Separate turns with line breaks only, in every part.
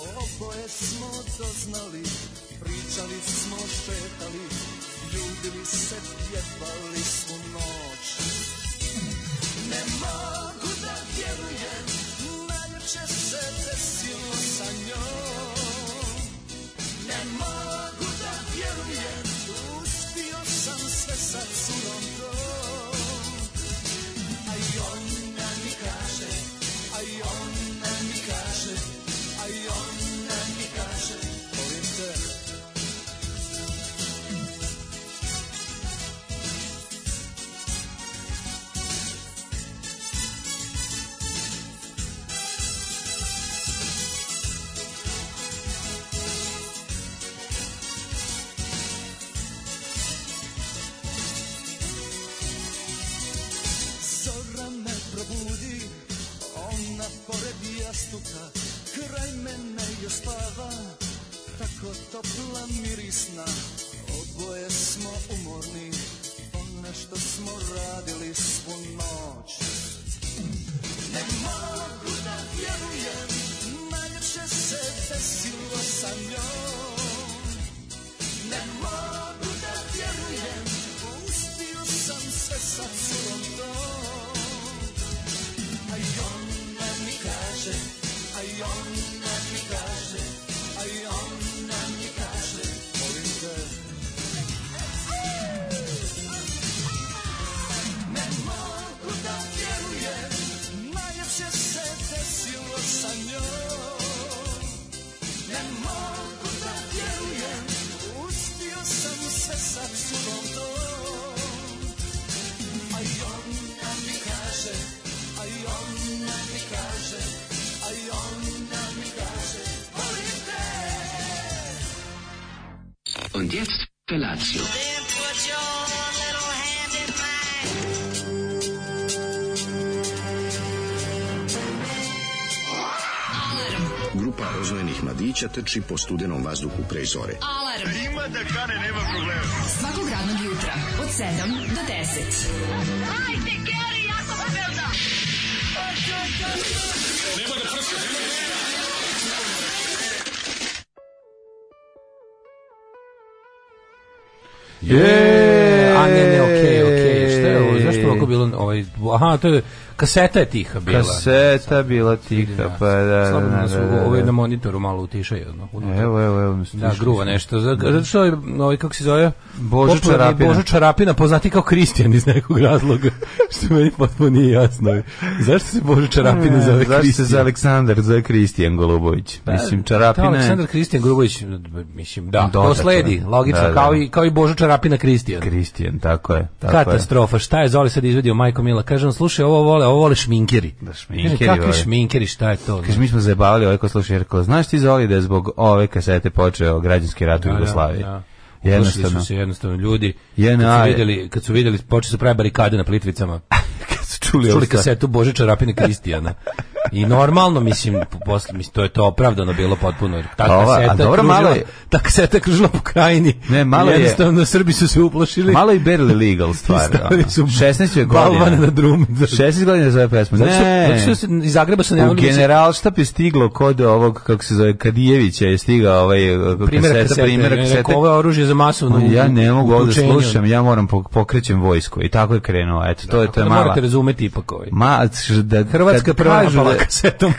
sve smo doznali, pričali smo, šetali, ljubili se, pjevali smo noć. Ne mogu da vjerujem, najveće se desilo sa njom. Ne mogu da vjerujem, uspio sam sve sa curom tom. A i ona mi kaže, a i ona mi kaže, a i ona mi kaže, volim te. Zora me probudi, ona pored jastuka, kraj mene joj spava, tako topla mirisna, oboje smo umorni, ono što smo radili svu noć. Ne mogu da vjerujem, najljepše se desilo sa njom. Ne mogu da vjerujem, pustio sam sve sa cilom tom. A i ona mi kaže, a i ona mi kaže, a i ona mi kaže, volim te. Ne mogu da vjerujem, najljepše se desilo sa njom. Ne mogu da vjerujem, uspio sam sve sa curom tom. A i ona mi kaže, a i ona mi kaže, a i ona mi kaže, volim te.
Und jetzt Felatio.
Then put your little hand in mine.
Grupa oznojenih mladića teči po studenom vazduhu pre zore.
Alarm. Ima da kane, nema problema. Svakog radnog jutra, od 7 do 10.
Je!
A ne, ne, okej, okej. Šta je ovo? Zašto je ovako bilo ovaj aha, to je kaseta je tiha bila.
Kaseta bila tiha, pa da,
Slabo
da,
nas
da, da,
ovaj
da.
na monitoru malo utišaju, ono. unutra.
Evo, evo, evo.
Da, gruva nešto. Za- Zato što je, ovaj, kako se zove?
Božo
Popularni
Čarapina.
Božo Čarapina, poznati kao Kristijan iz nekog razloga, što meni potpuno nije jasno. Zašto se Božo Čarapina zove Kristijan?
Zašto se za Aleksandar zove Kristijan Golubović? Mislim,
Pa, Ta
Čarapina
Aleksandar
je...
Kristijan Grubović, mislim, da,
Dodatno.
to sledi, logično,
Da, da.
Kao, i, kao i Božo Čarapina Kristijan.
Kristijan, tako je. Tako
Katastrofa, šta je Zoli sad izvedio Majko Mila? Kaže on, slušaj, ovo vole, ovo vole šminkeri.
Da, šminkeri
Kaže, Kakvi
vole.
šminkeri, šta je to?
Je. Kaže, mi smo zajebavali ovaj ko sluša, jer kao, znaš ti Zoli da je zbog ove kasete počeo građanski rat u
Da, da,
Jugoslaviji?
da. Jednostavno.
Jednostavno.
su se jednostavno ljudi,
JNA
kad su
je-
vidjeli, kad su vidjeli, počeli su pravi barikade na plitvicama.
Kad su čuli,
Čuli
ovu stvar.
kasetu Bože Čarapina Kristijana. I normalno, mislim, po- posle, mislim, to je to opravdano bilo potpuno. jer Ta
A Pa ova- a
kaseta
dobro,
kružila,
malo je-
ta kaseta je kružila po krajini.
Ne, malo
I
je-
Jednostavno, Srbi su se uplošili.
Malo i barely legal stvar.
Stavili
ono.
su
16 je
Balvane na
godina.
drumi.
16 godina da zove pesma.
Zato što-
Ne.
zato što se iz Zagreba se
u
najavljaju da se-
generalštab je stiglo kod ovog, kako se zove, Kadijevića je stigao ovaj
primjer
kaseta,
kasete.
primjerak
ja
kasete.
Rekao, ovo je oružje za masovno
On, ja ne mogu ovdje
utučenje.
slušam, ja moram pok- pokrećem vojsku. I tako je krenuo. Eto, to je to je
Da
mala.
Morate razumeti ipak ovaj.
Ma, š- da,
Hrvatska
kad
prva
kažu
napala
da-
kasetom.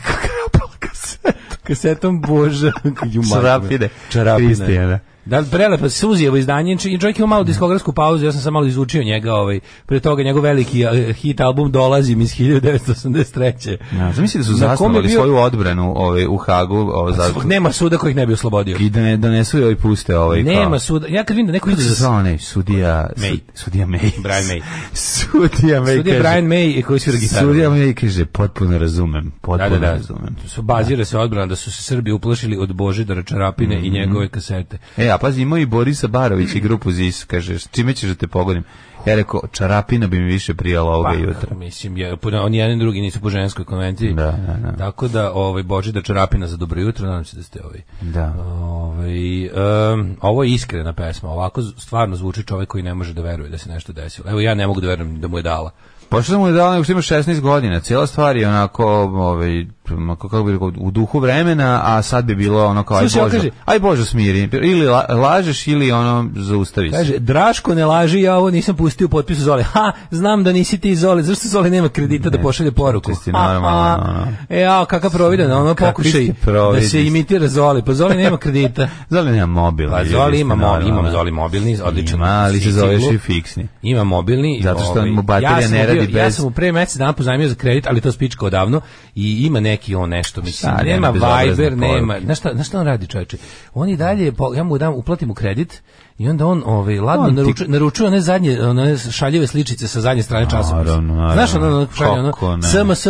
kasetom Boža. Ju, majko me.
Čarapine.
Čarapine.
Kristijana.
Da, prelepa, suzijevo izdanje, i čovjek ima malo diskografsku pauzu, ja sam sam malo izučio njega, ovaj, pre toga njegov veliki eh, hit album Dolazim iz 1983.
Ja, zamisli da su
Na kom je
zasnovali
bio-
svoju odbranu ovaj, u Hagu. Ovaj, za,
Nema suda kojih ne bi oslobodio.
I da ne donesu i ovaj puste ovaj. kao-
Nema suda, ja kad vidim da neko
Kako
ide
se
za
zove onaj sudija...
May.
sud- Sudija May.
Brian May.
sudija May
Sudija
kaže...
Brian May koji svira gitaru.
Sudija May kaže, potpuno razumem. Potpuno
Da, da, da.
razumem.
Su bazira se odbrana da su se Srbi uplašili od Božidara Čarapine
Mhm.
i njegove kasete.
E, a pazi, imao i Borisa Barović i grupu ZIS, kaže, "S čime ćeš da te pogodim? Ja rekao, čarapina bi mi više prijala
Pa,
ovoga jutra.
Mislim, je, po- oni jedan i drugi nisu po ženskoj konvenciji.
Da, da, da.
Tako da, ovaj, Božidar Čarapina za dobro jutro, nadam se da ste ovaj.
Da.
Ovaj, em, ovo je iskrena pesma, ovako z- stvarno zvuči čovjek koji ne može da veruje da se nešto desilo. Evo ja ne mogu da verujem da mu je dala.
Pošto sam mu je dala nego što ima 16 godina, cijela stvar je onako, ovaj, ma, kako bi rekao, u duhu vremena, a sad bi bilo ono kao,
Slušaj,
aj Bože,
on kaže-
aj Bože smiri, ili la, lažeš ili ono, zaustavi se.
Kaže, Draško ne laži, ja ovo nisam pustio u potpisu Zoli. Ha, znam da nisi ti Zoli, zašto Zoli nema kredita da pošalje poruku?
čisti
Ha, ha.
normalno, ono.
E, a, kakav providan, ono
Kakvi
pokušaj
ste providni
da se
ste.
imitira Zoli. Pa Zoli nema kredita.
Zoli nema mobil.
Pa Zoli ima, mo, imam Zoli mobilni, odličan.
da. Ima, ali se
Siglu.
zoveš i fiksni.
Ima mobilni.
Zato što
ovaj,
mu baterija
sam
ne
mu
radi
Ja
bez-
sam mu pre mesec dana pozajmio za kredit, ali to spička odavno i ima neki on nešto, mislim, nema
Šta, nema bezobrazne
Viber,
poruke.
nema. Znaš šta, znaš šta on radi, čoveče? On i dalje, po- ja mu dam, uplatim mu kredit i onda on ovaj, ladno
On ti-
naručuje, naručuje one zadnje, one šaljive sličice sa zadnje strane časopisa.
Naravno, naravno.
Znaš ono, ono šalje ono,
Kako ne.
SMS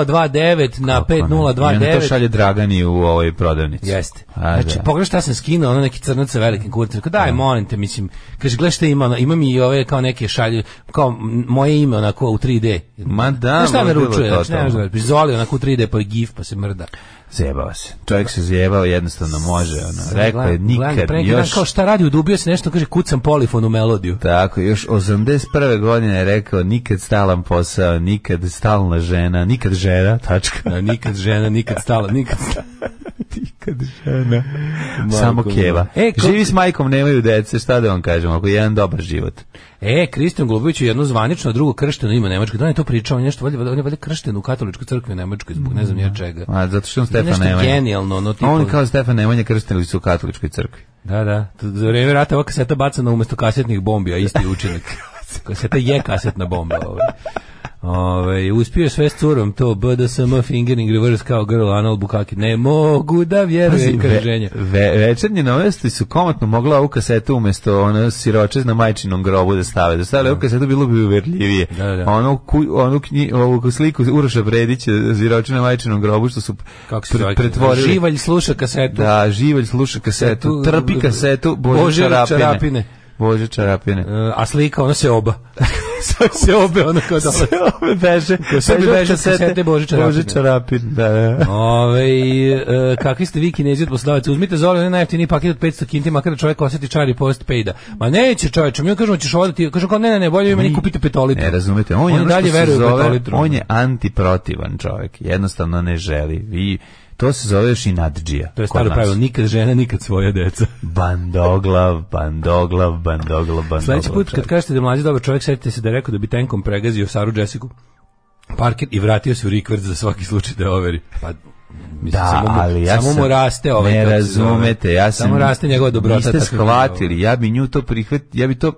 3029 na
I onda to
5029.
šalje Dragani u ovoj prodavnici.
Jeste.
A,
znači,
da.
pogledaj šta sam skinuo, ono neki crnac sa velikim kurcem. Rekao, daj, molim te, mislim, kaže, gledaj šta ima, ono, imam i ove kao neke šalje, kao m, moje ime, onako, u 3D.
Ma da,
Znaš šta
ma, bilo
naručuje,
to,
znači, ne
to.
možeš da veriš. Zoli, onako, u 3D, pa gif, pa se mrda.
Zjebao se. Čovjek se zjebao, jednostavno može. Ono. Rekao je,
Gledam- gledam
nikad
pre neki dan
još...
Kao šta radi, udubio se nešto, kaže, kucam polifon u melodiju.
Tako, još 81. godine je rekao nikad stalan posao, nikad stalna žena, nikad žena, tačka.
Da, nikad žena, nikad stala, nikad stala.
Nikad žena. Samo keva.
E, ko-
Živi s majkom, nemaju dece, šta da vam kažem, ako je jedan dobar život.
E, Kristijan Golubović je jedno zvanično, a drugo kršteno ime Nemačkoj. Da on je to pričao, on je nešto, valjda, on je valjda kršten u katoličkoj crkvi u Nemačkoj, zbog ne znam ja čega.
A, zato što je on Stefan
Nešto
Nemanja.
genijalno, ono, tipa-
On kao Stefan Nemanja krstili su u katoličkoj crkvi.
Da, da. T- Za vreme rata ova kaseta bacana umesto kasetnih bombi, a isti učinak. kaseta je kasetna bomba. Ovaj. Ove, uspio je sve s curom, to BDSM, fingering, reverse, kao girl, anal, bukaki. Ne mogu da vjerujem, kaže ženja.
ve, večernje novosti su komotno mogla ovu kasetu umjesto ono siročez na majčinom grobu da stave. Da stave ovu kasetu bilo bi uverljivije.
Da, da, da.
A Onu, ku, onu knji, ovu sliku Uroša Bredića siroče na majčinom grobu što su
Kako se
pre-
zove?
pretvorili.
Živalj sluša kasetu.
Da, živalj sluša
Kasetu,
kasetu, trpi kasetu Bože,
Bože
čarapine.
Čarapine.
Bože čarapine.
E, A slika, ono se oba. se obe, ono kao dolazi.
Sve beže,
Sve
beže od
beže od kasete Bože Čarapine.
Bože Čarapin, da, da.
Ove, e, kakvi ste vi kinezi od poslodavaca? Uzmite Zoli, onaj najjeftiniji paket od 500 kinti, makar da čovjek osjeti čari post payda. Ma neće čovječe, mi joj kažemo ćeš odati, kažemo kao ne, ne, ne, bolje meni kupite petolitru.
Ne razumete, on je
Oni
ono
dalje
što se
veruju u
zove,
petolitru.
on je antiprotivan čovjek, jednostavno ne želi. Vi to se zove još i nadđija.
To je
kod
staro
nas.
pravilo, nikad žena, nikad svoja deca.
Bandoglav, bandoglav, bandoglav, bandoglav.
Sljedeći put kad
čovjek.
kažete da je mlađi dobar čovjek, setite se da je rekao da bi tenkom pregazio Saru Jessica Parker i vratio se u Rikvrd za svaki slučaj da overi. Pa, mislim,
Da,
samo mu,
ali ja
samo
sam,
mu raste ovaj
ne
kako se zove.
razumete, ja sam
Samo raste njegova dobrota.
Niste
tako da-
shvatili, ja bi nju to prihvat, ja bi to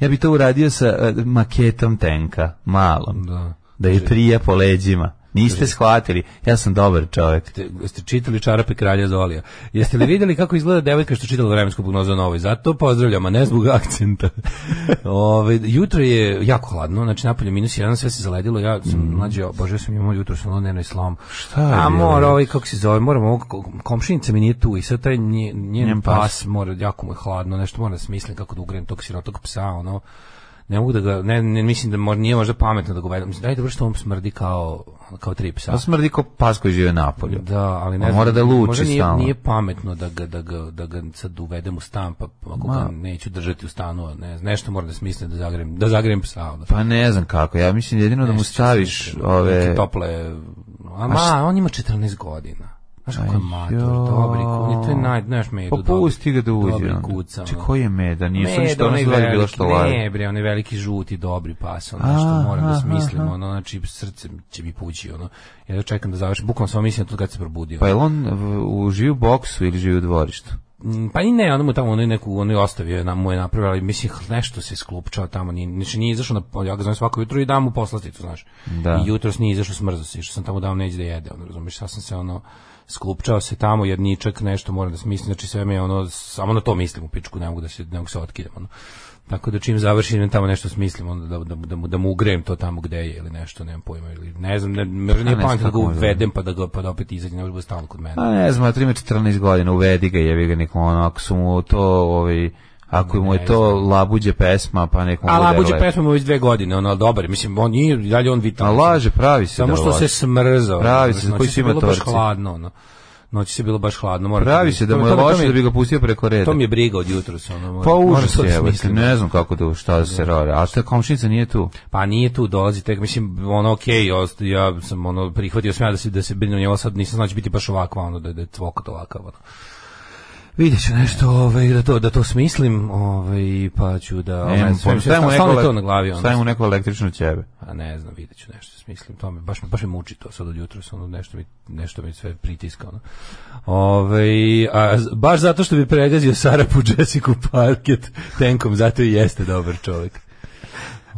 ja bi to uradio sa eh, maketom tenka, malom.
Da.
Da je prija po leđima. Niste shvatili, ja sam dobar čovjek.
Te- Jeste čitali čarape kralja Zolija? Jeste li vidjeli kako izgleda devojka što je čitala vremensku prognozu na novoj? Zato pozdravljam, a ne zbog akcenta. Ove, jutro je jako hladno, znači napolje minus jedan, sve se zaledilo, ja sam mlađe, bože, ja sam imao jutro sam ono i slom. Mm. Šta
je
A
bilo?
mora, ovaj, kako se zove, moram ovog, komšinica mi nije tu i sad taj nje, njen,
Njen
pas.
pas.
mora, jako mu je hladno, nešto mora da smislim kako da ugrem tog sirotog psa, ono, ne mogu da ga, ne, ne mislim da mora, nije možda pametno da ga uvedem. Mislim, daj dobro što on smrdi kao, kao tri psa.
Pa smrdi ko pas koji žive napolju.
Da, ali ne
On
znam,
mora da luči
možda nije,
stalno.
nije pametno da ga, da, ga, da ga sad uvedem u stan, pa ako ga
Ma.
neću držati u stanu, a ne, znam, nešto moram da smislim da zagrem, da zagrem psa. Onda.
Pa ne znam kako, ja mislim jedino da mu staviš
Neke
ove...
tople... A ma, on ima 14 godina. Znaš kako je matur,
joj.
dobri, on je to je naj, znaš, medu,
Pa pusti ga da uđe. Znači,
Dobri
onda.
kuca. ono.
Če, koji je meda? Nije
Med,
sam što ono
onaj
zove bilo
veliki-
što laje.
Ne, bre, onaj veliki žuti, dobri pas, ono nešto
Aha,
moram da smislim,
aha.
ono, znači, srce će mi pući, ono. Ja čekam da završim, bukvalno sam mislim to kad se probudio.
Pa je on v- u, živi u boksu ili živi u dvorištu?
Mm, Pa i ne, ono mu tamo ono je neku, ono je ostavio, nam mu je napravio, ali mislim nešto se sklupčao tamo, nije, znači nije izašao na, polje, ja ga znam svako jutro i dam mu poslasticu, znaš.
Da.
I jutros nije izašao, smrzao se, što sam tamo dao neđe da jede, ono, razumiješ, sad sam se ono, sklupčao se tamo, jer ničak nešto moram da smislim, znači sve me ono, samo na to mislim u pičku, ne mogu da se, ne mogu se otkidam, ono. Tako da čim završim tamo nešto smislim, onda da, da, da, mu, da mu ugrem to tamo gde je ili nešto, nemam pojma, ili ne znam, ne, možda nije
ne
pametno
znam
da ga
kako mu zove.
uvedem pa da ga pa da opet izađe, ne može da bude stalno kod mene.
A Pa ne znam, ima 14 godina, uvedi ga, jevi ga nekom, ono, ako su mu to, ovaj, ako mu je to labuđe pesma, pa nekom
A
bude
Labuđe
lepo.
pesma mu već dve godine, ono, ali dobar, je. mislim, on nije, i dalje on
A
vitalno.
laže, pravi se
Samo
da
što
laže.
se smrzao.
Pravi se,
Znači,
koji su ima
bilo baš
torci.
hladno, ono. Noći se bilo baš hladno. Moram
Pravi se da mu je loše da bi ga pustio preko reda.
To mi je briga od jutros. Ono, moram-
Pa
moram
užas
to da
je,
smislim.
ne znam kako to, šta da se radi. A šta komšinica nije tu?
Pa nije tu dolazi tek mislim ono okej, ost- ja sam ono prihvatio sam ja da se da se brinem o njemu, sad nisam znači biti baš ovakva ono da da je tvokot ovakav ono. Vidjet ću nešto ovaj, da, to, da to smislim, ovaj, pa ću da... Ne,
Nemam
sve mi
pojma.
se-
Stavimo
stalno je
neko
to na glavi.
le-
Ono.
Stavimo neko električno ćebe.
A Pa ne znam, vidjet ću nešto, smislim to me, baš, me- baš me muči to sad od jutra, ono, nešto mi, nešto mi sve pritiska, ono. Ove, a, z- baš zato što bi pregazio Sarapu Jessica Parket tenkom, zato i jeste dobar čovjek.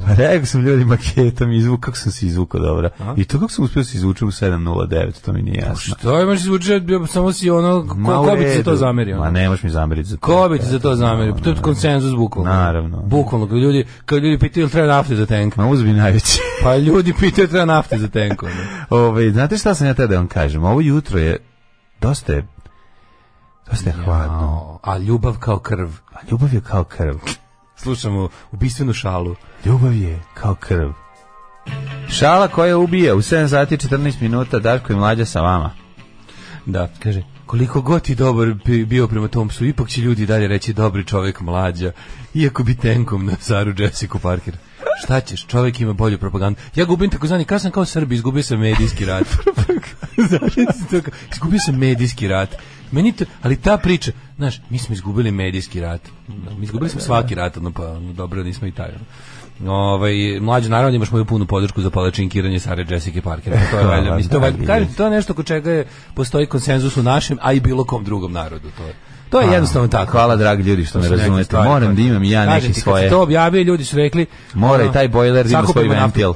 Pa rekao sam ljudi maketom, izvuk, kako sam se izvukao dobro. I to kako sam uspio da se izvući u 7.09, to mi nije jasno.
Što imaš izvučet, samo si ono,
Ma,
Pa ko,
u
ko bi ti se
redu.
to zamerio?
Ma ne, moš mi zameriti za to. da,
Ko bi ti za to zamerio? Pa To je konsenzus bukvalno.
Naravno.
Bukvalno, kad ljudi, kad ljudi pitaju ili treba nafte za tenk.
da. Ma uzmi najveći.
Pa ljudi pitaju ili treba nafte za tenk. ono.
Ove, znate šta sam ja tada da vam kažem? Ovo jutro je dosta je dosta je hladno.
Jao, A ljubav kao krv.
A ljubav je kao krv.
Slušamo ubistvenu šalu.
Ljubav je kao krv. Šala koja ubija u 7 sati i 14 minuta Daško i mlađa sa vama.
Da, kaže, koliko god ti dobar bi- bio prema Tomsu, ipak će ljudi dalje reći dobri čovek mlađa, iako bi tenkom na Saru Jessica Parker. Šta ćeš, čovek ima bolju propagandu. Ja gubim takozvani, kao sam kao Srbi, izgubio sam medijski rat. Zamislite to kao, izgubio sam medijski rat. Meni to, ali ta priča, znaš, mi smo izgubili medijski rat. Mi izgubili smo svaki rat, ono pa ono, dobro, nismo i taj. Ono. Ovaj, mlađe, naravno imaš moju punu podršku za palačinkiranje Sare Jessica Parker. To je valjda, mislim, to je valjda, kažem, to je nešto kod čega je, postoji konsenzus u našem, a i bilo kom drugom narodu. To je, to je Pa, jednostavno tako.
Hvala dragi ljudi što me
su neke
razumete.
stvari
Moram
koje-
da imam i ja
Kažem ti,
neke
kad
svoje.
se to objavio, ljudi su rekli...
Mora
ono,
i taj bojler da ima svoj
sakupimo naftu.
ventil.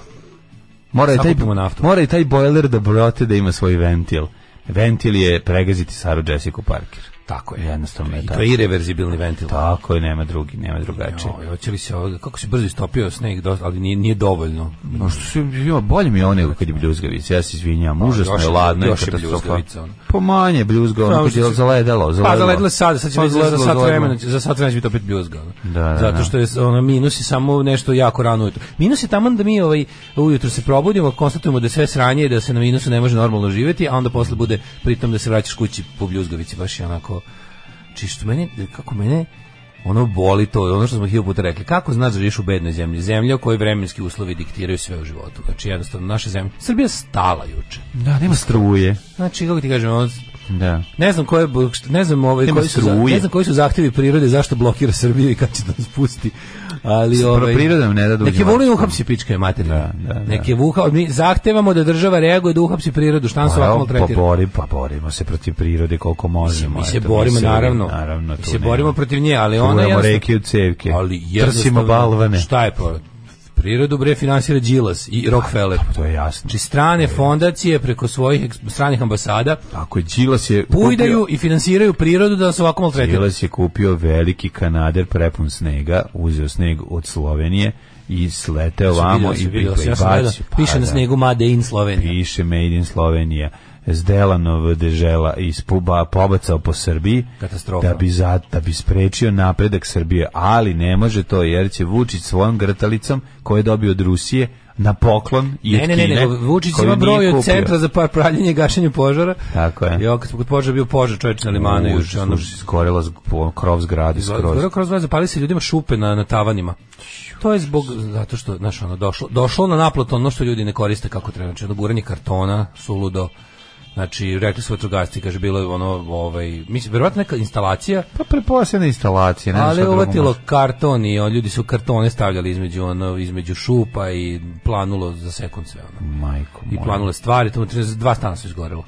Mora i taj
Sakupimo naftu.
mora i taj bojler da brote da ima svoj ventil. Ventil je pregaziti Saru Jessica Parker.
Tako je.
Jednostavno je
I
tako.
to je irreverzibilni ventil.
Tako je, nema drugi, nema drugačije.
Joj, hoće li se ovoga, kako se brzo istopio sneg, dosta, ali nije, nije dovoljno.
No što se jo, bolje mi je onego kad je bljuzgavica. Ja se izvinjavam, užasno
Pa, još
je
je-
ladno i
još je
katastrofa.
bljuzgavica, ono.
Pa manje bljuzga, ono
Samo
kad
što
je
se-
zaledalo,
Pa
zaledalo.
zaledilo sad, sad će
Pa,
biti za, za
zaledalo,
sat
zaledalo.
vremena, će- za sat vremena će biti opet bljuzga. ono.
Da, da, da.
Zato što je ono minus je samo nešto jako rano ujutro. Minus je tamo da mi ovaj ujutro se probudimo, konstatujemo da je sve sranje i da se na minusu ne može normalno živjeti, a onda posle bude pritom da se vraćaš kući po bljuzgavici, baš je onako čisto meni kako mene ono boli to, ono što smo hiljadu puta rekli. Kako znaš da živiš u bednoj zemlji? Zemlja u kojoj vremenski uslovi diktiraju sve u životu. Znači jednostavno naša zemlja. Srbija je stala juče.
Da, nema struje.
Znači kako ti kažem, ono,
Da.
ne znam koje ne znam ovaj
Nema
koji su za-
struje.
ne znam koji su zahtevi prirode zašto blokira Srbiju i kad će nas pustiti. Ali ovaj
prirodom ne da dođe
Neke voli
Mađarska.
uhapsi pička je materina.
Da, da, da.
Neke vuha, mi zahtevamo da država reaguje da uhapsi prirodu, šta nas
Pa, evo,
ovako
pa,
tretira.
bori, pa borimo se protiv prirode koliko možemo.
Mi se
eto,
borimo
se-
naravno.
naravno
mi
tu
se
nema.
borimo protiv nje, ali ona
Guramo
jednostavno-
reke u cevke.
ali
Trsimo
jednostavno,
balvane. Pa,
Šta je problem? Prirodu bre finansira Đilas i Rockefeller.
To je jasno.
Znači
E.
strane fondacije preko svojih eks- stranih ambasada
Ako je Đilas je
pujdaju i finansiraju prirodu da nas ovako
kupio,
maltretiraju.
Đilas je kupio veliki kanader prepun snega, uzeo sneg od Slovenije i sleteo vamo
Vidio
i
sam, vidio sam,
i
ja sam gledao,
bacio-
piše
pa
na
da.
snegu Made in Slovenija.
piše Made in Slovenija. Zdelanov dežela iz Puba pobacao po Srbiji
Katastrofa.
da bi, za, da bi sprečio napredak Srbije, ali ne može to jer će Vučić svojom grtalicom koje je dobio od Rusije na poklon i
Ne,
od
ne, ne,
Kine.
nego Vučić
koju
ima
nije
broj
kupio.
od centra za par pravljenje i gašenje požara.
Tako je.
Jo, kad smo kod požara bio požar čoveče na limanu
Užas,
juče, ono
užas, Skorela z- po- krov zgrade skroz.
Skoro kroz vas zapali se ljudima šupe na, na tavanima. To je zbog, zato što, znaš, ono, došlo, došlo na naplatu ono što ljudi ne koriste kako treba. Znači, ono guranje kartona, suludo, Znači, rekli su vatrogasci, kaže, bilo je ono, ovaj, mislim, verovatno neka instalacija,
Pa preposljena instalacija. Ne znam
Ali
šta da drugo
uvatilo
može.
karton i on, ljudi su kartone stavljali između ono između šupa i planulo za sekund sve ono.
Majko
I
moja.
planule stvari, tamo treba- dva stana su izgorela.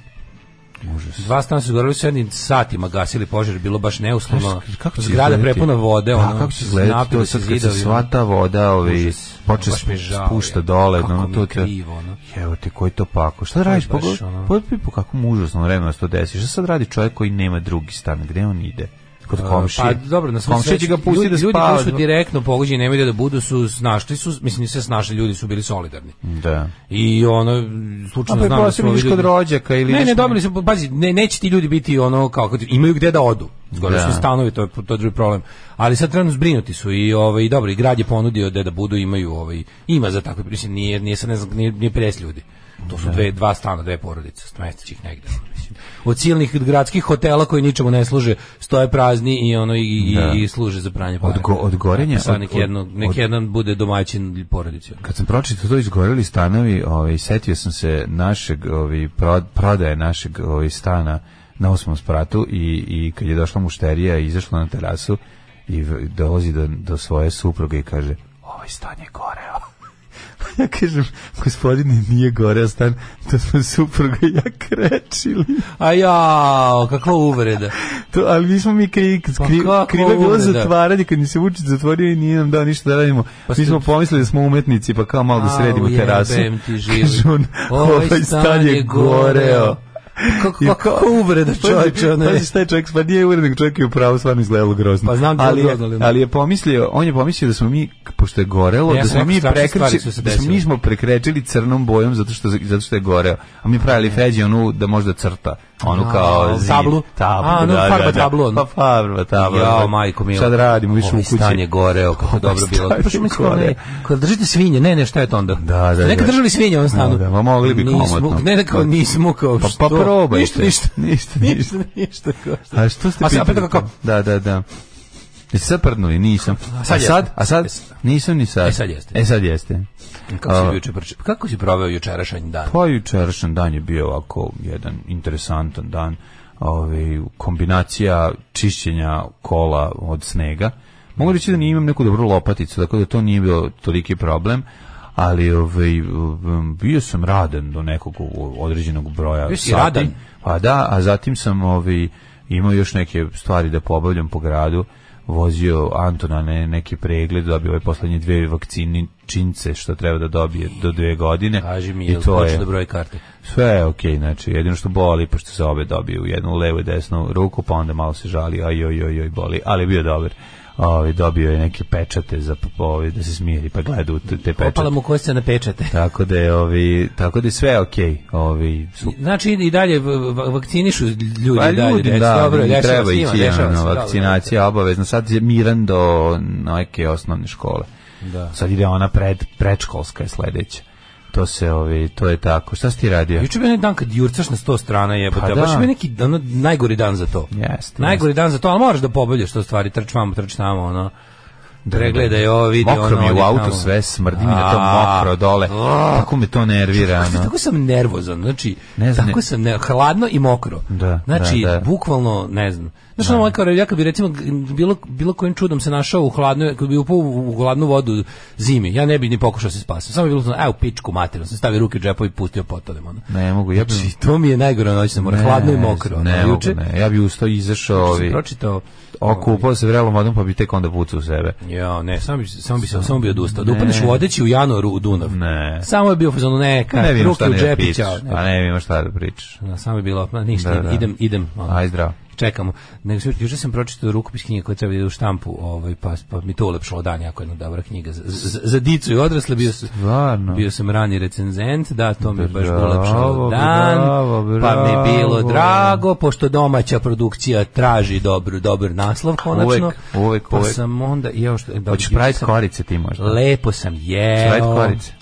Dva stana su izgorela, su jednim satima gasili požar, bilo baš neuslovno.
Znaš, kako će
Zgrada
izgledati?
prepuna vode,
Da,
ono.
kako će izgledati to
napili
sad
se
kad se
zidovi,
sva
ono.
ta voda ovi,
Užas.
poče
Baš mi je žao,
spušta
je.
dole.
Kako
ono,
mi je
to te-
krivo, ono.
Evo te, koji to pako. Šta da radiš?
baš,
Pogledaj
ono.
pogledaj po kakvom užasnom vremenu se to desi. Šta sad radi čovjek koji nema drugi stan? Gde on ide? Kod komšije.
Pa dobro, na svu
Komšija će
sreću,
ga pustiti da
ljudi,
spava.
Ljudi koji su direktno pogođeni, nemaju gde da budu, su snašli su, mislim se snašli, ljudi su bili solidarni.
Da.
I ono slučajno
A pa
znam da su
pretpostavljam
ovi
ideš kod
ljudi-
rođaka ili
Ne,
ideš
ne,
na-
dobili su, pazi, ne, neće ti ljudi biti ono kao kad imaju gde da odu. Zgore
Da.
su stanovi, to je to je drugi problem. Ali sad trenutno zbrinuti su i ovaj dobro, i grad je ponudio da da budu imaju ovaj ima za takve mislim nije nije sad ne znam nije, nije pres ljudi. To su dve, dva stana, dve porodice, smestići ih negde. ono, Mislim. Od silnih gradskih hotela koji ničemu ne služe, stoje prazni i ono i, i,
Da.
i služe za pranje para. Dakle,
Od go- od gorenja-
Sad
od-
nek,
od-
jedno, nek
od-
jedan bude domaćin porodice.
Kad sam pročitao to izgoreli stanovi, ovaj, setio sam se našeg, ovaj, pro- prodaje našeg ovaj, stana na osmom spratu i, i kad je došla mušterija i izašla na terasu i v- dolazi do, do svoje supruge i kaže, ovaj stan je goreo. ja kažem, gospodine, nije goreo stan, to smo supruga i ja krečili.
A ja, kakva uvreda.
To, ali mi smo mi kri, kri,
Pa kako
krivo je bilo
uvreda?
zatvaranje, kad mi se Vučić zatvorio i nije nam dao ništa da radimo.
Pa
mi
ste-
smo pomislili da smo umetnici, pa kao malo da sredimo
Au,
terasu.
jebem ti živi.
Kaže on, ovaj stan je goreo.
Kako,
I
kako, kako uvreda čovječe, ono je.
Pazi šta je čovjek, pa nije urednik, čovjek je u pravu, stvarno izgledalo grozno.
Pa znam da je
ali, je,
grozno, ali-
ali je pomislio, on je pomislio da smo mi, pošto je gorelo,
Ja sam
da smo
rekao,
mi
strašne stvari su
prekrečili,
se
da smo, mi
desile.
smo prekrečili crnom bojom zato što, zato što je goreo. A mi pravili Feđi onu da možda crta, onu
A,
kao zid.
tablu?
Tablu,
A, ono
da,
farba
da, da.
tablu, ono.
Pa farba tablu.
Jao, majko mila.
Šta da radimo, više u
Ovo
kući.
stan je goreo, kako
Ovo
dobro bilo.
stan je
Pa što mislim,
goreo.
onaj, Kad držite svinje, ne, ne, šta je to onda?
Da, da,
Neka
da.
držali svinje u ovom stanu.
Da, da, ma mogli bi
Nismo-
komotno.
Ne, ne, kao nismo, kao
Pa,
što?
pa probajte.
Ništa, ništa.
Ništa,
Ništa,
ništa.
ništa. kao što.
A što ste
A sad
pitali?
opet kako?
Da, da, da. Jeste sad prdnuli? Nisam. A
sad
sad? A sad?
jeste. Jeste.
Nisam ni sad.
E, sad jeste.
E sad jeste.
Kako si,
A.
juče proči- kako si proveo jučerašanj dan?
Pa jučerašnji dan je bio ovako jedan interesantan dan. Ove, kombinacija čišćenja kola od snega. Mogu reći da nije imam neku dobru lopaticu, tako da to nije bio toliki problem, ali ovaj, um, bio sam radan do nekog u- određenog broja
Bio si
sati.
radan?
Pa da, a zatim sam ovaj, imao još neke stvari da pobavljam po gradu vozio Antona na neki pregled, dobio je poslednje dve vakcini čince što treba da dobije do dve godine.
Kaži mi,
I
je li
to
počeo
je.
da broje karte?
Sve je okej, znači jedino što boli, pošto se obe dobije u jednu u levu i desnu ruku, pa onda malo se žali, aj joj joj joj boli, ali bio je dobar. Ovaj dobio je neke pečate za ovaj da se smiri, pa gleda u te te pečate.
Opala mu košća na pečate.
Tako da je ovi, tako da je sve okej, ovi su
Znači i dalje v- v- vakcinišu ljudi i dalje.
ljudi,
deci,
da,
dobro,
ljudi,
dešava
treba
se,
ići
ima, dešava
ono,
se, dobro, da.
vakcinacija obavezno. Sad je miran do neke osnovne škole.
Da.
Sad ide ona pred, predškolska je sledeća. To se ovi, to je tako. Šta si ti radio?
Pa Juče bio onaj dan kad jurcaš na 100 strana jebote,
Pa
pa baš
da.
je bio neki ono, najgori dan za to.
Jeste,
Najgori dan za to, ali moraš da pobavljaš to stvari, trč vamo, trč tamo, ono. Pregle da je ovo vidi,
Mokro
ono,
mi je u
odi
autu
tamo.
sve, smrdi mi na to
A,
mokro dole.
a.
Kako me to nervira.
Znači,
ono.
tako sam nervozan, znači,
Ne znam,
tako
ne-
sam ne, hladno i mokro.
Da,
znači,
da, da.
bukvalno, ne znam. Znaš, ono, ovaj kao, ja kad bi, recimo, g- bilo, bilo kojim čudom se našao u hladnoj, kad bi upao u, u hladnu vodu zimi, ja ne bi ni pokušao se spasiti. Samo bi bilo, znači, evo, pičku materinu, sam stavio ruke u džepovi i pustio potodem, ono.
Ne mogu, ja bi...
Znači, to mi je najgore noćna mora, hladno i
Ne,
mokro. ono.
Ne, mogu,
Juče
ne. Ja bi ustao i izašao
sam
ovi.
pročitao
Okupao se vrelom vodom pa bi tek onda pucao u sebe.
Ja, ne, samo bi samo bi samo bi odustao. Da upadneš u odeći u januaru u Dunav.
Ne.
Samo je bio fazon neka,
Ne vidim
ruke
šta
u
ne da
džepi,
pričaš.
ćao.
Pa ne vidim šta da pričaš.
Da, samo je bilo, ma, ništa,
Da, da.
idem, idem. ono,
Aj zdravo.
Čekamo. Nego sam- juče sam pročitao rukopis knjige koja treba da ide u štampu, ovaj pa pa mi to ulepšalo dan, jako jedna dobra knjiga za, za, za dicu i odrasle bio sam
Stvarno?
bio sam rani recenzent, da, to mi je baš
Bravo,
ulepšalo dan.
bravo,
Pa mi je bilo
bravo.
drago pošto domaća produkcija traži dobru dobar naslov konačno.
Uvek, uvek,
Pa
uvek.
sam onda jeo što da,
Hoćeš
juče
praviti
sam-
korice ti možda?
Lepo sam jeo.
Praviti korice.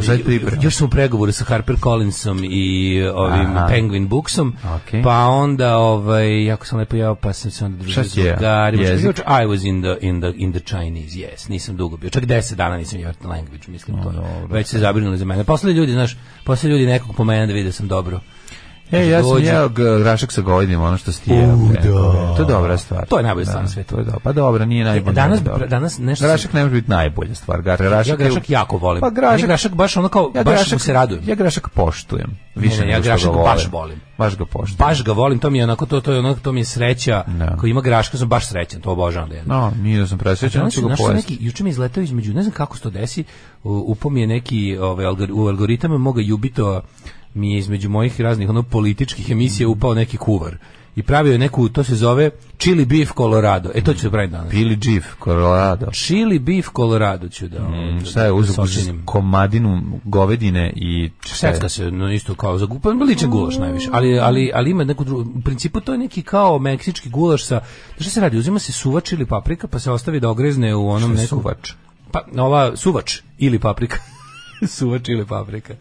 Sad priprema.
Još sam u pregovoru sa Harper Collinsom i e, ovim
Aha.
Penguin Booksom,
Okej.
pa onda ovaj jako sam lepo jeo, pa sam se onda družio
Šta si jeo?
drugarima.
Jezik?
Juče I was in the in the in the Chinese. Yes, nisam dugo bio. Čak 10 dana nisam jeo na language, mislim to. je.
dobro.
Već se zabrinuli za mene. Posle ljudi, znaš, posle ljudi nekog pomena da vide da sam dobro.
E, ja sam
Dođe.
jeo g- grašak sa govedinom, ono što si ti jeo. pre. To je dobra stvar.
da. To je najbolja stvar na
Da,
svetu.
To je dobro. Pa dobro, nije najbolja.
danas-
ali dobro.
danas nešto sam-
Grašak ne može biti najbolja stvar. Gar- Grašak
Ja
je-
grašak jako volim.
Pa
Meni
grašak,
grašak baš ono kao,
ja
baš mu
grašak-
se radujem.
Ja grašak poštujem. Više
Ne, ne, ja
nego što ga
grašak
volim.
baš volim.
Baš ga poštujem.
Baš ga volim, to mi je onako to to je onako to mi je sreća.
Da.
Ko ima graška, sam baš srećan, to obožavam da jedem.
No, nije da sam presvećan,
Danas
ću
je
ga
našao
pojesti.
neki, juče mi je izletao između, ne znam kako se to desi, u- upao mi je neki ovaj, algor- u algoritama moga Jubito mi je između mojih raznih ono, političkih emisija upao neki kuvar. I pravio je neku, to se zove Chili Beef Colorado. E, to ću da pravim danas.
Billy Jeef, Colorado.
Chili Beef Colorado ću da... ovaj, da-
Mm, Šta je,
da
uzeo
sočinim.
komadinu govedine i... šta je?
Secka se no, isto kao za gupa, ličan gulaš najviše, ali, ali, ali ima neku drugu, u principu to je neki kao meksički gulaš sa, šta se radi, uzima se suvač ili paprika pa se ostavi da ogrezne u onom nekom...
Suvač.
Pa, ova suvač ili paprika. Suva čili paprika.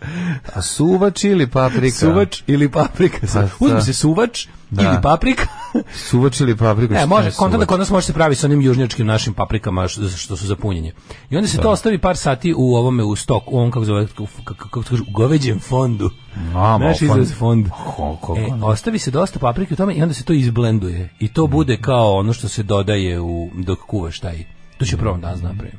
A suvač ili paprika?
Suvač ili paprika.
Pa, da.
Uzmi se suvač
Da.
ili paprika.
Suvač ili paprika?
E,
šta
može,
je
konta da
suvač?
kod nas može se pravi sa onim južnjačkim našim paprikama što, što su za punjenje. I onda se
Da.
to ostavi par sati u ovome, u stok, u ovom, kako zove, kako, kako, kako to kažu, u goveđem fondu.
A, ma,
Naš
fond-
izraz fond.
Ko- ko-
E, ostavi se dosta paprike u tome i onda se to izblenduje. I to bude kao ono što se dodaje u, dok kuvaš taj. To će prvom danas napravim.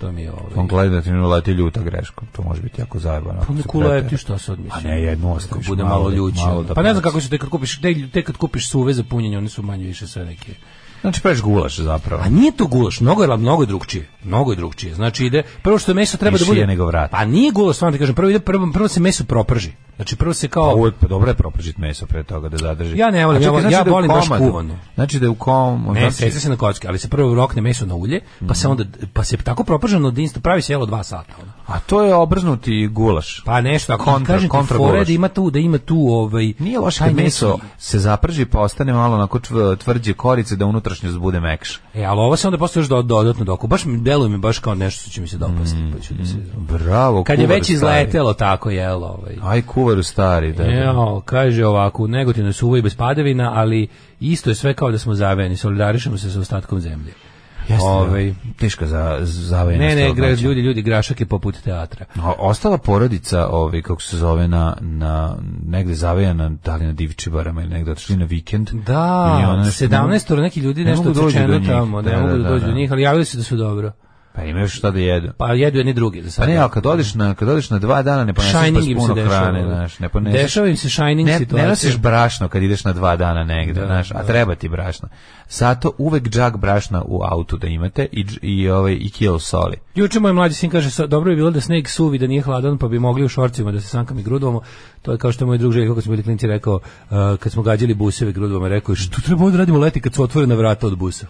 To mi je
On
ovaj...
gleda da ti ne uleti ljuta greška. To može biti jako zajebano. ako
Pa ne
se
kuleti
pretera.
što sad mislim.
A ne, jednu
Ako
ostaviš.
bude malo ljući.
malo da
pa ne znam
prati.
kako se te kad kupiš, te, te kad kupiš suve za punjenje, oni su manje više sve neke.
Znači praviš gulaš zapravo.
A Pa nije to gulaš, mnogo je, mnogo je drugčije. Mnogo je drugčije. Znači ide, prvo što meso treba
I
da bude...
šije nego vrat.
Pa nije gulaš, stvarno ti kažem, prvo, ide, prvo, prvo se meso proprži. Znači prvo se kao...
Pa uvek pa dobro je propržit meso pre toga da zadrži.
Ja ne volim,
A
ja volim-
znači
ja
da je u
volim baš
komadu.
kuvano.
Znači da je u kom...
Ne,
znači-
seca se na kocke, ali se prvo rokne meso na ulje,
Mhm.
pa se onda pa se tako proprženo dinsto pravi se jelo dva sata. Ono.
A to je obrznuti gulaš.
Pa nešto ako
Kontra-
kažem ti
kontra
fore
gulaš.
da ima tu da ima tu ovaj
Nije loše
taj
kad meso
neki-
se zaprži pa ostane malo onako čv- tvrđe korice da unutrašnjost bude mekša.
E, ali ovo se onda posle još do- dodatno doku. Baš mi deluje mi baš kao nešto što će mi se dopasti,
Mhm.
pa ću da se.
Bravo,
Kad je
kuvar
već
stari.
izletelo tako jelo, ovaj.
Aj kuvaru stari, da. da.
Evo, kaže ovako, u Negotinu je suvo i bez padavina, ali isto je sve kao da smo zavejani, solidarišemo se sa ostatkom zemlje.
Jeste, da.
ovaj,
teška za zavajena
ne, ne, gra,
strogoća.
ljudi, ljudi, grašak je poput teatra.
O- Ostala porodica, ovaj, kako se zove, na, na negde zavejana, da li na divčibarama ili negde otišli na vikend.
Da,
I ona nešto-
17 neki ljudi
ne
nešto
mogu doći do
odsečeno
njih.
tamo, ne
Da,
mogu
da,
da
da,
dođu do
da.
njih, ali javili su da su dobro.
Pa imaju šta da jedu.
Pa jedu jedni drugi za
Pa
sad.
ne, ali kad odeš na, kad odeš na dva dana ne poneseš
da. Shining
baš
im se
puno
dešava. da.
hrane, znaš, ne poneseš.
Dešava im se Shining
ne,
situacija.
Ne nosiš brašno kad ideš na dva dana negde,
Da,
znaš, a
da.
treba ti brašno. Zato uvek džak brašna u autu da imate i, dž- i, ovaj, i kilo soli.
Juče moj mlađi sin kaže, "Sa- dobro je bilo da sneg suvi, da nije hladan, pa bi mogli u šorcima da se sankam i grudvamo. To je kao što je moj drug Željko, kad smo bili klinci, rekao, uh, kad smo gađali buseve grudvama, rekao je, što treba ovo da radimo leti kad su otvorena vrata od busa?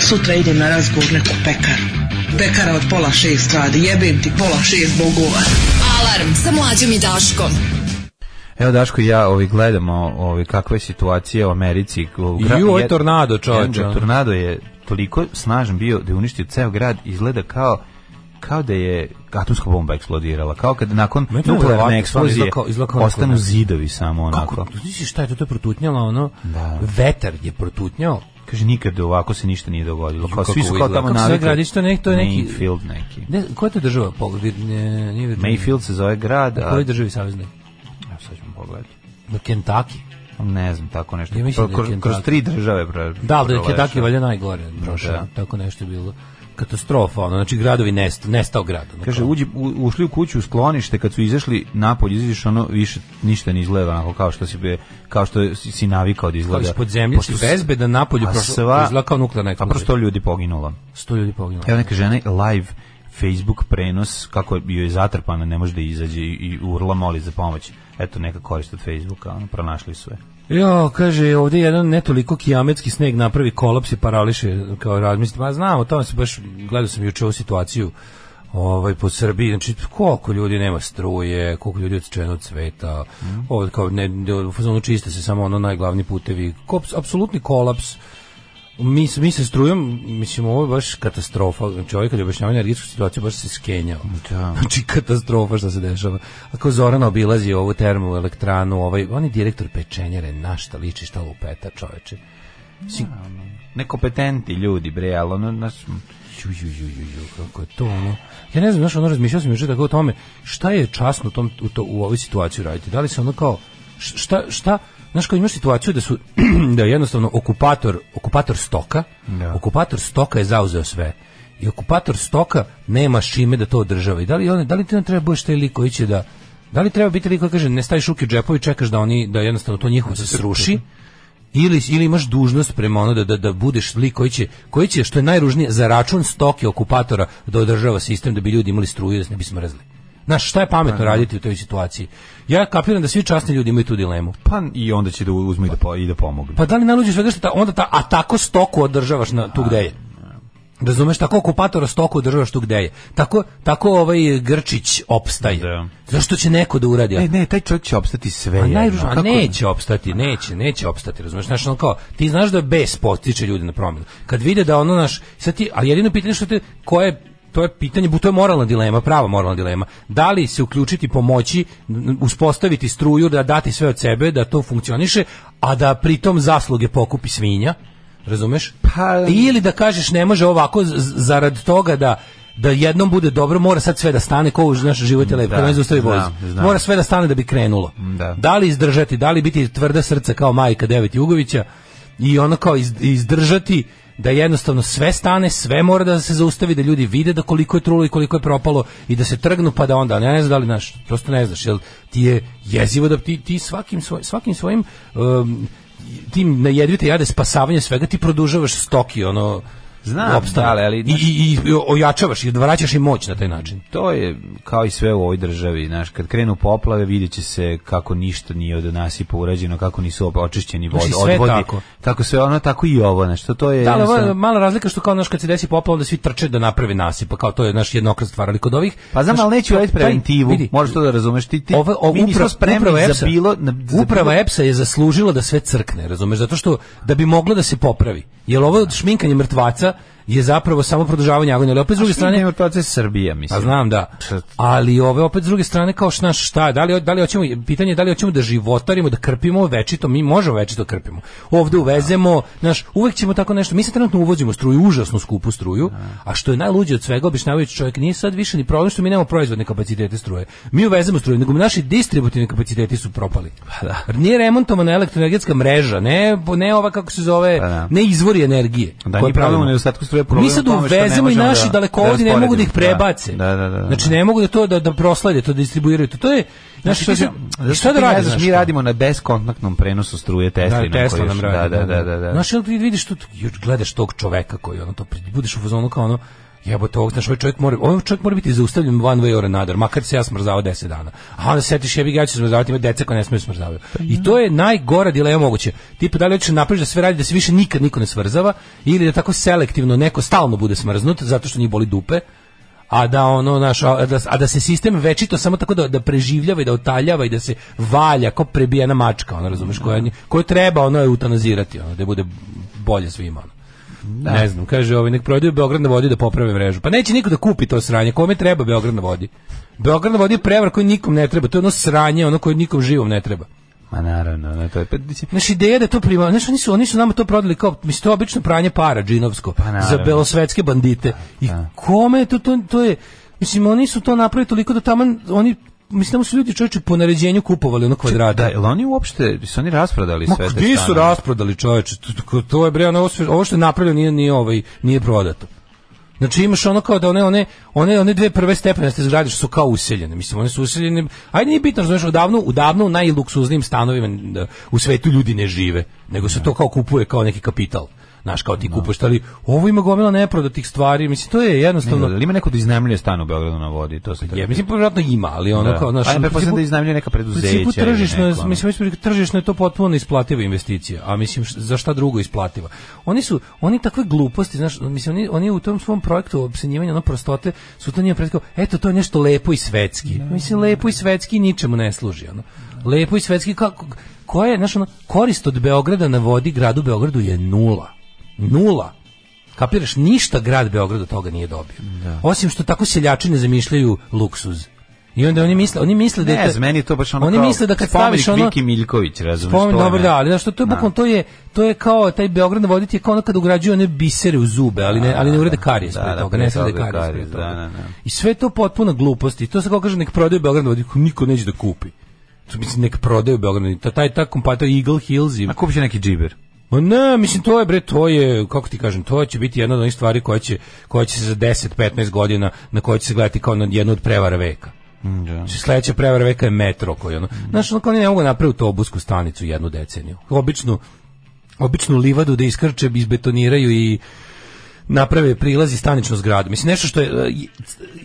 Sutra idem na razgovor neku pekaru. Pekara od pola šest radi, jebem ti pola šest bogova.
Alarm sa mlađom i Daškom.
Evo Daško i ja ovaj, gledamo ovaj, kakva je situacija u Americi. U
I ovo je
jed-
tornado, čoveče.
jedan Tornado je toliko snažan bio da je uništio ceo grad, izgleda kao kao da je atomska bomba eksplodirala, kao kad nakon
Meni to
nuklearne
neverovatno, stvarno
eksplozije
izgleda kao- izgleda kao
ostanu
neko-
zidovi samo onako.
Kako? Znači šta je to, to je protutnjalo, ono,
Da.
vetar je protutnjao,
Kaže nikad ovako se ništa nije dogodilo. Kao
kako
svi su kao
izgleda.
tamo
Kako se
navikli.
gradić, to je neki- to je neki-
Mayfield neki.
Ne, koja je to država? Pogled, ne, nije Virginia.
Mayfield da. se zove grad,
U
a
kojoj državi savezni?
Evo, sad ćemo pogledati.
Na Kentucky.
Ne znam, tako nešto.
Ja mislim da je
kroz, kroz
Kentucky.
tri države pro,
Da, da je
proleša.
Kentucky valjda najgore prošao.
Da.
Tako nešto je bilo. Katastrofa, ono, znači gradovi nest, nestao grad. Ono,
Kaže,
kao-
uđi, u- ušli u kuću u sklonište, kad su izašli napolje, izašli ono, više ništa ne izgleda, onako kao što si, be- kao što si, si navikao da
kao
izgleda.
ispod zemlje,
Pošto s-
bezbedna napolju
a
prošlo,
sva-
izgleda kao nuklearna
A
eksplozija.
prosto ljudi poginulo.
100 ljudi poginulo.
Evo neka žena live Facebook prenos kako je bio je zatrpana, ne može da izađe i, i urla moli za pomoć. Eto neka korist od Facebooka, ono, pronašli su je.
Jo, kaže, ovdje jedan netoliko kijametski sneg napravi kolaps i parališe, kao razmislite, ma znam, o tome se baš, gledao sam juče ovu situaciju ovaj, po Srbiji, znači koliko ljudi nema struje, koliko ljudi je odsečeno od sveta, ovo kao, ne, ne, u fazonu čiste se samo ono najglavni putevi, Kops, apsolutni kolaps, Mi, s- mi se strujom, mislim, ovo je baš katastrofa. Znači, ovaj kad je objašnjava energetsku situaciju, baš se skenjao.
Da.
Znači, katastrofa što se dešava. Ako Zoran obilazi ovu termoelektranu, ovaj, on je direktor pečenjare, na šta liči, šta lupeta, čoveče. Mislim,
Nekompetenti ljudi, bre, ali ono, znaš,
ju, ju, ju, ju, ju, kako je to, ono. Ja ne znam, znaš, ono, razmišljao sam juče tako o tome, šta je časno u, tom, u, to, u ovoj situaciji raditi? Da li se ono kao, š- šta, šta, znaš, kao imaš situaciju da su, da je jednostavno okupator, okupator stoka,
Da.
okupator stoka je zauzeo sve. I okupator stoka nema šime da to održava. I da li, on, da li ti nam treba budeš taj lik koji će da, da li treba biti lik koji kaže ne staviš ruke u džepovi i čekaš da oni, da jednostavno to njihovo se sruši, ili, ili imaš dužnost prema ono da, da, da budeš lik koji će, koji će, što je najružnije, za račun stoke okupatora da održava sistem da bi ljudi imali struju da se ne bi smrzli. Znaš, šta je pametno raditi u toj situaciji? Ja kapiram da svi časni ljudi imaju tu dilemu.
pa i onda će da uzmu i da, po, i da pomogu.
Pa da li naluđeš svega što ta, onda ta, a tako stoku održavaš na, tu gde je? Razumeš, tako okupatora stoku održavaš tu gde je. Tako, tako ovaj Grčić opstaje.
Da. E,
Zašto će neko da uradi?
Ne, ne, taj čovjek će opstati sve.
A
jedno.
najružnije, a
Kako-
neće opstati, neće, neće opstati, razumeš? Znaš, ono kao, ti znaš da bes potiče ljudi na promjenu. Kad vide da ono naš, sad ti, ali jedino pitanje što te, koje, to je pitanje, bu- to je moralna dilema, prava moralna dilema. Da li se uključiti, pomoći, n- uspostaviti struju, da dati sve od sebe, da to funkcioniše, a da pritom zasluge pokupi svinja, razumeš?
Pa-
Ili da kažeš ne može ovako z- z- zarad toga da da jednom bude dobro, mora sad sve da stane, ko u naš život je lepo,
Da,
da, zaustavi voz.
znam, znam.
Mora sve da stane da bi krenulo.
Da.
li izdržati, da li biti tvrda srca kao majka Devet Jugovića i ono kao iz- izdržati da jednostavno sve stane, sve mora da se zaustavi, da ljudi vide da koliko je trulo i koliko je propalo i da se trgnu pa da onda, ja ne znam da li znaš, prosto ne znaš, jel ti je jezivo da ti, ti svakim, svoj, svakim svojim um, tim najedvite jade spasavanje svega ti produžavaš stoki, ono,
Znam, da,
opstanak.
ali- ali,
I,
znaš-
i, i ojačavaš i odvraćaš im moć na taj način.
To je kao i sve u ovoj državi, znaš, kad krenu poplave vidjet će se kako ništa nije od nasipa urađeno, kako nisu op- očišćeni vod,
Znači, sve
odvodi,
tako.
tako sve ono, tako i ovo, znaš, to, to je
Da, ali ovo je
jednostavno-
mala razlika što kao naš kad se desi poplava da svi trče da naprave nasip, pa kao to je naš jednokratna stvar, ali kod ovih
Pa znam,
znaš,
ali neću
to-
raditi
taj-
preventivu,
vidi,
možeš to da razumeš, ti, ti,
Ova- ova
mi nismo
uprava-
spremni
uprava
za
EPS-a
bilo... na- za
uprava
bilo-
EPS-a je zaslužila da sve crkne, razumeš, zato što da bi moglo da se popravi. Jer ovo šminkanje mrtvaca je zapravo samo produžavanje agonije, ali opet s druge
Šminkanje
strane
mrtvaca je Srbija, mislim.
pa znam da.
Šta-
Ali ove opet s druge strane kao šta šta, da li da li hoćemo pitanje je da li hoćemo da životarimo, da krpimo večito, mi možemo večito krpimo. Ovde uvezemo, znaš, uvek ćemo tako nešto. Mi se trenutno uvozimo struju, užasno skupu struju, a što je najluđe od svega, objašnjavajući čovjek, nije sad više ni problem što mi nemamo proizvodne kapacitete struje. Mi uvezemo struju, nego naši distributivni kapaciteti su propali. Pa da. Nije remontovana elektroenergetska mreža, ne ne ova kako se zove,
Pa da.
ne izvori energije. koje
Da, nije problem u
pravimo.
nedostatku struje, problem
Mi
je u
sad
tome što ne
uvezemo i
možemo
naši
da-
dalekovodi
da
ne mogu da ih
rasporedimo. Da.
prebace.
Da, da, da, da.
Znači, ne mogu da to da da proslede, to da distribuiraju. To, to je znači
Što
šta,
će-
šta, šta da
ti ne
radiš?
znaš,
znaš,
mi
kao?
radimo na beskontaktnom prenosu struje Teslinom.
Da, Tesla
koji
nam
još-
radi.
Da, da, da, da. da.
Znaš, jel ti vidiš tu, još gledaš tog čoveka koji ono to pri- budeš u fazonu kao ono jebote, ovog, znaš, ovaj čovjek mora, ovaj čovjek mora biti zaustavljen one way or another, makar se ja smrzavao 10 dana. A onda setiš, jebi ga, ja ću smrzavati, ima deca koja ne smiju smrzavaju.
Pa da.
I to je najgora dilema moguće. Tipa, da li hoćeš napraviš da sve radi, da se više nikad niko ne smrzava, ili da tako selektivno neko stalno bude smrznut, zato što njih boli dupe, a da ono naš a da, a da se sistem večito samo tako da da preživljava i da otaljava i da se valja kao prebijena mačka, ono razumeš, koja koju treba ono je eutanazirati, ono da bude bolje svima. Ono. Ne znam, kaže ovaj nek prodaju Beograd na vodi da poprave mrežu. Pa neće niko da kupi to sranje, kome treba Beograd na vodi? Beograd na vodi je prevar koji nikom ne treba, to je ono sranje, ono koje nikom živom ne treba.
Ma naravno, ne, to je... pa, mislim,
Znaš, ideja da je to prima, znaš, oni su, oni su nama to prodali kao, mislim, to je obično pranje para džinovsko,
naravno.
za belosvetske bandite. I kome je to, to, to je, mislim, oni su to napravili toliko da tamo, oni, mislim, tamo su ljudi čovječe po naređenju kupovali ono kvadrata.
Da, jel oni uopšte, su oni rasprodali
Ma
sve te
gdje su
stanove?
rasprodali čoveče? To, to- to je bre, ono, ovo, sve- ovo što je napravljeno nije, nije, ovaj, nije prodato. Znači imaš ono kao da one one one one dve prve stepenaste zgrade što su kao useljene. Mislim one su useljene. Ajde nije bitno, znači odavno udavno u najluksuznijim stanovima da, u svetu ljudi ne žive, nego se to kao kupuje kao neki kapital. Znaš, kao ti
Da.
kupuješ, ali ovo ima gomila neprodatih stvari, mislim, to je jednostavno...
Jel ima neko da iznajmljuje stan u Beogradu na vodi? To se
Ja mislim vjerojatno ima, ali Pa ono
Da.
kao naš.
A ne, pretpostavljam da iznajmljuje neka preduzeća
U principu
ili
tržišno je,
neko, ono.
mislim mislim, tržišno je to potpuno isplativa investicija, a mislim š- za šta drugo isplativa. Oni su oni takve gluposti, znaš, mislim oni, oni u tom svom projektu obsenjivanja ono prostote su to njima pretko, eto to je nešto lepo i svetski. Mislim lepo i svetski ničemu ne služi ono. Lepo i svetski kako koje, znaš, ono, korist od Beograda na vodi gradu Beogradu je nula. Nula. Kapiraš, ništa grad Beograd od toga nije dobio. Osim što tako seljači ne zamišljaju luksuz. I onda oni misle, oni misle da je
Ne,
to-
znam, meni je to baš ono
oni
kao
misle da kad
spomenik
staviš ono
Viki Miljković, razumiješ?
Spomen, dobro, da, ali znaš što, to je bukvalno, to je, to je kao, taj Beograd na vodi ti je kao ono kad ugrađuju one bisere u zube, ali ne, ali ne urede karijes
da,
pre
da,
toga,
pre
ne srede
toga
karijes
karijes,
pre toga.
da, da, da.
I sve je to potpuno gluposti, to se kao kaže, nek prodaju Beograd na vodi, ko niko neće da kupi. To Mislim, nek prodaju Beograd na vodi, Ta- taj, ta kompata Eagle Hills i...
Ma kupit će neki džiber.
Ma ne, mislim to je bre, to je, kako ti kažem, to će biti jedna od onih stvari koja će, koja će se za 10-15 godina na koje će se gledati kao na jednu od prevara veka.
da.
Znači, sledeća prevara veka je metro koji ono. Znaš, ono kao oni ne mogu napraviti autobusku stanicu jednu deceniju. Običnu, običnu livadu da iskrče, izbetoniraju i naprave prilaz i staničnu zgradu. Mislim, nešto što je e,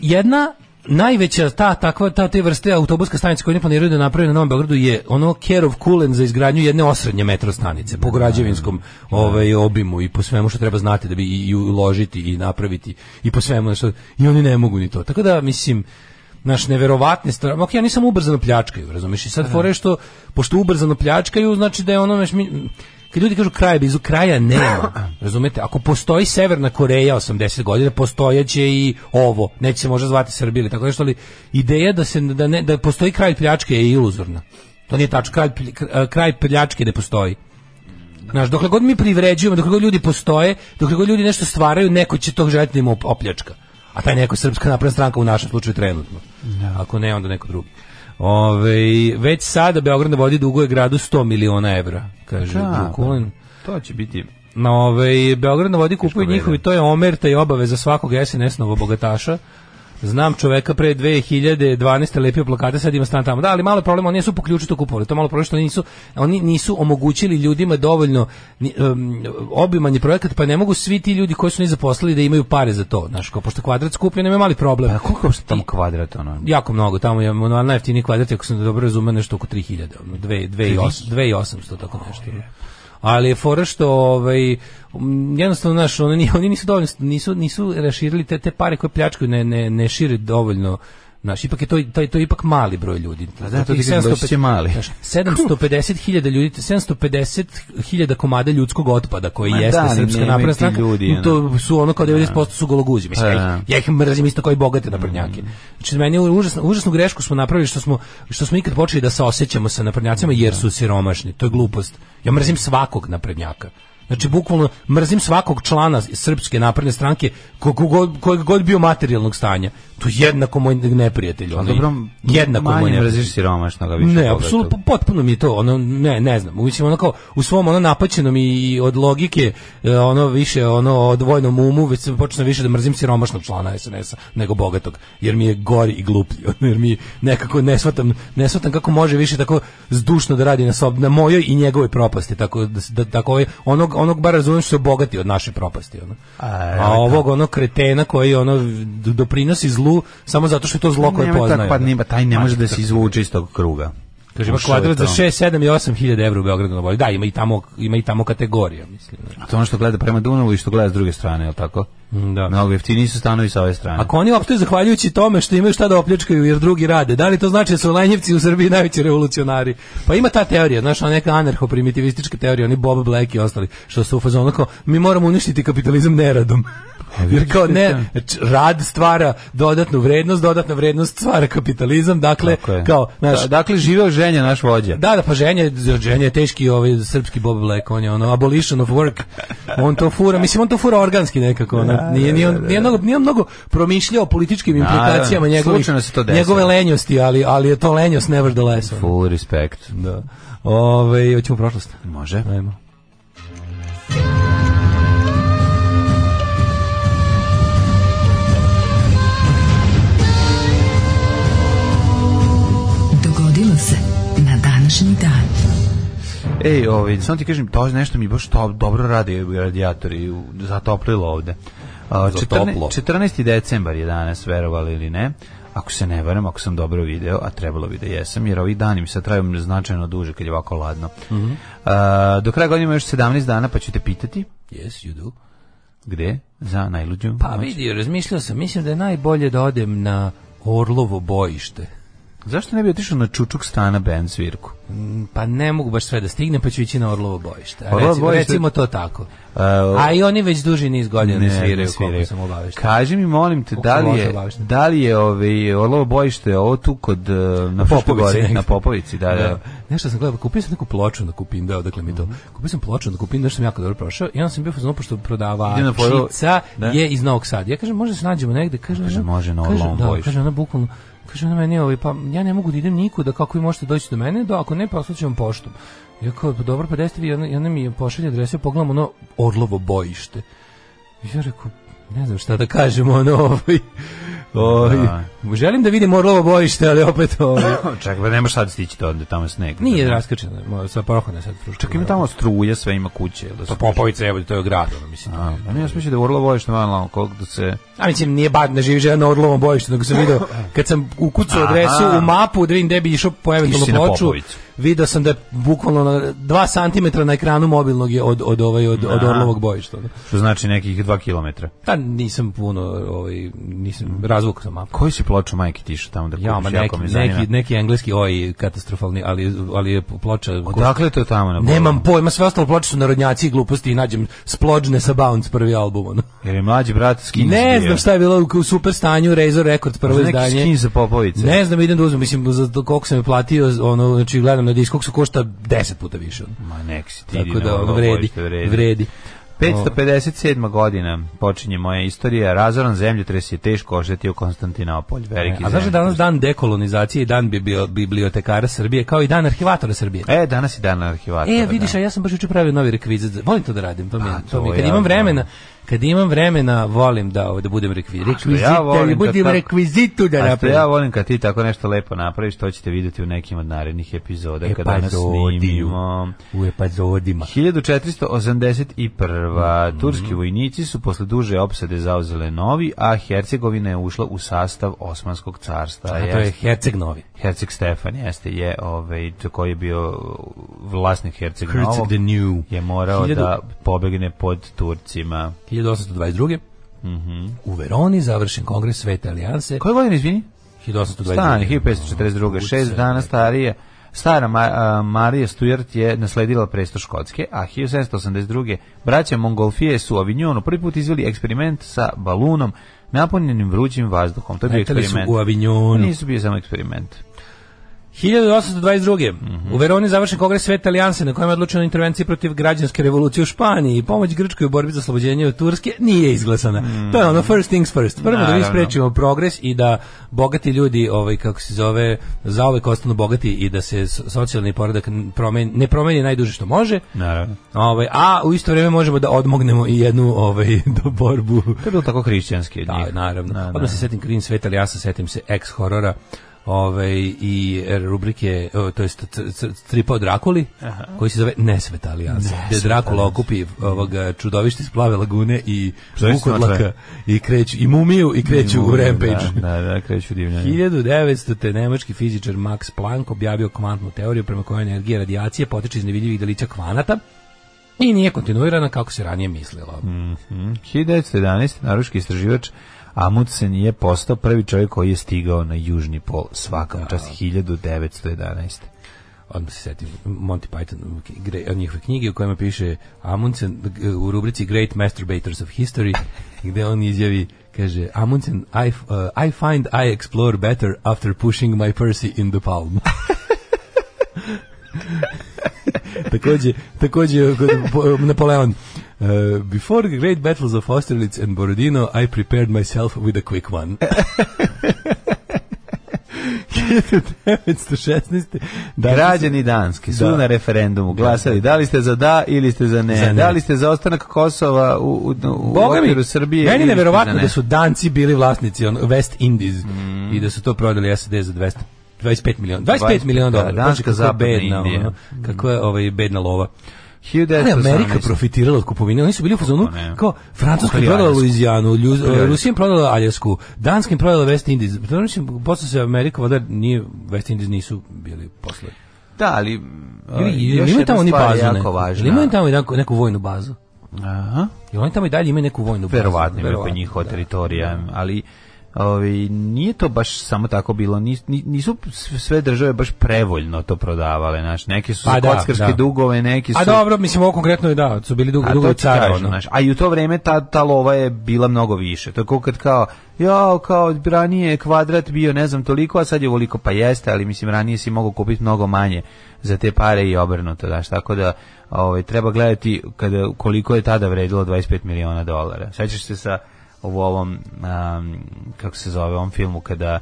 jedna najveća ta takva ta te vrste autobuska stanica koju ne planiraju da naprave na Novom Beogradu je ono Kerov Kulen za izgradnju jedne osrednje metro stanice po građevinskom ovaj obimu i po svemu što treba znati da bi i i uložiti i napraviti i po svemu što i oni ne mogu ni to. Tako da mislim naš neverovatne strane. Ok, ja nisam ubrzano pljačkaju, razumeš? I sad fore što pošto ubrzano pljačkaju, znači da je ono znaš, mi- kad ljudi kažu kraja blizu kraja nema, razumete? Ako postoji Severna Koreja 80 godina, postojeće i ovo, neće se možda zvati Srbija ili tako nešto, ali ideja da se da ne da postoji kraj pljačke je iluzorna. To nije tačno, kraj, plj- kraj pljačke ne postoji. Znaš, dokle god mi privređujemo, dokle god ljudi postoje, dokle god ljudi nešto stvaraju, neko će to želiti da im op- opljačka. A taj neko je srpska napredna stranka u našem slučaju trenutno. Ako ne, onda neko drugi. Ove, već sada Beograd na vodi duguje gradu 100 miliona evra, kaže
Da,
Vukulin.
To će biti
Na ovaj Beograd na vodi kupuju
verujem.
njihovi, to je omerta i obaveza svakog SNS-novog bogataša. Znam čoveka pre 2012. lepio plakate, sad ima stan tamo. Da, ali malo je problem, oni nisu po ključu to kupovali. To je malo problem što oni nisu, oni nisu omogućili ljudima dovoljno ni- em, obiman je projekat, pa ne mogu svi ti ljudi koji su njih zaposlili da imaju pare za to. Znaš, kao, pošto kvadrat skuplje, nema mali problem.
Pa koliko je uopšte tamo kvadrat ono?
Jako mnogo, tamo je ono, najjeftiniji kvadrat, ako sam dobro razumeo, nešto oko 3000, ono, dve- dve i os- 2800, tako nešto. ono. Ali je fora što, ovaj, m, jednostavno, znaš, ono, ni- oni nisu dovoljno, nisu, nisu raširili te, te pare koje pljačkaju, ne, ne, ne šire dovoljno Znaš, ipak je to, to, je- to je ipak mali broj ljudi.
Pa da, to ti kažem, doći će mali.
750.000 ljudi, 750.000 komada ljudskog otpada koji
Ma
jeste
da, ali
srpska
nemaju
napredna
ti
stranka,
ljudi, Da.
to su ono kao 90% su gologuzi. Mislim,
Pa,
ja,
da. Mm.
ih- ja ih mrzim isto kao i bogate naprednjake. Znači, meni je užasno, užasnu grešku smo napravili što smo, što smo ikad počeli da se osjećamo sa naprednjacima jer
Da.
su siromašni. To je glupost. Ja mrzim svakog naprednjaka. Znači, bukvalno mrzim svakog člana srpske napredne stranke kog god, kojeg god bio materijalnog stanja. To je jednako moj neprijatelj.
Ali
ono,
dobro,
jednako moj
manje
neprijatelj.
mraziš siromašnoga više.
Ne,
bogatog.
apsolutno pa potpuno mi je to, ono ne, ne znam. Mislim ono kao u svom ono napaćenom i od logike e, ono više ono odvojnom umu već sam počeo više da mrzim siromašnog člana SNS-a nego bogatog, jer mi je gori i gluplji, ono, jer mi nekako ne shvatam, ne shvatam kako može više tako zdušno da radi na sob, na mojoj i njegovoj propasti, tako da, s- da tako ovaj- onog onog bar razumem što je bogati od naše propasti, ono.
A,
A,
da.
ovog ono kretena koji ono d- doprinosi zlu samo zato što je to zlo koje
Nemoj
poznaje.
tako, pa
ono.
nema, taj ne može da se izvuče iz tog kruga.
Kaže ima
Što je
kvadrat za
to?
6, 7 i 8 hiljada evra u Beogradu na vodi. Da, ima i tamo, ima i tamo kategorija, mislim.
A to je ono što gleda prema Dunavu i što gleda s druge strane, je li tako?
Da.
Mnogo jeftiniji su stanovi sa ove strane.
Ako oni opstaju zahvaljujući tome što imaju šta da opljačkaju jer drugi rade, da li to znači da su Lenjevci u Srbiji najveći revolucionari? Pa ima ta teorija, znaš, ona neka anarcho-primitivistička teorija, oni Bob Black i ostali, što su u fazonu kao, mi moramo uništiti kapitalizam neradom.
E,
Jer kao ne, č- rad stvara dodatnu vrednost, dodatna vrednost stvara kapitalizam, dakle,
Tako je.
kao, znaš,
Da- dakle, živeo ženja naš vođa.
Da, da, pa ženje, ženje je teški ovaj srpski Bob Black, on je ono abolition of work, on to fura, mislim on to fura organski nekako, ono, nije, nije, on, nije, mnogo, nije on mnogo promišljao o političkim
Naravno,
implikacijama njegovih,
slučajno se to desilo.
njegove lenjosti, ali, ali je to lenjost nevertheless. ono.
Full respect.
Da. Ove, Ovaj, hoćemo u prošlost.
Može.
Ajmo.
Dogodilo se na današnji dan.
Ej, ovaj, samo ti kažem, to nešto mi baš to, dobro radi radijatori, u- zatoplilo ovde. A,
Zatoplo.
14, 14. decembar je danas, verovali ili ne, ako se ne varam, ako sam dobro video, a trebalo bi da jesam, jer ovih dani mi sad traju značajno duže kad je ovako ladno.
Mhm.
A, do kraja godine ima još 17 dana, pa ću te pitati
Yes, you do.
gde za najluđu
Pa
noć?
vidi, razmišljao sam, mislim da je najbolje da odem na Orlovo bojište.
Zašto ne bi otišao na Čučuk stana band svirku?
Pa ne mogu baš sve da stigne, pa ću ići na Orlovo bojište.
Orlovo
Orlovo recimo,
bojište-
recimo to tako.
A,
A i oni već duži niz godina ne, sviraju,
ne
koliko sam obavešten.
Kaži mi, molim te,
Koliko
da
sam
li je,
obavešten?
da li je ovaj, Orlovo bojište ovo tu kod, eh, na Fruškoj
Popovici
gori,
negde.
na Popovici, da, Mhm. da.
Nešto sam gledao, kupio sam neku ploču na Kupin, da, odakle mi to. Kupio sam ploču na Kupin, nešto sam jako dobro prošao i onda sam bio fazon pošto
Idem na foru-
prodavačica
Da.
je iz Novog Sada. Ja kažem, može da se nađemo negde, kaže,
Kaže,
ona-
može na
kaže,
Orlovom
da,
bojištu.
Kaže ona bukvalno, kaže ona meni, ovaj, pa ja ne mogu da idem nikuda, kako vi možete doći do mene, da ako ne, pa slučajom poštom. Ja kao, pa dobro, pa deste vi, i ona, i ona mi je pošalje adresu, ja pogledam ono Orlovo bojište. I ja rekao, ne znam šta da kažem, ono, ovaj, Oj, Želim da vidim Orlovo bojište, ali opet... Ovaj,
Čekaj, pa nemaš sad stići to, onda tamo sneg.
nije raskrčeno, mo- sa prohodne sad fruška.
Čak ima tamo struja, sve ima kuće. Da
To Popovica, evo, to je grad, ono, mislim.
A, a ne, ja sam mislio da je Orlovo je što je malo, koliko da se...
A mislim, nije bad, ne živi žena na Orlovom bojištu, nego sam video, kad sam ukucao
Aha.
adresu u mapu, da vidim gde bi išao po eventualnu
Išao si na
ploču,
Popovicu.
video sam da je bukvalno na dva santimetra na ekranu mobilnog je od, od, ovaj, od, od
Aha.
Orlovog bojišta. ono.
Što znači nekih dva kilometra.
Ta nisam puno, ovaj, nisam, razvuk sam mapu.
Koji si ploču majke tiša tamo da kupiš?
Ja, ma neki,
jako me zanima.
neki, neki engleski oj katastrofalni, ali, ali je ploča...
Odakle je to tamo na Borlovu?
Nemam pojma, sve ostalo ploče su narodnjaci i gluposti i nađem splođne sa Bounce prvi album. Ono.
Jer je mlađi brat skin
Ne znam šta je bilo u- u super stanju, Razor Records prvo
Neki
izdanje.
skin za Popovice.
Ne znam, idem da uzmem, mislim, za to koliko sam je platio, ono, znači, gledam na disk, koliko su košta 10 puta više. Ono.
Ma nek si ti
Tako
idi
da,
na
ono,
Orlovo
vredi,
bojište,
vredi.
vredi. 557. godina počinje moja istorija. Razoran zemljotres je teško oštetio Konstantinopolj. Veliki
A znaš da je danas
zemljotres.
dan dekolonizacije i dan bibli- bibliotekara Srbije, kao i dan arhivatora Srbije?
E, danas je dan arhivatora.
E, vidiš,
da.
a ja sam baš juče pravio novi rekvizit. za- Volim to da radim, to mi,
A,
to mi
to
kad
ja
imam
volim.
vremena, kad imam vremena, volim da ovaj, da budem rekvizit.
A što ja volim
Rekvizit, da
kad
budem
tako-
rekvizitu da
A što
napravim.
ja volim kad ti tako nešto lepo napraviš, to ćete vidjeti u nekim od narednih
E,
epizoda
pa
kada nas
Epazodiju.
snimimo.
U epazodima.
1481.
Mhm.
Turski vojnici su posle duže opsade zauzele novi, a Hercegovina je ušla u sastav Osmanskog carstva.
A to je
Jeste.
Herceg Novi.
Herceg Stefan, jeste, je ovaj, to koji je bio vlasnik Herceg Novog,
New.
je morao
Hiljadu-
da pobegne pod Turcima.
1822.
Mhm.
U Veroni završen kongres Svete alijanse.
Koje godine, izvini?
1822.
Stani, 1542. Šest dana starije. Stara Ma- a, Marija Stujart je nasledila presto Škotske, a 1782. braća Montgolfier su u Avignonu prvi put izveli eksperiment sa balunom napunjenim vrućim vazduhom. To je bio
Leteli su
eksperiment.
u Avignonu.
Nisu bio samo eksperiment.
1822.
Mhm.
U Veroni završen kongres Svete alijanse na kojem je odlučeno o intervenciji protiv građanske revolucije u Španiji. Pomoć Grčkoj u borbi za oslobođenje od Turske nije izglasana. To je ono first things first. Prvo da mi
Mhm. Naravno.
sprečimo progres i da bogati ljudi, ovaj kako se zove, zaovek ostanu bogati i da se s- socijalni poredak n- promeni, ne promeni najduže što može.
Naravno.
Ovaj, a u isto vrijeme možemo da odmognemo i jednu ovaj do borbu.
To je bilo tako hrišćanski od
Da,
njih.
naravno.
Da, da.
Odmah se setim Green Svet, ali ja se setim se ex horora ovaj, i rubrike, o, to jest c- c- stripa o Drakuli, koji se zove Nesvet Alijansa, gde Drakula okupi ovog čudovište iz plave lagune i
Čudovište
vukodlaka
mrtve.
i kreću, i mumiju i kreću u Rampage.
Da, da, da kreću divljanje.
1900. nemački fizičar Max Planck objavio kvantnu teoriju prema kojoj energija radijacije potiče iz nevidljivih delića kvanata i nije kontinuirana kako se ranije mislilo.
Mhm. 1911. naruški istraživač Amundsen je postao prvi čovjek koji je stigao na južni pol svakom
Da.
čast 1911.
odmah se setim Monty Python gre- njihove knjige u kojima piše Amundsen g- u rubrici Great Masturbators of History gde on izjavi kaže Amundsen I, f- uh, I find I explore better after pushing my Percy in the palm takođe takođe kod Po- Napoleon uh, before the great battles of Austerlitz and Borodino I prepared myself with a quick one 1916. Danci su-
Građani Danske su
Da.
na referendumu glasali da li ste za da ili ste za ne,
Za ne.
da li ste za ostanak Kosova u, u, u
Boga mi,
okviru Srbije
meni
ili
je
ste
neverovatno
za ne. Mm.
da su Danci bili vlasnici on, West Indies i da su to prodali SAD za 200 25 miliona 25
20,
miliona
da,
dolara
Danska,
Pazi kako je
Zapadna
bedna,
Indija.
ono, kako je ovaj bedna lova Ali
1918.
Amerika profitirala od kupovine. Oni su bili u fazonu
Kako Pa ne?
kao Francuska
Kupili
prodala
Aljasku.
Luizijanu, Lju-
Kupili Aljasku.
Rusija im prodala Aljasku, Danska im prodala West Indies. Pa To mislim, posle se Amerika valjda nije West Indies nisu bili posle.
Da, ali a,
Ili, ili
još
imaju
jedna
tamo oni
stvar
bazu
je jako
neku?
važna.
Ili imaju tamo neku, neku vojnu bazu?
Aha.
Jel oni tamo i dalje imaju neku vojnu bazu?
verovatno imaju pa po
Verovatno,
njihova
da.
teritorija, ali ovaj, nije to baš samo tako bilo, nis- ni- nisu s- sve države baš prevoljno to prodavale, znaš, neke su
Pa
za
da,
kockarske
da.
dugove, neki su...
A dobro, mislim ovo konkretno je da, su bili dugo
A
dugo
to ti
cara
kažem,
ono.
znaš, a i u to vreme ta, ta lova je bila mnogo više. To je kao kad kao, ja, kao ranije je kvadrat bio ne znam toliko, a sad je voliko pa jeste, ali mislim ranije si mogao kupiti mnogo manje za te pare i obrnuto, znaš, tako da ovaj, treba gledati kada, koliko je tada vredilo 25 miliona dolara. Sećaš se sa u ovom, um, kako se zove, ovom filmu kada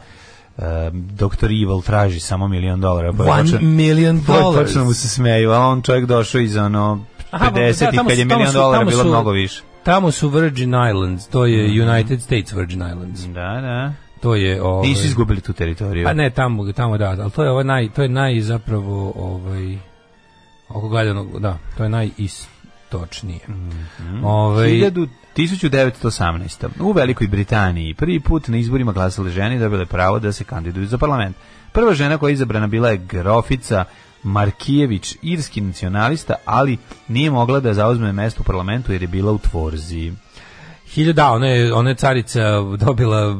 um, Dr. Evil traži samo milion dolara. pa je
One
počeo-
million
to je
dollars.
Tačno mu se smeju, a on čovjek došao iz ono
Aha, pa,
50
da,
i
tamo
kad
su-
je
tamo
milion
su-
dolara
tamo
bilo
su-
mnogo više. Mm.
Tamo su Virgin Islands, to je United States Virgin Islands.
Da, da.
To je ovaj
Nisu izgubili tu teritoriju.
Pa ne, tamo, tamo da, ali to je ovaj naj, to je naj zapravo ovaj oko gledano, da, to je najistočnije. Ovaj
1000 1918. U Velikoj Britaniji prvi put na izborima glasale žene i dobile pravo da se kandiduju za parlament. Prva žena koja je izabrana bila je grofica Markijević, irski nacionalista, ali nije mogla da zauzme mesto u parlamentu jer je bila u tvorzi.
Hiljada, da, ona je, ona je carica dobila,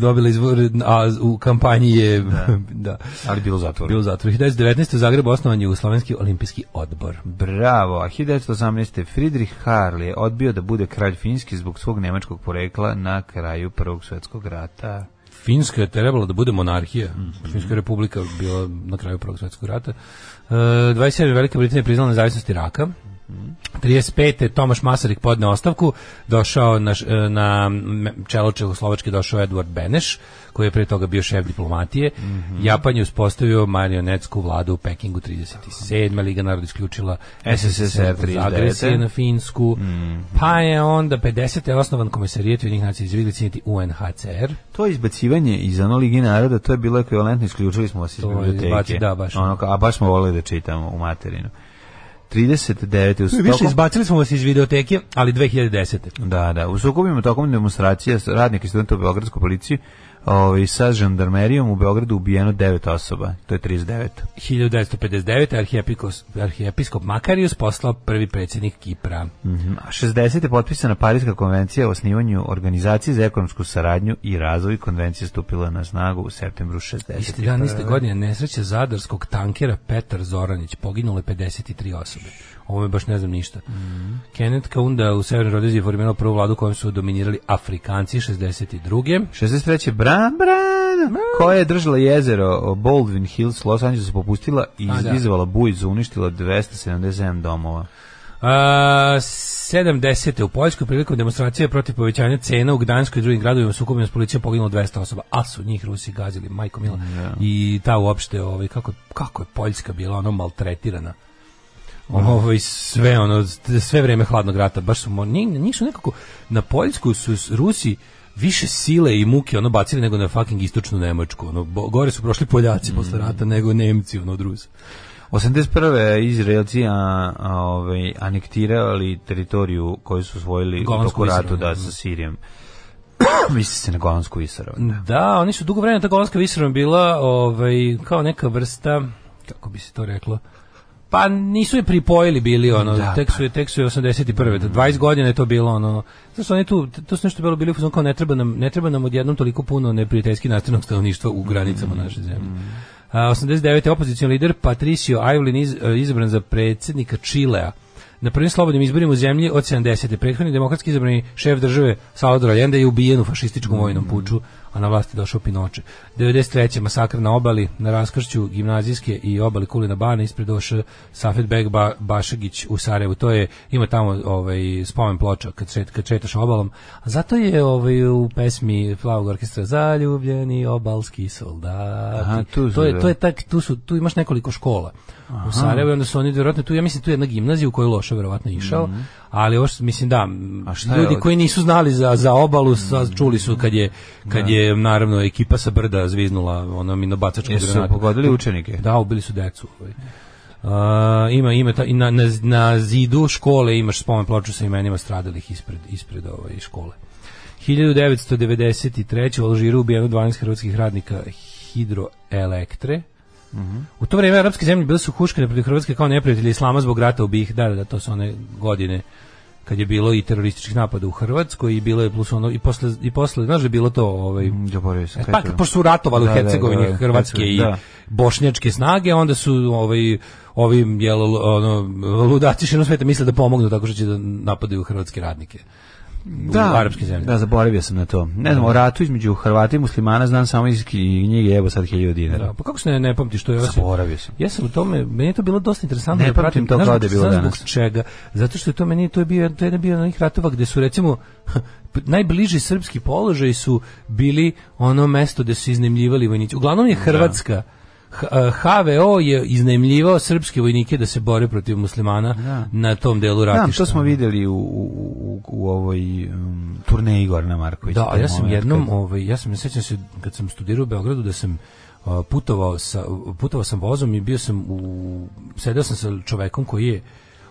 dobila izvor, a u kampanji je, da,
Ali bilo zatvoreno.
bilo zatvor. 1919. u Zagrebu osnovan je Slovenski olimpijski odbor.
Bravo, a 1918. Friedrich Karl je odbio da bude kralj Finjski zbog svog nemačkog porekla na kraju Prvog svjetskog rata.
Finska je trebala da bude monarhija. Finska republika bila na kraju Prvog svjetskog rata. E, 27. Velika Britanija priznala nezavisnost Iraka. 35. Tomaš Masaryk podne ostavku, došao na, š- e, na me- čelo Čehoslovačke došao Edward Beneš, koji je prije toga bio šef diplomatije. Japan je uspostavio marionetsku vladu u Pekingu 37. Liga naroda isključila
SSSR
SSSR
39.
za agresije na Finsku. Pa je onda 50. osnovan komesarijet Ujedinjenih nacija za izvigliciniti UNHCR.
To izbacivanje iz ono Ligi naroda, to je bilo ekvivalentno, isključili smo vas iz
To je
biblioteke.
izbaci- da, baš.
Ono, kao, a baš smo volili da čitamo u materinu. 39. u
Više
Stockholmu-
izbacili smo vas iz videoteke, ali 2010.
Da, da. U sukobima tokom demonstracija radnika i studenta u Beogradsku policiju ovaj, sa žandarmerijom u Beogradu ubijeno 9 osoba. To je 39.
1959. Arhijepiskos, arhijepiskop Makarius poslao prvi predsjednik Kipra.
Mhm. A 60. je potpisana Parijska konvencija o osnivanju organizacije za ekonomsku saradnju i razvoj. Konvencija stupila na snagu u septembru 60.
Isti dan, iste da godine, nesreća zadarskog tankera Petar Zoranić, poginulo je 53 osobe. Ovo me baš ne znam ništa. Kenneth Kaunda u Severnoj Rodezi je formirao prvu vladu kojom su dominirali Afrikanci 62.
63. Bran, Bran, koja je držala jezero Baldwin Hills, Los Angeles popustila i
A, da.
izdizavala buj, uništila 277 domova.
A, 70. u Poljskoj prilikom demonstracije protiv povećanja cena u Gdanskoj i drugim gradovima sukobima s policijom poginulo 200 osoba, a su njih Rusi gazili, majko mila. I ta uopšte, ovaj, kako, kako je Poljska bila ono maltretirana. Ovaj, sve ono sve vrijeme hladnog rata baš su mo- ni- nisu nekako na Poljsku su s- Rusi više sile i muke ono bacili nego na fucking istočnu Nemačku ono bo- gore su prošli Poljaci posle rata nego Nemci ono od Rusa
81. Izraelci a, a, ovaj, anektirali teritoriju koju su osvojili u
Golansku
toku ratu
visoravan,
da, sa Sirijom. Misli se na Golansku visoravan.
Da, oni su dugo vremena ta golanska visoravna bila ovaj, kao neka vrsta, kako bi se to reklo, pa nisu je pripojili bili ono,
Da,
tek su je tek su je 81. do 20 godina je to bilo ono. Zašto oni tu to su nešto bilo bili u fazonu kao ne treba nam ne treba nam odjednom toliko puno neprijateljski nastranog stanovništva u granicama naše zemlje. A, 89. opozicioni lider Patricio Aylwin iz- e, izabran za predsjednika Čilea. Na prvim slobodnim izborima u zemlji od 70. prethodni demokratski izabrani šef države Salvador Allende je ubijen u fašističkom vojnom puču, a na vlast je došao Pinoče. 93. masakr na obali, na raskršću gimnazijske i obali Kulina Bana ispred došao Safet Beg ba, Bašagić u Sarajevu. To je, ima tamo ovaj, spomen ploča kad, šet, kad šetaš obalom. A zato je ovaj, u pesmi Plavog orkestra zaljubljeni obalski soldati.
Aha, tu su,
to je,
da.
to je tak, tu, su, tu imaš nekoliko škola u Sarajevu i onda su oni vjerojatno tu, ja mislim tu je jedna gimnazija u koju je Loša vjerojatno išao, ali ovo što- mislim da, m,
Mhm. A šta je Mhm.
ljudi
ovo?
koji nisu znali za, za obalu, sa, čuli su kad je,
Da.
kad je naravno ekipa sa brda zviznula ono minobacačku
Jesu
granatu.
pogodili učenike?
Da, ubili su decu. ovaj. A, ima ima ta, i na, na, na zidu škole imaš spomen ploču sa imenima stradalih ispred ispred ove škole. 1993. u Alžiru ubijeno 12 hrvatskih radnika hidroelektre. U to vrijeme arapske zemlje bile su huškane protiv Hrvatske kao neprijatelji islama zbog rata u BiH, da, da, to su one godine kad je bilo i terorističkih napada u Hrvatskoj i bilo je plus ono i posle i posle znaš da je bilo to ovaj
Zaboravio sam.
E,
kaj
Pa
je to?
pošto su ratovali
Da,
u
da,
Hercegovini
da, da.
hrvatske i
Da.
bošnjačke snage, onda su ovaj ovim jel ono ludaci širom sveta misle da pomognu tako što će da napadaju hrvatske radnike.
da,
u arapske zemlje. Da.
Da, zaboravio sam na to. Ne znam, o ratu između Hrvata i muslimana znam samo iz knjige, evo sad 1000 dinara.
Da, pa kako se ne, ne pamti što je ovo se-
Zaboravio sam.
Ja sam u tome, meni je to bilo dosta interesantno
Ne
da pratim
pamtim to
znaš
kao
zbog-
da je bilo
znaš zbog
danas.
čega? Zato što je to meni to je bio to je jedan bio od onih ratova gdje su recimo najbliži
Da.
srpski položaj su bili ono mesto gdje su iznemljivali vojnici. Uglavnom je Hrvatska H- eh, HVO je iznajmljivao srpske vojnike da se bore protiv muslimana na tom delu
Da. Znam,
ratišta.
to smo vidjeli u, u, u, u ovoj um, turneji Gorana Markovića.
Da,
taj
ja sam
moment
jednom,
kad-
ovaj, ja sam sećam se kad sam studirao u Beogradu da sam a, putovao sa putovao sam vozom i bio sam u sedeo sam sa čovekom koji je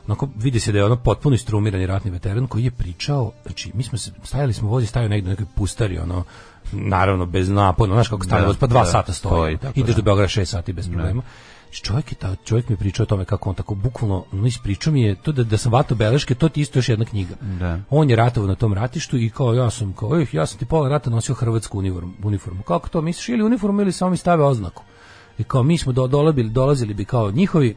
onako vidi se da je ono potpuno istrumirani ratni veteran koji je pričao, znači mi smo se stajali smo vozi stajao negde u nekoj pustari ono naravno bez napona, znaš kako stane
Da,
voz, pa dva
da,
sata stoji,
stoji, tako
ideš
da.
do Beograda 6 sati bez problema. Znači, Čovjek, je ta, čovjek mi je pričao o tome kako on tako bukvalno no, ispričao mi je to da, da sam vato beleške, to ti je isto još jedna knjiga.
Da.
On je ratovao na tom ratištu i kao ja sam kao, ih, ja sam ti pola rata nosio hrvatsku uniformu. uniformu. Kako to misliš? Ili uniformu ili samo mi stave oznaku. I kao mi smo do, dolazili, dolazili bi kao njihovi,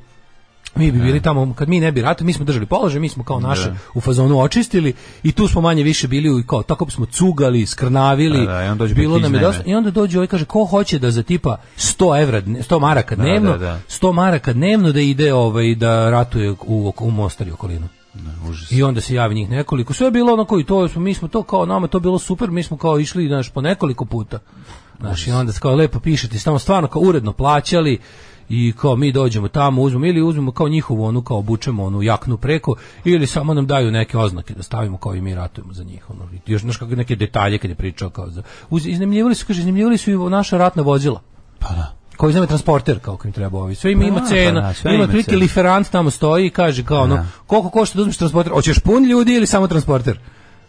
mi
Da.
bi bili tamo, kad mi ne bi ratovali, mi smo držali položaj, mi smo kao naše u fazonu očistili i tu smo manje više bili u, kao, tako smo cugali, skrnavili,
Da, da, i onda dođe
bilo
Bekić
nam je
Neme.
dosta, i onda dođe ovaj i kaže, ko hoće da za tipa 100 evra, dne- 100 maraka dnevno,
da, da.
100 maraka dnevno da ide ovaj, da ratuje u, u Mostar i okolinu. I onda se javi njih nekoliko. Sve je bilo onako i to smo mi smo to kao nama to bilo super, mi smo kao išli znaš po nekoliko puta. Znaš, i onda se kao lepo pišete, tamo stvarno kao uredno plaćali i kao mi dođemo tamo, uzmemo ili uzmemo kao njihovu onu kao obučemo onu jaknu preko ili samo nam daju neke oznake da stavimo kao i mi ratujemo za njih ono. I Još znaš kako neke detalje kad je pričao kao za uz iznemljivali su kaže iznemljivali su i naša ratna vozila. Pa da koji znamo transporter kao im treba ovi. Sve ima,
Pa
ima
da,
cena,
pa da, sve
ima
ima
otprilike
cena.
liferant tamo stoji i kaže kao ono,
Da.
koliko košta da uzmeš transporter? Hoćeš pun ljudi ili samo transporter?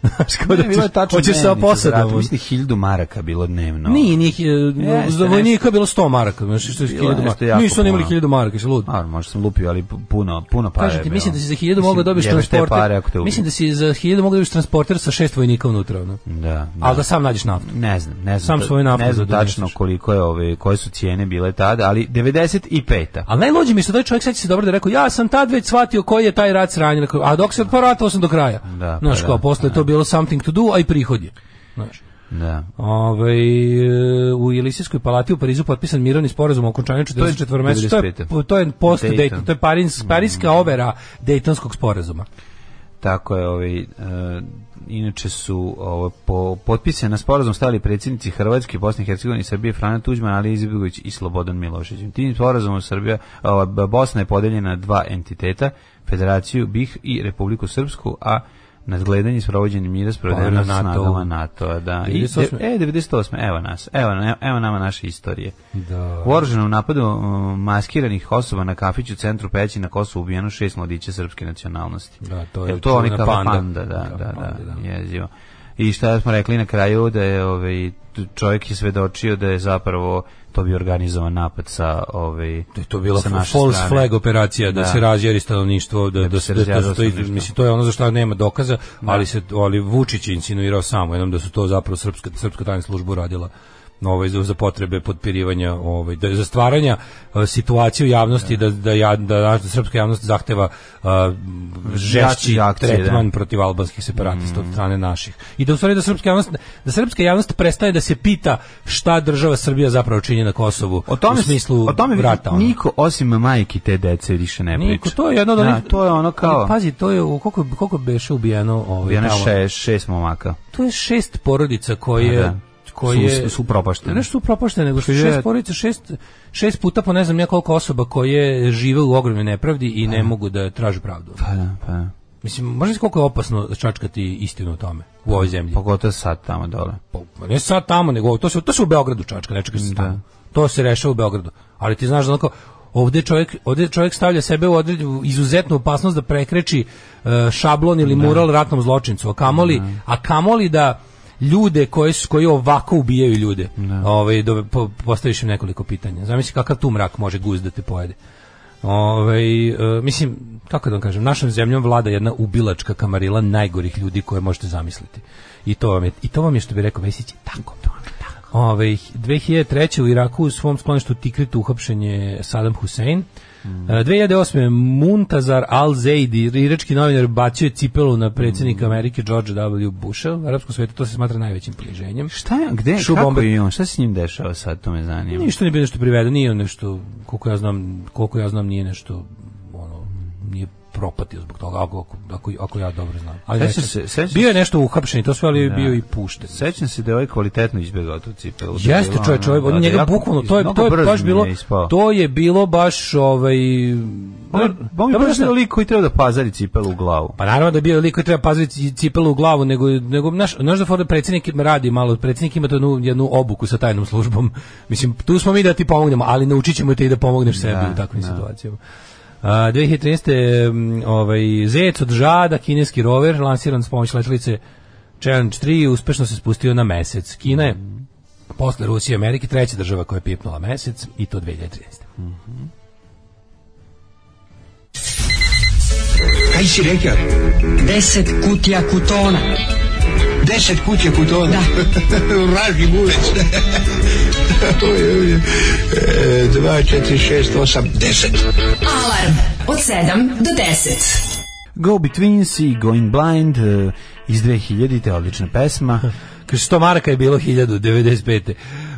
Znaš, kao da
Ne, bilo je
ćeš,
tačno
hoćeš sa
dnevnica za rat.
posadom.
Mislim da je 1000 maraka bilo dnevno.
Nije, njih, e,
Jeste,
za vojnika je bilo 100 maraka, znači što je
Bilo
1000
je nešto
maraka.
jako
Nisu oni imali
puno.
1000 maraka, jesi lud.
A, možda sam lupio, ali pu- puno, puno pare.
Kažete,
je
mislim
bilo.
da si za 1000 mogao
Mislim,
dobiješ
jebeš te Pare,
transporter.
ako te ubiju.
Mislim da si za 1000 mogao dobiješ transporter sa šest vojnika unutra, ono.
Da, da.
Ali da sam nađeš naftu.
Ne znam, ne znam.
Sam
ta-
svoju naftu
Ne znam
da doneseš.
tačno koliko je ove, koje su cijene bile tada, ali 95.
Ali najluđe mi se taj čovjek seća se dobro da je rekao ja sam tad već shvatio koji je taj rat sranjen, a dok se pa ratovao sam do kraja.
Da, pa
Znaš,
da.
kao, posle je to bilo something to do, a i prihod je. Znaš.
Da.
Ove, u Elisijskoj palati u Parizu potpisan mirovni sporazum o okončanju 44 meseca. To je,
95..
to je post
Dayton. Mm.
Dayton, to je Parins, parinska overa Dejtonskog sporazuma.
Tako je, ovaj, e, inače su ovo, po, potpise na sporazum stali predsjednici Hrvatske, Bosne i Hercegovine i Srbije, Frana Tuđman, Ali Izibović i Slobodan Milošević. Tim sporazumom Srbija, ova, B- Bosna je podeljena na dva entiteta, Federaciju BiH i Republiku Srpsku, a nadgledanje sprovođenje mira sprovedeno
Povreda
na
NATO-u.
snagama NATO-a. Da. I,
98..
de- e, 98. Evo nas, evo, na- evo nama naše istorije.
Da.
U oruženom napadu um, maskiranih osoba na kafiću u centru Peći na Kosovu ubijeno šest mladića srpske nacionalnosti.
Da, to je
Jel to oni
čuvena
kao
panda.
panda, da,
Kava
da, da,
panda, da.
jezivo. I šta smo rekli na kraju da je ovaj t- čovjek je svedočio da je zapravo to bio organizovan napad sa ovaj
To Da je to bila
sa naše
false
strane.
flag operacija da,
Da.
se razjeri stanovništvo, da
Da
da,
bi
da,
se Da.
da,
razjarilo
stoji-
stanovništvo.
mislim to je ono za šta nema dokaza, ali se ali Vučić je insinuirao samo jednom da su to zapravo srpska srpska tajna služba uradila ovaj za, za potrebe potpirivanja ovaj da, za stvaranja e, situacije u javnosti da da, ja, da, naša srpska javnost zahteva e, žešći
Jači akcije,
tretman
da. Mm.
protiv albanskih separatista od strane naših. I da u stvari da srpska javnost da srpska javnost prestaje da se pita šta država Srbija zapravo čini na Kosovu
O tome
u smislu
o tome
rata. ono.
niko osim majki te dece više ne priča.
Niko, to je jedno od
Da,
onih-
to je ono kao
Ali pazi, to je u- koliko koliko beše ubijeno ovaj
ubijeno
tamo?
šest, šest momaka.
To je šest porodica koje
A, da.
koje
Su- su propaštene.
Ne su propaštene, nego su
Što je-
šest porodica, šest šest puta po ne znam ja koliko osoba koje žive u ogromnoj nepravdi i ne mogu da traže pravdu.
Pa da, pa da.
Mislim, možeš koliko je opasno čačkati istinu o tome u ovoj zemlji.
Pogotovo sad tamo dole.
Pa, ne sad tamo, nego to se to se u Beogradu čačka, ne čeka se tamo. To se rešava u Beogradu. Ali ti znaš da onako ovde čovjek, ovde čovjek stavlja sebe u određenu izuzetnu opasnost da prekreči e, šablon ili mural ratnom zločincu, a kamoli, a kamoli da ljude koji su koji ovako ubijaju ljude. Ovaj do, po, postaviš im nekoliko pitanja. Zamisli kakav tu mrak može guz da te pojede. Ovaj e, mislim, kako da vam kažem, našom zemljom vlada jedna ubilačka kamarila najgorih ljudi koje možete zamisliti. I to vam je, i to vam je što bi rekao Vesić, tako Ovaj, to. Ove, 2003. u Iraku u svom skloništu Tikritu uhapšen je Saddam Hussein. E, 2008. Muntazar Al-Zaidi, irački novinar, bacio je cipelu na predsjednika Amerike George W. Busha. U arapskom svijetu to se smatra najvećim poniženjem.
Šta je, gde,
Šu
kako
bombe.
je on, šta se s njim dešava sad, to me zanima.
Ništa nije bilo nešto privedeno, nije on nešto, koliko ja znam, koliko ja znam nije nešto, ono, nije propatio zbog toga, ako, ako, ako, ako ja dobro znam. Ali
Sećaš
neka-
se- sećaš-
bio je nešto uhapšen i to sve, ali je
Da.
bio i pušten.
Sećam se da je ovaj kvalitetno izbegao tu cipelu. Da je
Jeste
bilo
čovjek,
ono,
čovjek,
da,
on
da,
njega
jako-
bukvalno, to je,
mnogo
to je
brzo
baš
mi
bilo,
je ispao.
to je bilo baš ovaj...
On, je- on je
Dobro,
baš
znaš-
bio lik koji treba da pazari cipelu u glavu.
Pa naravno da je bio lik koji treba paziti cipelu u glavu, nego, nego naš, naš da Ford predsjednik radi malo, predsjednik ima tu jednu, jednu obuku sa tajnom službom. Mislim, tu smo mi da ti pomognemo, ali naučit ćemo te i da pomogneš sebi
Da,
u takvim
da.
situacijama. A, 2013. mm, ovaj, Zec od Žada, kineski rover, lansiran s pomoć letelice Challenge 3, uspešno se spustio na mesec. Kina je posle Rusije i Amerike treća država koja je pipnula mesec i to 2013.
Kaj si rekao?
Deset kutija kutona.
Deset kuće kod ona. Vraži gulec. to je, e, dva, četiri, šest, osam, deset.
Alarm od 7 do 10.
Go Betweens i Going Blind eh, iz 2000-te, odlična pesma.
Kaže, 100 maraka je bilo 1095.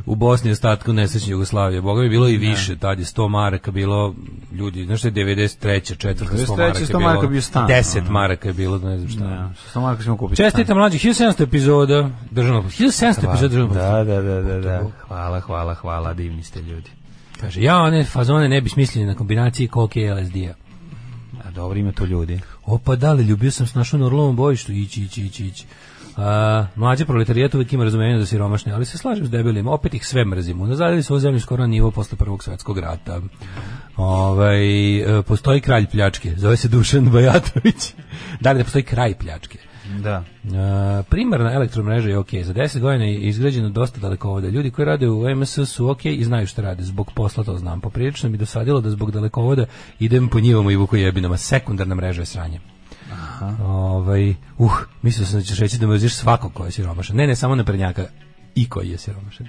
U Bosni i ostatku nesrećne Jugoslavije. Boga mi je bilo i više. Tad je 100 maraka bilo ljudi, znaš što je 93. četvrta 100 maraka
93., 100 maraka je bio stan.
10 maraka je bilo, ne znam šta.
Da, što Marko ćemo kupiti.
Čestite pa mlađi, 1700 epizoda državnog 1700 epizoda državnog
Da, da, da, da, da. Hvala, hvala, hvala, divni ste ljudi.
Kaže, ja one fazone ne bi smislili na kombinaciji koke i D-a. LSD-a.
A dobro ima tu ljudi.
Opa, da li ljubio sam s našom na Orlovom bojištu, ići, ići, ići, ići. A, mlađe proletarijat uvijek ima razumevanje za siromašne, ali se slažem s debelim, opet ih sve mrzim. Unazadili su ovu zemlju skoro na nivo posle Prvog svjetskog rata. Ovaj, e, postoji kralj pljačke, zove se Dušan Bajatović. da li da postoji kraj pljačke?
Da.
E, primarna elektromreža je ok. Za 10 godina je izgrađeno dosta dalekovoda. Ljudi koji rade u MS su ok i znaju šta rade. Zbog posla to znam. Poprilično mi dosadilo da zbog dalekovoda idem po njivama i vukojebinama. Sekundarna mreža je sranje. Ovaj, uh, mislio sam da ćeš reći da mrziš svako ko je siromašan. Ne, ne, samo naprednjaka i koji je siromašan.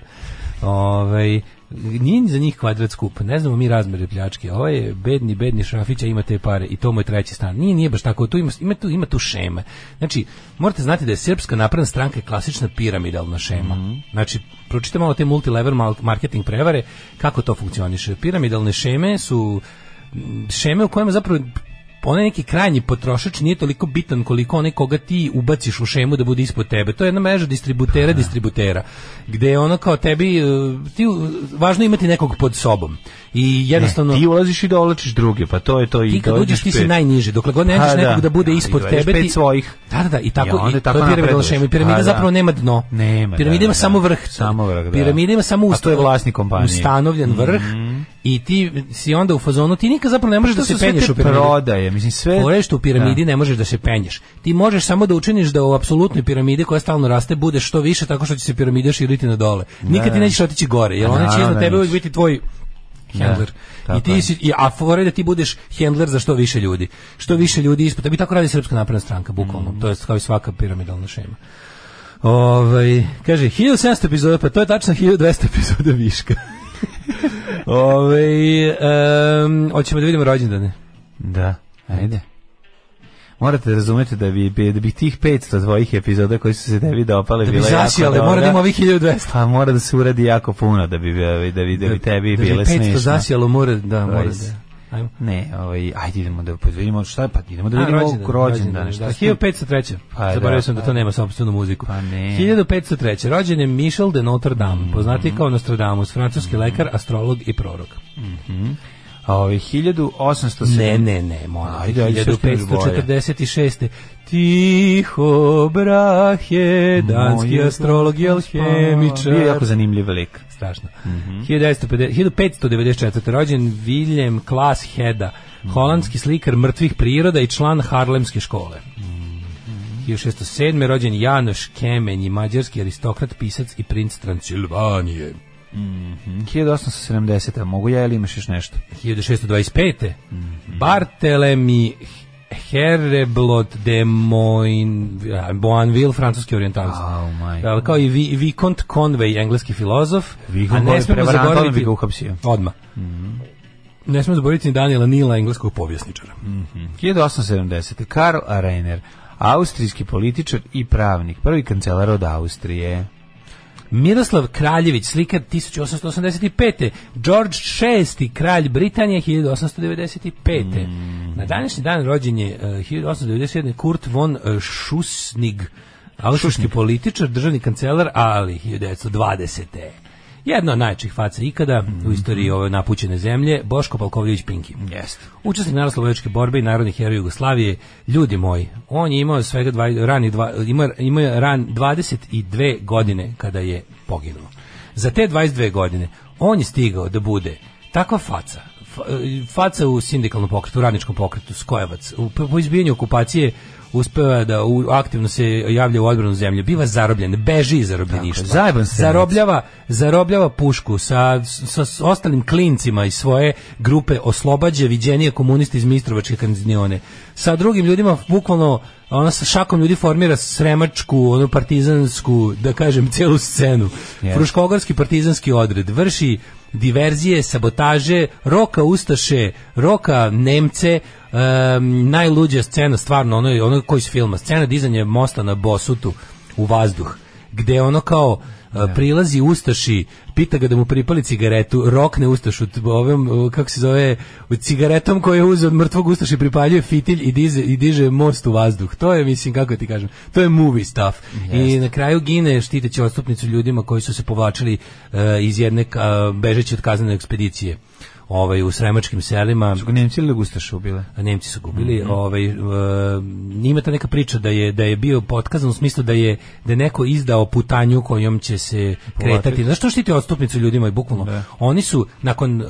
Ovaj, nije ni za njih kvadrat skup. Ne znamo mi razmere pljačke. Ovo je bedni, bedni šrafića ima te pare i to mu je treći stan. Nije, nije baš tako. Tu ima, ima, tu, ima tu šema. Znači, morate znati da je srpska napredna stranka je klasična piramidalna šema. Znači, pročitajte malo te multilevel mal- marketing prevare, kako to funkcioniše. Piramidalne šeme su mm, šeme u kojima zapravo onaj neki krajnji potrošač nije toliko bitan koliko onaj koga ti ubaciš u šemu da bude ispod tebe. To je jedna mreža distributera,
Pa da.
distributera, gde je ono kao tebi, e, ti, e, važno je imati nekog pod sobom. I jednostavno,
E, Ti ulaziš i dovlačiš druge, pa to je to i
ti kad
dođeš
uđeš ti si
pet.
najniži, dokle god ne
Pa
nađeš
da.
nekog da bude
Ja, i
ispod
dovedeš
tebe
pet
ti
svojih.
Da, da, da, i tako
I onda
i
tako
to je piramidalna
napreduješ.
šema. I Piramida
Pa da.
zapravo nema dno.
Nema,
Piramida
da,
ima
da,
samo
da.
vrh.
Samo vrh, da.
Piramida ima samo
A to je
usta-
vlasnik kompanije. Mhm.
Ustanovljen vrh. I ti si onda u fazonu, ti nikad zapravo ne možeš da
To
se
su sve
penješ
te
u piramidu.
prodaje, mislim sve...
Fora je što u piramidi ne možeš da se penješ. Ti možeš samo da učiniš da u apsolutnoj piramidi koja stalno raste bude što više tako što će se piramida širiti na dole. Nikad ti
da.
nećeš otići gore, jer ona će
Naravno
iznad
da
tebe uvijek
neće. Da,
biti tvoj handler.
tako
I ti
je.
si, i, a fora je da ti budeš handler za što više ljudi. Što više ljudi ispod. tebi tako radi Srpska napredna stranka, bukvalno.
Mm.
To je kao i svaka piramidalna šema. Ovaj, kaže, 1700 epizoda, pa to je tačno 1200 epizoda viška. Ove, um, hoćemo da vidimo rođendane.
Da, ajde. Morate da razumete da bi, bi- da bi tih 500 tvojih epizoda koji su se tebi dopale
Da bi
bile jako
zasijale, mora da
dobra.
ima ovih 1200.
Pa mora da se uradi jako puno da bi, da bi, da bi, da bi tebi
da,
bile
da bi 500
smešno.
zasijalo mora da mora
Ajde.
da. Ajmo.
Ne, ovaj, ajde idemo da vidimo šta je, pa idemo da
A,
vidimo
rođendan,
ovog rođendana.
rođendan,
Šta
da,
ste-
1503.
Pa da,
Zaboravio sam da
pa
to nema sopstvenu muziku.
Pa ne.
1503. Rođen je Michel de Notre Dame, poznati kao Nostradamus, francuski lekar, astrolog i prorok.
A ovaj 1870.
Ne, ne, ne, molim.
Ajde, ajde, sve što je
1546. Tiho Brahe, danski
Moje
astrolog i alhemičar.
Bio je jako zanimljiv lik.
strašno. 1950 1594. rođen William Klaas Heda, holandski slikar mrtvih priroda i član Harlemske škole. 1607. rođen Janoš Kemenji, mađarski aristokrat, pisac i princ Transilvanije.
Mhm. 1870. A Mogu ja ili imaš još nešto?
1625. Bartelemi Hereblot de Moin, Boanville, francuski orijentalist.
Au, majko.
Ali Kao i Vi- Vicomte Conway, engleski filozof.
Vicomte
A ne
Conway,
smemo
prevarant,
zaboraviti-
odmah bi ga uhapsio. Mhm.
Odmah. Ne smemo zaboraviti ni Daniela Nila, engleskog povjesničara.
Mhm. 1870. Karl Reiner, austrijski političar i pravnik, prvi kancelar od Austrije.
Miroslav Kraljević, slikar 1885. George VI, kralj Britanije 1895.
Mhm.
Na današnji dan rođen je uh, 1897. Kurt von uh, Šusnig, austrijski političar, državni kancelar, ali 1920. Jedna od najjačih faca ikada
Mhm.
u istoriji ove napućene zemlje, Boško Palkovljević Pinki.
Jeste.
Učesnik narodnooslobodilačke borbe i narodni heroj Jugoslavije, ljudi moji, on je imao svega dva, rani dva, ima, ima je ran 22 godine kada je poginuo. Za te 22 godine on je stigao da bude takva faca, fa- e, faca u sindikalnom pokretu, u radničkom pokretu, Skojevac, u, po po izbijanju okupacije uspeva da u, aktivno se javlja u odbranu zemlje, biva zarobljen, beži iz zarobljeništva.
Tako je, zajeban strelac.
zarobljava, zarobljava pušku sa, sa, s ostalim klincima iz svoje grupe oslobađa viđenije komunisti iz Mistrovačke kanzinione. Sa drugim ljudima bukvalno ona sa šakom ljudi formira sremačku, onu partizansku, da kažem, celu scenu. Fruškogorski partizanski odred vrši diverzije, sabotaže, roka ustaše, roka Nemce, em, najluđa scena, stvarno, ono, je- ono koji iz filma, scena dizanja mosta na Bosutu u vazduh, gde ono kao e, prilazi Ustaši, pita ga da mu pripali cigaretu, rokne Ustašu t- ovim, e, kako se zove, cigaretom koju je uzeo od mrtvog Ustaša i pripaljuje fitilj i, dize, i diže most u vazduh. To je, mislim, kako ti kažem, to je movie stuff. I na kraju gine štiteći odstupnicu ljudima koji su se povlačili e, iz jedne ka- bežeći od kaznene ekspedicije ovaj, u sremačkim selima.
Su ga Nemci ili Gustaša ubile?
A Nemci su gubili. ovaj, e, ima ta neka priča da je, da je bio potkazan u smislu da je, da je neko izdao putanju kojom će se kretati. Znaš što štiti odstupnicu ljudima i bukvalno? Oni su, nakon e,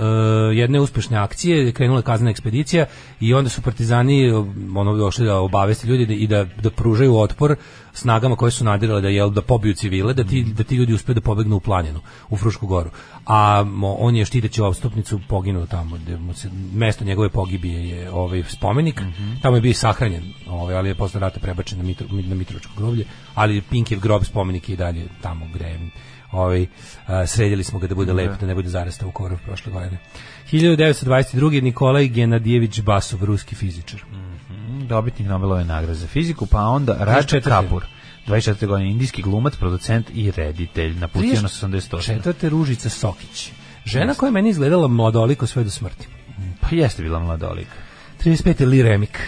jedne uspešne akcije, krenula je kaznena ekspedicija i onda su partizani e, ono, došli da obaveste ljudi da, i da, da pružaju otpor snagama koje su nadirale da jel da pobiju civile, da ti, da ti ljudi uspeju da pobegnu u planinu, u Frušku goru. A mo- on je štiteći odstupnicu poginuo tamo, gde mu se, mesto njegove pogibije je ovaj spomenik, tamo je bio i sahranjen, ovaj, ali je posle rata prebačen na, Mitro, na Mitrovačko groblje, ali Pinkiv grob spomenik je i dalje tamo gde je ovaj, a, sredili smo ga da bude lepo, da ne bude zarastao u korov prošle godine. 1922. Nikolaj Genadijević Basov, ruski fizičar.
Dobitnik Nobelove nagrade za fiziku, pa onda Rađa
24..
Kapur. 24. godine, indijski glumac, producent i reditelj. Naputio nas 88.
Četvrte Ružica Sokić. Žena koja je meni izgledala mladoliko sve do smrti.
Pa jeste bila mladolika.
35. Li Remik.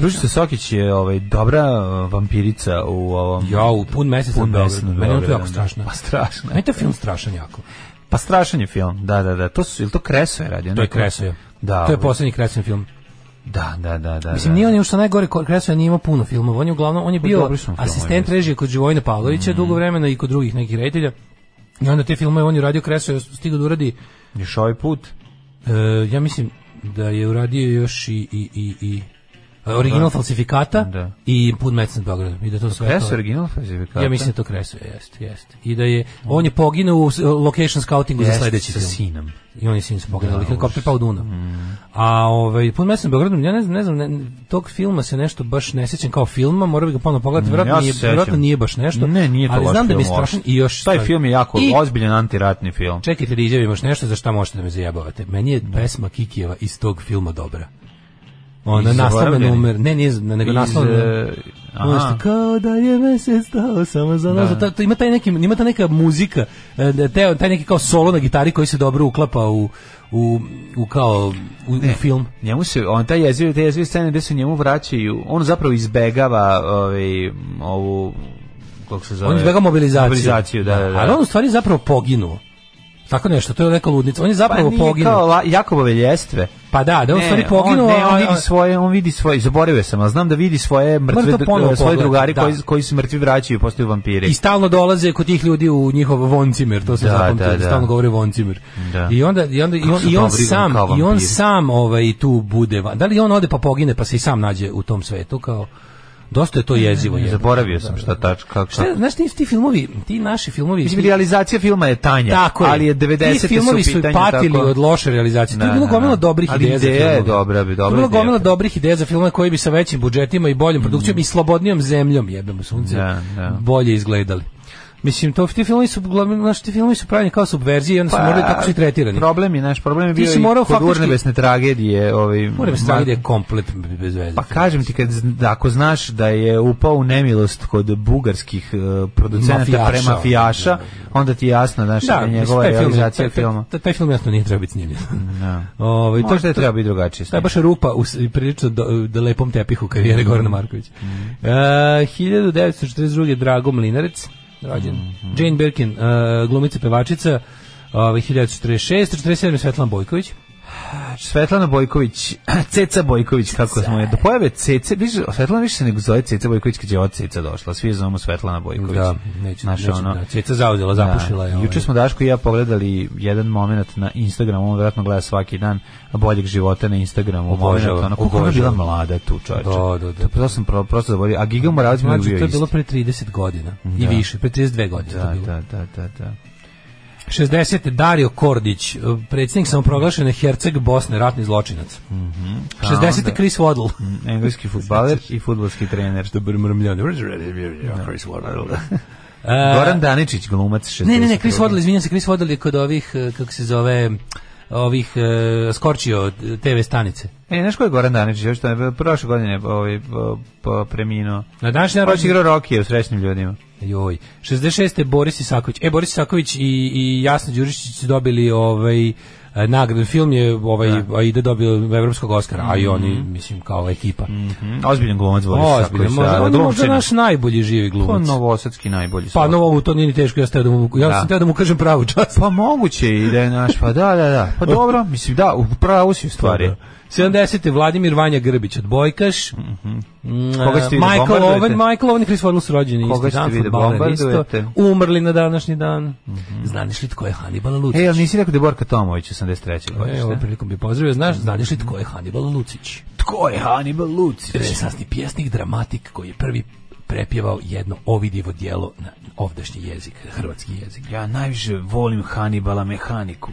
Ružica Sokić je ovaj, dobra eh, vampirica u ovom...
Ja, u pun mesec
Pun
na
mesec
Beogradu.
na
Meni je to
Beogradu,
jako
da.
strašno.
Pa strašno.
Meni je to film strašan jako.
Pa strašan je film, da, da, da. To su, ili to Kreso je radio?
To je
Neko-
Kresoja.
Da,
to je
ovaj-
posljednji Kresojan film.
Da, da, da, da.
Mislim,
da.
nije on je što najgore, ko- Kresoja nije imao puno filmova. On je uglavnom, on je bio
Pa dobri su mu filmovi, Mm.
asistent
mislim.
režije kod Živojina Pavlovića dugo vremena i kod drugih nekih reditelja. I onda te filmove on je radio Kresoja, stigao da uradi,
Još ovaj put.
e, ja mislim da je uradio još i, i, i, i e, original falsifikata
Da.
i pun mesec nad Beogradom. I da to sve
Kreso
to-
je original pa falsifikata.
Ja mislim da to Kreso jeste, jeste. I da je on je poginuo u s- location scoutingu za
Jeste,
sledeći
sa
film.
sinom. Mm.
I oni sin se poginuli, da, helikopter pao u Dunav. A ovaj pun mesec nad Beogradom, ja ne znam, ne znam, ne, tog filma se nešto baš ne sećam kao filma, moram ga ponovo pogledati, verovatno
Mm, ja se
nije,
sećam.
verovatno nije baš nešto.
Ne, nije to
ali
loš
znam da mi je
film
strašan
uopšte.
i još
Taj film je jako
I-
ozbiljan antiratni film.
Čekajte da izjavim još nešto za šta možete da me zajebavate. Meni je pesma Kikijeva iz tog filma dobra. Ona
Iz
naslovna
Zaboravljeni?
numer, ne, nije, nego
Iz,
naslovna.
e,
Ono što
aha.
kao da je mesec stao samo za nas.
Da.
Ta- ta- ima, taj neki, ima ta neka muzika, e, da- te, taj neki kao solo na gitari koji se dobro uklapa u, u, u kao u, u film.
Njemu se, on taj jeziv, te jezive scene gde se njemu vraćaju, on zapravo izbegava ovaj, ovu, kako se zove?
On izbega mobilizaciju.
Mobilizaciju, da, da, da.
Ali on u stvari zapravo poginuo. Tako nešto, to je neka ludnica. On je
pa
zapravo
nije
poginuo.
kao la, Jakobove ljestve.
Pa da, da je on u stvari poginuo.
on, ne, on
a-
vidi
a-
svoje, on vidi svoje, zaboravio sam, ali znam da vidi svoje mrtve,
Moram to ponovo
svoje
pogledati,
drugari
da.
koji, koji se mrtvi vraćaju i postaju vampiri.
I stalno dolaze kod tih ljudi u njihov voncimer, to se
Da,
zapamtilo,
da, da.
stalno govore voncimer.
Da.
I onda i onda i
Kako
on,
su
i on
dobri
sam
kao
i on
vampiri.
sam ovaj tu bude. van- Da li on ode pa pogine pa se i sam nađe u tom svetu kao dosta je to jezivo. je. Da,
Zaboravio sam šta tač, kako,
Šta, je, znaš ti, ti filmovi, ti naši filmovi,
Mislim,
ti-
realizacija filma je tanja,
tako je.
ali je 90.
Ti filmovi
su
su
u
i
pitanju,
patili
tako-
od loše realizacije. Tu je
Da,
bilo
da, da.
gomila dobrih
Ali
ideja za
ideja je
filmove.
dobra, bi- dobra
Tu je bilo
ideja.
gomila dobrih ideja za filmove koji bi sa većim budžetima i boljom produkcijom i slobodnijom zemljom, jebemo sunce,
Da, da.
bolje izgledali. Mislim, to, ti filmovi su, glavni, znaš, ti filmovi su pravljeni kao subverzije i onda su morali tako su i tretirani.
Pa, Problem je, naš problem je
Ti
bio
si
i
morao
kod faktički...
faktički-
urnebesne tragedije. Ovaj,
Mora bi staviti da je komplet bez veze.
Pa kažem ti, kad, zn- da ako znaš da je upao u nemilost kod bugarskih eh, producenata
Mafijaša.
pre mafijaša, onda ti je jasno znaš, da,
da,
je
mislim,
njegova
taj film-
realizacija
taj- taj-
filma.
Taj, taj film jasno nije trebao biti snimljen.
Da.
Ovaj, to
Možda je
što-
treba biti drugačije.
To je baš rupa u s- prilično do, da lepom tepihu karijere
Mm.
Gorana Markovića. E, 1942. Drago Mlinarec, rođen.
Mhm.
Jane Birkin, e, glumica pevačica, ovaj, 1946. 47. Svetlan Bojković.
Svetlana Bojković, Ceca Bojković, kako smo je, do pojave Cece, više, Svetlana više se nego zove Ceca Bojković kad je od Ceca došla, svi je zovemo Svetlana Bojković.
Da, neću, neću, da, Ceca zauzela, zapušila je.
Da.
ovaj.
Juče smo Daško i ja pogledali jedan moment na Instagramu, on vjerojatno gleda svaki dan a boljeg života na Instagramu.
Obožavam,
Moment, ono, Koliko je ona bila
obožavam.
mlada tu, čovječe.
Da, da, da.
pa To, to sam pro, prosto zaboravio. A Giga Moravac mi je
Znači,
da, bio
to je bilo
isti.
pre 30 godina i više, pre 32 godine. to je
Da,
bilo.
da, da, da, da.
60. Dario Kordić, eh, predsjednik samoproglašene Herceg Bosne, ratni zločinac. Mm
Pa
60.
onda-
Chris Waddle.
Mm, Engleski futbaler i futbolski trener. Da.
Što bi mrmljani. Chris Waddle. Eh,
Goran Daničić, glumac 60.
Pa Ne, ne, ne, Chris Waddle, izvinjam se, Chris Waddle je kod ovih, eh, kako se zove, ovih eh, skorčio eh, TV stanice.
E, znaš ko je Goran Daničić? Još to je prošle godine ovaj, po, po, preminuo.
Na današnji dan
Proći
rođen...
igrao Rokije u srećnim ljudima.
Pa Joj. 66. Boris Isaković. E, Boris Isaković i, i Jasna Đurišić su dobili ovaj, eh, nagradu. Film je ovaj,
Da.
Aida dobio evropskog Oscara, a i oni, mislim, kao ekipa. Pa
Mm, Ozbiljan glumac Mhm. Boris
Ozbiljno,
Saković,
Mhm. možda,
da,
on je možda
glumčina.
naš najbolji živi
Pa
glumac.
novosadski najbolji.
Pa
svakako.
no, ovo to nije ni teško, ja, sam teo da mu, ja
Da.
sam teo da mu kažem pravu čast.
Pa moguće i da je naš, pa da, da, da. Pa dobro, mislim, da, u pravu si u stvari.
Pa
Mhm.
70. Vladimir Vanja Grbić od Bojkaš. Mm,
Koga ste vi da
Michael
bombardujete?
Owen, Michael Owen i Chris Waddle su rođeni
Koga
isti
ste
dan,
vi da
fudbaler isto.
bombardujete? Mhm.
Umrli na današnji dan. Znaš li tko je Hannibal Lucić?
E, ali nisi rekao da je Borka Tomović 83.
E, ovom
godište?
prilikom bi pozdravio,
Mhm.
znaš, znaš li tko je Hannibal Lucić?
Tko je Hannibal Lucic?
Renesantni pjesnik, dramatik koji je prvi prepjevao jedno ovidivo dijelo na ovdašnji jezik, hrvatski jezik.
Ja najviše volim Hannibala mehaniku.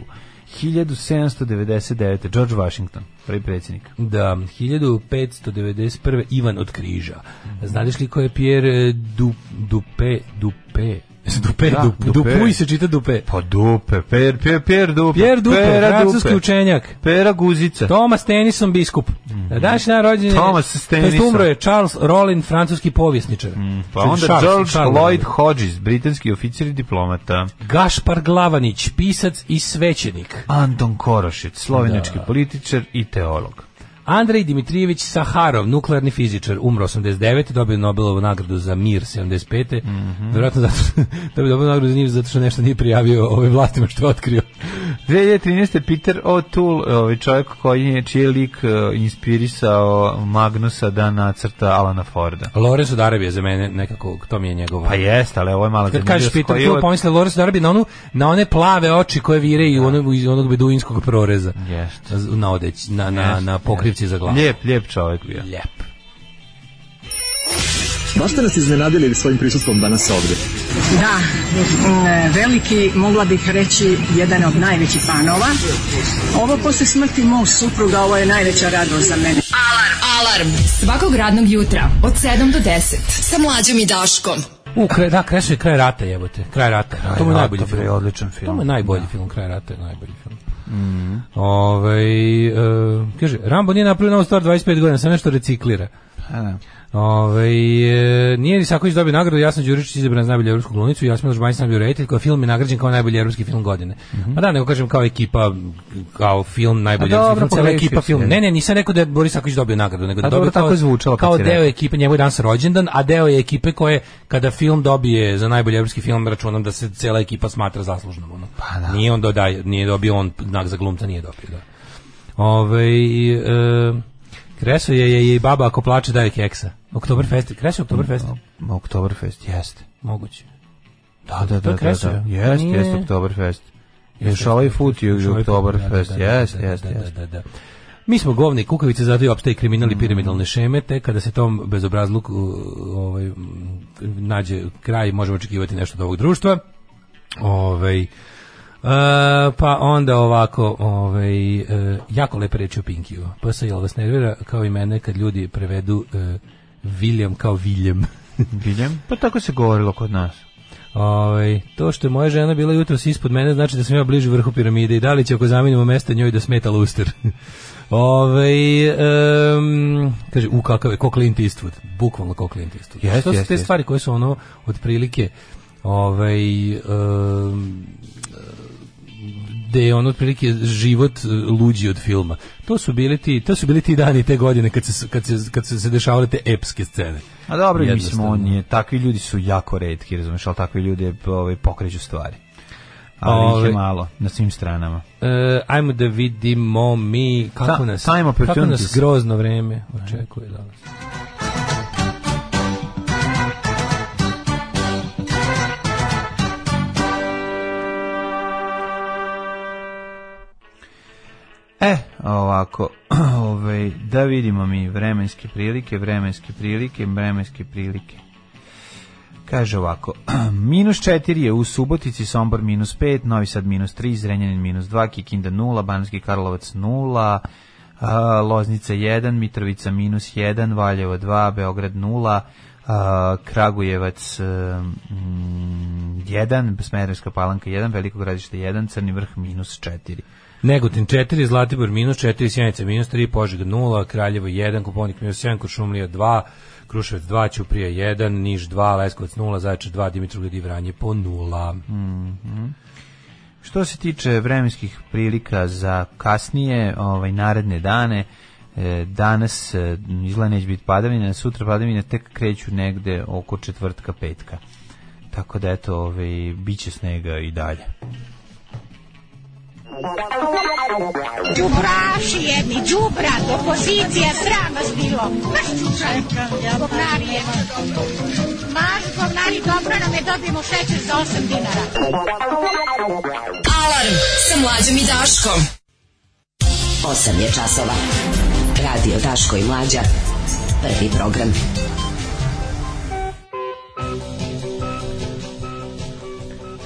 1799. George Washington, prvi predsjednik.
Da, 1591. Ivan od Križa.
Mhm.
Znadeš li ko je Pierre eh, du, Dupe, Dupe? Dupe,
Da,
Dupe,
Dupe.
Dupuj se čita Dupe.
Pa dupe, per, per, per dupe.
Pierre Dupe,
Pera
francuski
dupe.
učenjak.
Pera guzica.
Thomas Tennyson, biskup. Da, Daš na rođenje...
Mhm. Thomas Tennyson.
umro je Charles Rollin, francuski povjesničar.
Pa onda
Charles,
George
Charles
Lloyd
Rollin.
Hodges, britanski oficir i diplomata.
Gašpar Glavanić, pisac i svećenik.
Anton Korošec, slovenački političar i teolog.
Andrej Dimitrijević Saharov, nuklearni fizičar, umro 89. Dobio Nobelovu nagradu za mir 75.
Mhm.
Vjerojatno zato što, dobio Nobelovu nagradu za mir zato što nešto nije prijavio ovim vlastima što je otkrio.
2013. Peter O'Toole, ovaj čovjek koji je, čiji je lik eh, inspirisao Magnusa da nacrta Alana Forda.
Lorenz od Arabije za mene nekako, to mi je njegova...
Pa jest, ali ovo je malo
Kad kažeš
zanimljivost
Peter
koju
O'Toole,
od-
pomisle Lorenz od Arabije na, onu, na one plave oči koje vire i onog, iz onog beduinskog proreza.
Da. Jeste.
Na odeć, na, na,
Jeste,
na pokrivci za glavu.
Lijep, lijep čovjek bio.
Lijep.
Baš ste nas iznenadili svojim prisustvom danas ovdje.
Da, mm, veliki, mogla bih reći, jedan od najvećih fanova. Ovo posle smrti mog supruga, ovo je najveća radost za mene.
Alarm svakog radnog jutra od 7 do 10 sa mlađom i Daškom.
U, kraj, da, kraj je kraj rata, jebote. Kraj rata. Da. to mu je
rata,
najbolji
bre,
film.
odličan film.
To mu je najbolji film, kraj rata je najbolji film. Mhm. Ovaj, e, kaže, Rambo nije napravio novu stvar 25 godina, sam nešto reciklira. Ovaj e, nije Isaković dobio nagradu, Jasna Đuričić izabran za najbolju evropsku glumicu, Jasmina Žbanjić najbolji reditelj, kao film je nagrađen kao najbolji evropski film godine.
Mhm.
Pa da, nego kažem kao ekipa, kao film najbolji
A
evropski
Pa dobro,
film, cela
pogrešio
ekipa
si,
film.
ne.
Ne, ne, nisam rekao da je Boris Isaković dobio nagradu, nego da
A
je dobio
Pa dobro, tako je zvučalo kad
kao
si
deo
rekao.
ekipe, njemu je danas rođendan, a deo je ekipe koje kada film dobije za najbolji evropski film računam da se cela ekipa smatra zaslužnom. Ono.
Pa da.
Nije on dodaj, nije dobio on znak za glumca nije dobio, da. Ove, e, Kreso je, je, je i baba ako plače daje keksa. Oktoberfest, Kreso je
Mm,
Oktoberfest.
Oktoberfest, jeste.
Moguće.
Da,
To
da, da,
je
da,
Kresov,
da.
ja?
Jeste,
Nije.
jeste Oktoberfest. Još ovaj fut je u Oktoberfest,
Da, da, da,
jeste,
da, da,
jeste,
da,
jeste. Mm.
da, da. Mi smo govni i kukavice, zato i opstaje kriminal i piramidalne šeme, te kada se tom bezobrazluku uh, ovaj, m, nađe kraj, možemo očekivati nešto od ovog društva. Ovaj, e, pa onda ovako, ovaj, e, jako lepe reči o Pinkiju. Pa se jel vas nervira, kao i mene, kad ljudi prevedu e, William kao William.
Biljem? Pa tako se govorilo kod nas.
Ovaj, to što je moja žena bila jutros ispod mene znači da sam ja bliži vrhu piramide i da li će ako zamenimo mesta njoj da smeta luster. Ove, um, kaže, u kakav je, ko Clint Eastwood, bukvalno ko Clint Eastwood. Znači,
Jeste,
to su
jeste,
te
jeste.
stvari koje su ono, otprilike, ovaj, um, gde je on otprilike život e, luđi od filma. To su bili ti, to su bili ti dani te godine kad se kad se kad su se dešavale te epske scene.
A dobro, mislim,
Jednostavno.
on je, takvi ljudi su jako redki, razumiješ, ali takvi ljudi ovaj, pokreću stvari. Ali ih
Ovaj.
je malo, na svim stranama.
E, ajmo da vidimo mi kako
Ta-
nas,
time
kako nas
opportunities.
grozno vreme očekuje danas.
E, ovako, ovaj, da vidimo mi vremenske prilike, vremenske prilike, vremenske prilike. Kaže ovako, minus 4 je u Subotici, Sombor minus 5, Novi Sad minus 3, Zrenjanin minus 2, Kikinda 0, Banski Karlovac 0, a, Loznica 1, Mitrovica minus 1, Valjevo 2, Beograd 0, a, Kragujevac mm, 1, Smederevska palanka 1, Veliko gradište 1, Crni vrh minus 4.
Negotin 4, Zlatibor minus 4, Sjenica minus 3, Požega 0, Kraljevo 1, Koponik minus 1, Kuršumlija 2, Kruševac 2, Ćuprija 1, Niš 2, Leskovac 0, Zaječar 2, Dimitrovgrad i Vranje po 0.
Mm. Što se tiče vremenskih prilika za kasnije, ovaj naredne dane, e, danas e, izgleda neće biti padavina, sutra padavine tek kreću negde oko četvrtka, petka. Tako da eto, ovaj biće snega i dalje.
Đubraši jedni, đubrat, opozicija, sram vas bilo. ja. Maš čučaj, govnari jedno dobro. Maš govnari dobro, nam je dobijemo šećer za 8 dinara.
Alarm sa mlađom i Daškom.
8 je časova. Radio Daško i Mlađa. Prvi program.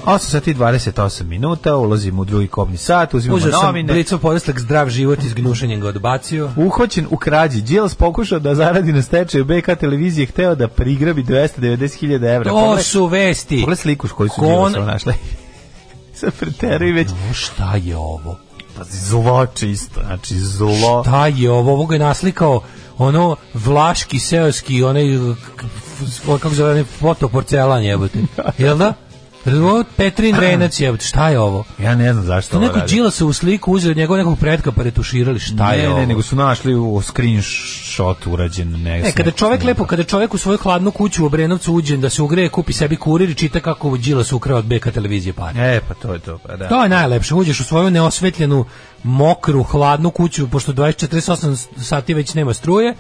Osam sati i 28 minuta, ulazimo u drugi kobni sat, uzimamo
Uzeo sam
novine.
Bricov podestak zdrav život iz gnušenjem ga odbacio.
Uhvaćen u krađi, Đilas pokušao da zaradi na stečaju BK televizije, hteo da prigrabi 290.000 evra.
To su vesti.
Pogledaj sliku koju su
Kon-
Đilasova našli. Sad preteruj već.
E, šta je ovo?
Pa zlo čisto, znači zlo.
Šta je ovo? Ovo ga je naslikao ono vlaški seoski, onaj k- f- kako se zove, onaj fotoporcelan jebote. Jel da? Ovo Petrin Renac jebote. Šta je ovo?
Ja ne znam zašto
To
ovo
neko
radi.
Đila se u sliku uzeo od njegovog nekog pretka pa retuširali. Šta je
ne,
ovo?
ne, nego su našli u screenshot urađen. Ne,
E,
s
kada
nekog
čovek
snimka.
lepo, kada čovek u svoju hladnu kuću u Obrenovcu uđe da se ugreje, kupi sebi kurir i čita kako Đilas ukrao od BK televizije pare.
E, pa to je to, pa da.
To je najlepše, uđeš u svoju neosvetljenu, mokru, hladnu kuću, pošto 24-48 sati već nema struje,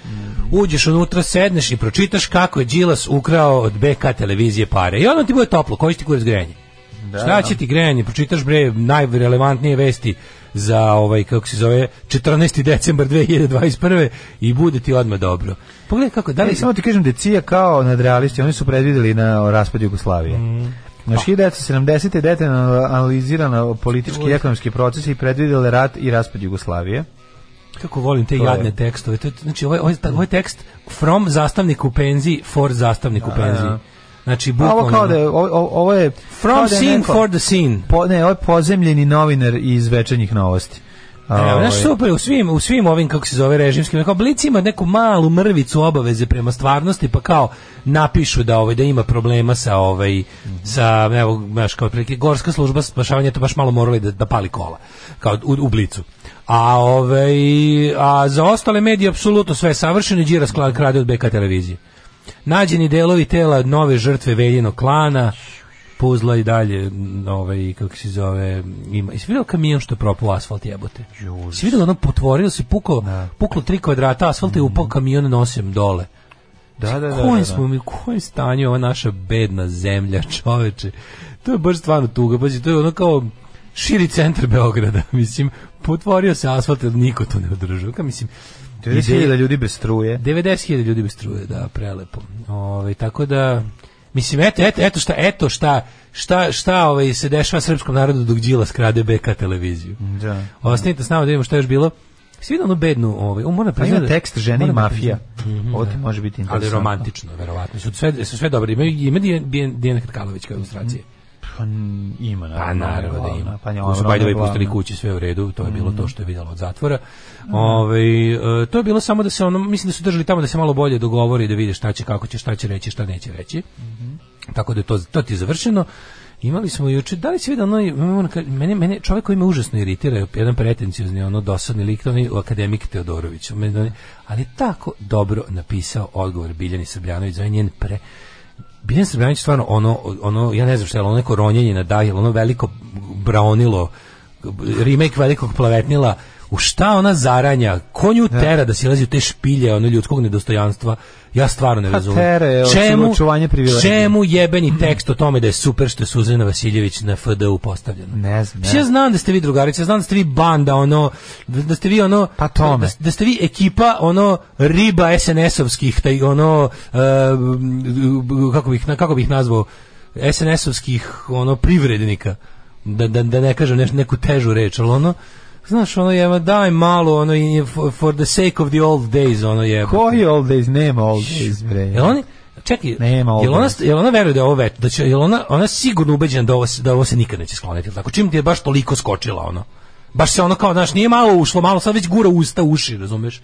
uđeš unutra, sedneš i pročitaš kako je Đilas ukrao od BK televizije pare. I onda ti bude toplo, koji će ti kurac grejanje? Šta će ti grejanje? Pročitaš bre najrelevantnije vesti za ovaj, kako se zove, 14. decembar 2021. i bude ti odmah dobro. Pogledaj kako, da
Ali
li...
samo ti kažem da je CIA kao nadrealisti, oni su predvideli na raspad Jugoslavije. Mm.
Pa.
Naš 1970. je detaljno analizirano politički i ekonomski procesi i predvidjeli rat i raspad Jugoslavije.
Kako volim te
To je.
jadne tekstove. To je, znači, ovaj, ovaj, ovaj tekst from zastavnik u penziji for zastavnik u penziji.
da.
Znači,
A
bukvalno.
ovo kao da je, ovo, ovo je... kao
From
da je
scene
neko-
for the scene.
Po, ne, ovo je pozemljeni novinar iz večernjih novosti.
Evo,
Ovaj.
E, znaš super, u svim, u svim ovim, kako se zove, režimskim, kao Blic ima neku malu mrvicu obaveze prema stvarnosti, pa kao napišu da ovaj da ima problema sa ovaj sa evo baš kao otprilike, gorska služba spašavanja je to baš malo morali da, da pali kola kao u, u blicu. A ovaj a za ostale medije apsolutno sve je savršeno, Điras kla- krade od BK televizije. Nađeni delovi tela nove žrtve Veljinog klana, puzla i dalje, m, ovaj, kako se zove, ima. Jesi vidio kamion što je propao asfalt jebote? Jesi vidio ono potvorilo se, puklo, puklo tri kvadrata asfalta i upao kamion nosem dole.
Mhm. Da, da, da, da,
Kojem
da.
smo mi, u kojem stanju je ova naša bedna zemlja, čoveče. To je baš stvarno tuga, pazi, to je ono kao širi centar Beograda, mislim, potvorio se asfalt, ali niko to ne održava, Kao, mislim,
90.000 ljudi bez struje.
90.000 ljudi bez struje, da, prelepo. Ovaj tako da mislim eto eto eto šta eto šta šta šta ovaj se dešava srpskom narodu dok Đilas krade BK televiziju.
Da.
Ostanite s nama da vidimo šta je još bilo. Svi vidio onu bednu, ovaj, u, moram
Pa
priznati
ima
da-
tekst žene i
moram da
mafija.
priznam. Mhm.
Ovo ti može biti interesantno.
Ali romantično, verovatno. Su sve, su sve dobre. Ima, ima Dijana Krkalović kao ilustracije.
Pa n- ima,
Pa
naravno.
naravno da
glavna.
ima.
Pa
Pa
nja,
su by
ona
the way
glavna. Mhm.
pustili kući sve u redu, to je bilo
Mm.
to što je vidjelo od zatvora. Ovaj, e, to je bilo samo da se ono, mislim da su držali tamo da se malo bolje dogovori, da vide šta će, kako će, šta će reći, šta neće reći.
Mhm.
Tako da je to, to ti je završeno. Imali smo juče, da li si vidio onaj, ono, kad- mene, mene, čovjek koji me užasno iritira, je jedan pretenciozni, ono, dosadni lik, to je onaj akademik Teodorović. Meni onaj- ali je tako dobro napisao odgovor Biljani Srbljanović, za njen pre, Biljan Srbljanić je stvarno ono, ono, ja ne znam šta je, ono neko ronjenje na dalje, ono veliko braonilo, remake velikog plavetnila, u šta ona zaranja, ko nju tera da silazi u te špilje ono ljudskog nedostojanstva, ja stvarno ne
Pa
razumem.
tera je očuvanje privilegije.
Čemu jebeni tekst o tome da je super što je Suzana Vasiljević na FDU postavljena?
Ne znam.
Mislim, Ja znam da ste vi drugarice, znam da ste vi banda, ono, da ste vi ono, pa
tome.
Da, da ste vi ekipa, ono, riba SNS-ovskih, taj, ono, e, kako, bih, kako bih nazvao, SNS-ovskih, ono, privrednika, da, da, da ne kažem neš, neku težu reč, ali ono, znaš, ono je, ma daj malo, ono, i for, for the sake of the old days, ono je.
Koji old days? Nema old days, bre.
Jel oni, čekaj,
Nema old
jel ona,
days.
jel ona veruje da je ovo vet, da će, jel ona, ona je sigurno ubeđena da ovo, se- da ovo se nikad neće skloniti, jel tako? Čim ti je baš toliko skočila, ono, baš se ono kao, znaš, nije malo ušlo, malo sad već gura usta, uši, razumeš?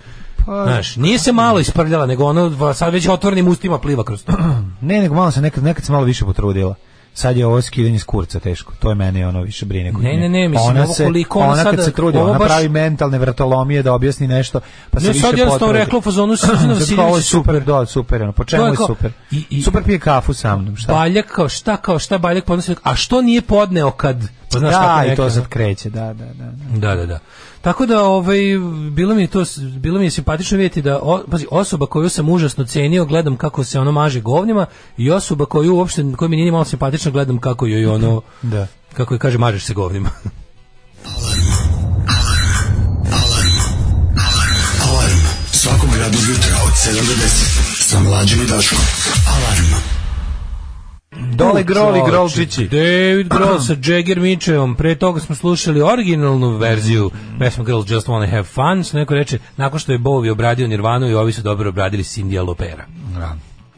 Pa-
znaš, nije se malo isprljala, nego ono va- sad već otvorenim ustima pliva kroz to.
Ne, nego malo se nekad, nekad se malo više potrudila. Sad je ovo skidanje s kurca teško. To je mene ono više brine. kod
Ne,
nje.
ne, ne, mislim,
ona
ovo
se,
koliko
ona,
ona
kad
sada-
se trudi,
ovo
ona
baš-
pravi mentalne vratolomije da objasni nešto, pa se
Ne,
više
sad jednostavno
potrudi.
rekla u fazonu Suzana
Sad kao,
Vasiljević
ovo je
je
super,
super.
da, super, ono, po čemu
To je
je
kao-
super?
i- i- Pa
super pije kafu sa mnom, šta?
Baljak kao šta, kao šta Baljak podnosi, a što nije podneo kad, pa znaš kako
da,
je
i to
rekla,
sad
ono?
kreće, da, da, da. da.
Da, da, da. Tako da ovaj bilo mi je to bilo mi je simpatično vidjeti da o- pazi osoba koju sam užasno cenio gledam kako se ono maže govnima i osoba koju uopšte koja mi nije ni malo simpatična gledam kako joj ono
Da.
kako je kaže mažeš se govnima.
Alarm svakog radnog jutra od 7 do 10 sa mlađom i Daškom. Alarm.
Dole groli
Čoveče,
grolčići.
David Grohl sa Jagger Mitchellom. Pre toga smo slušali originalnu verziju pesme Girl Just Wanna Have Fun. Što neko reče, nakon što je Bowie obradio Nirvanu i ovi su dobro obradili Cindy Alopera.
Da.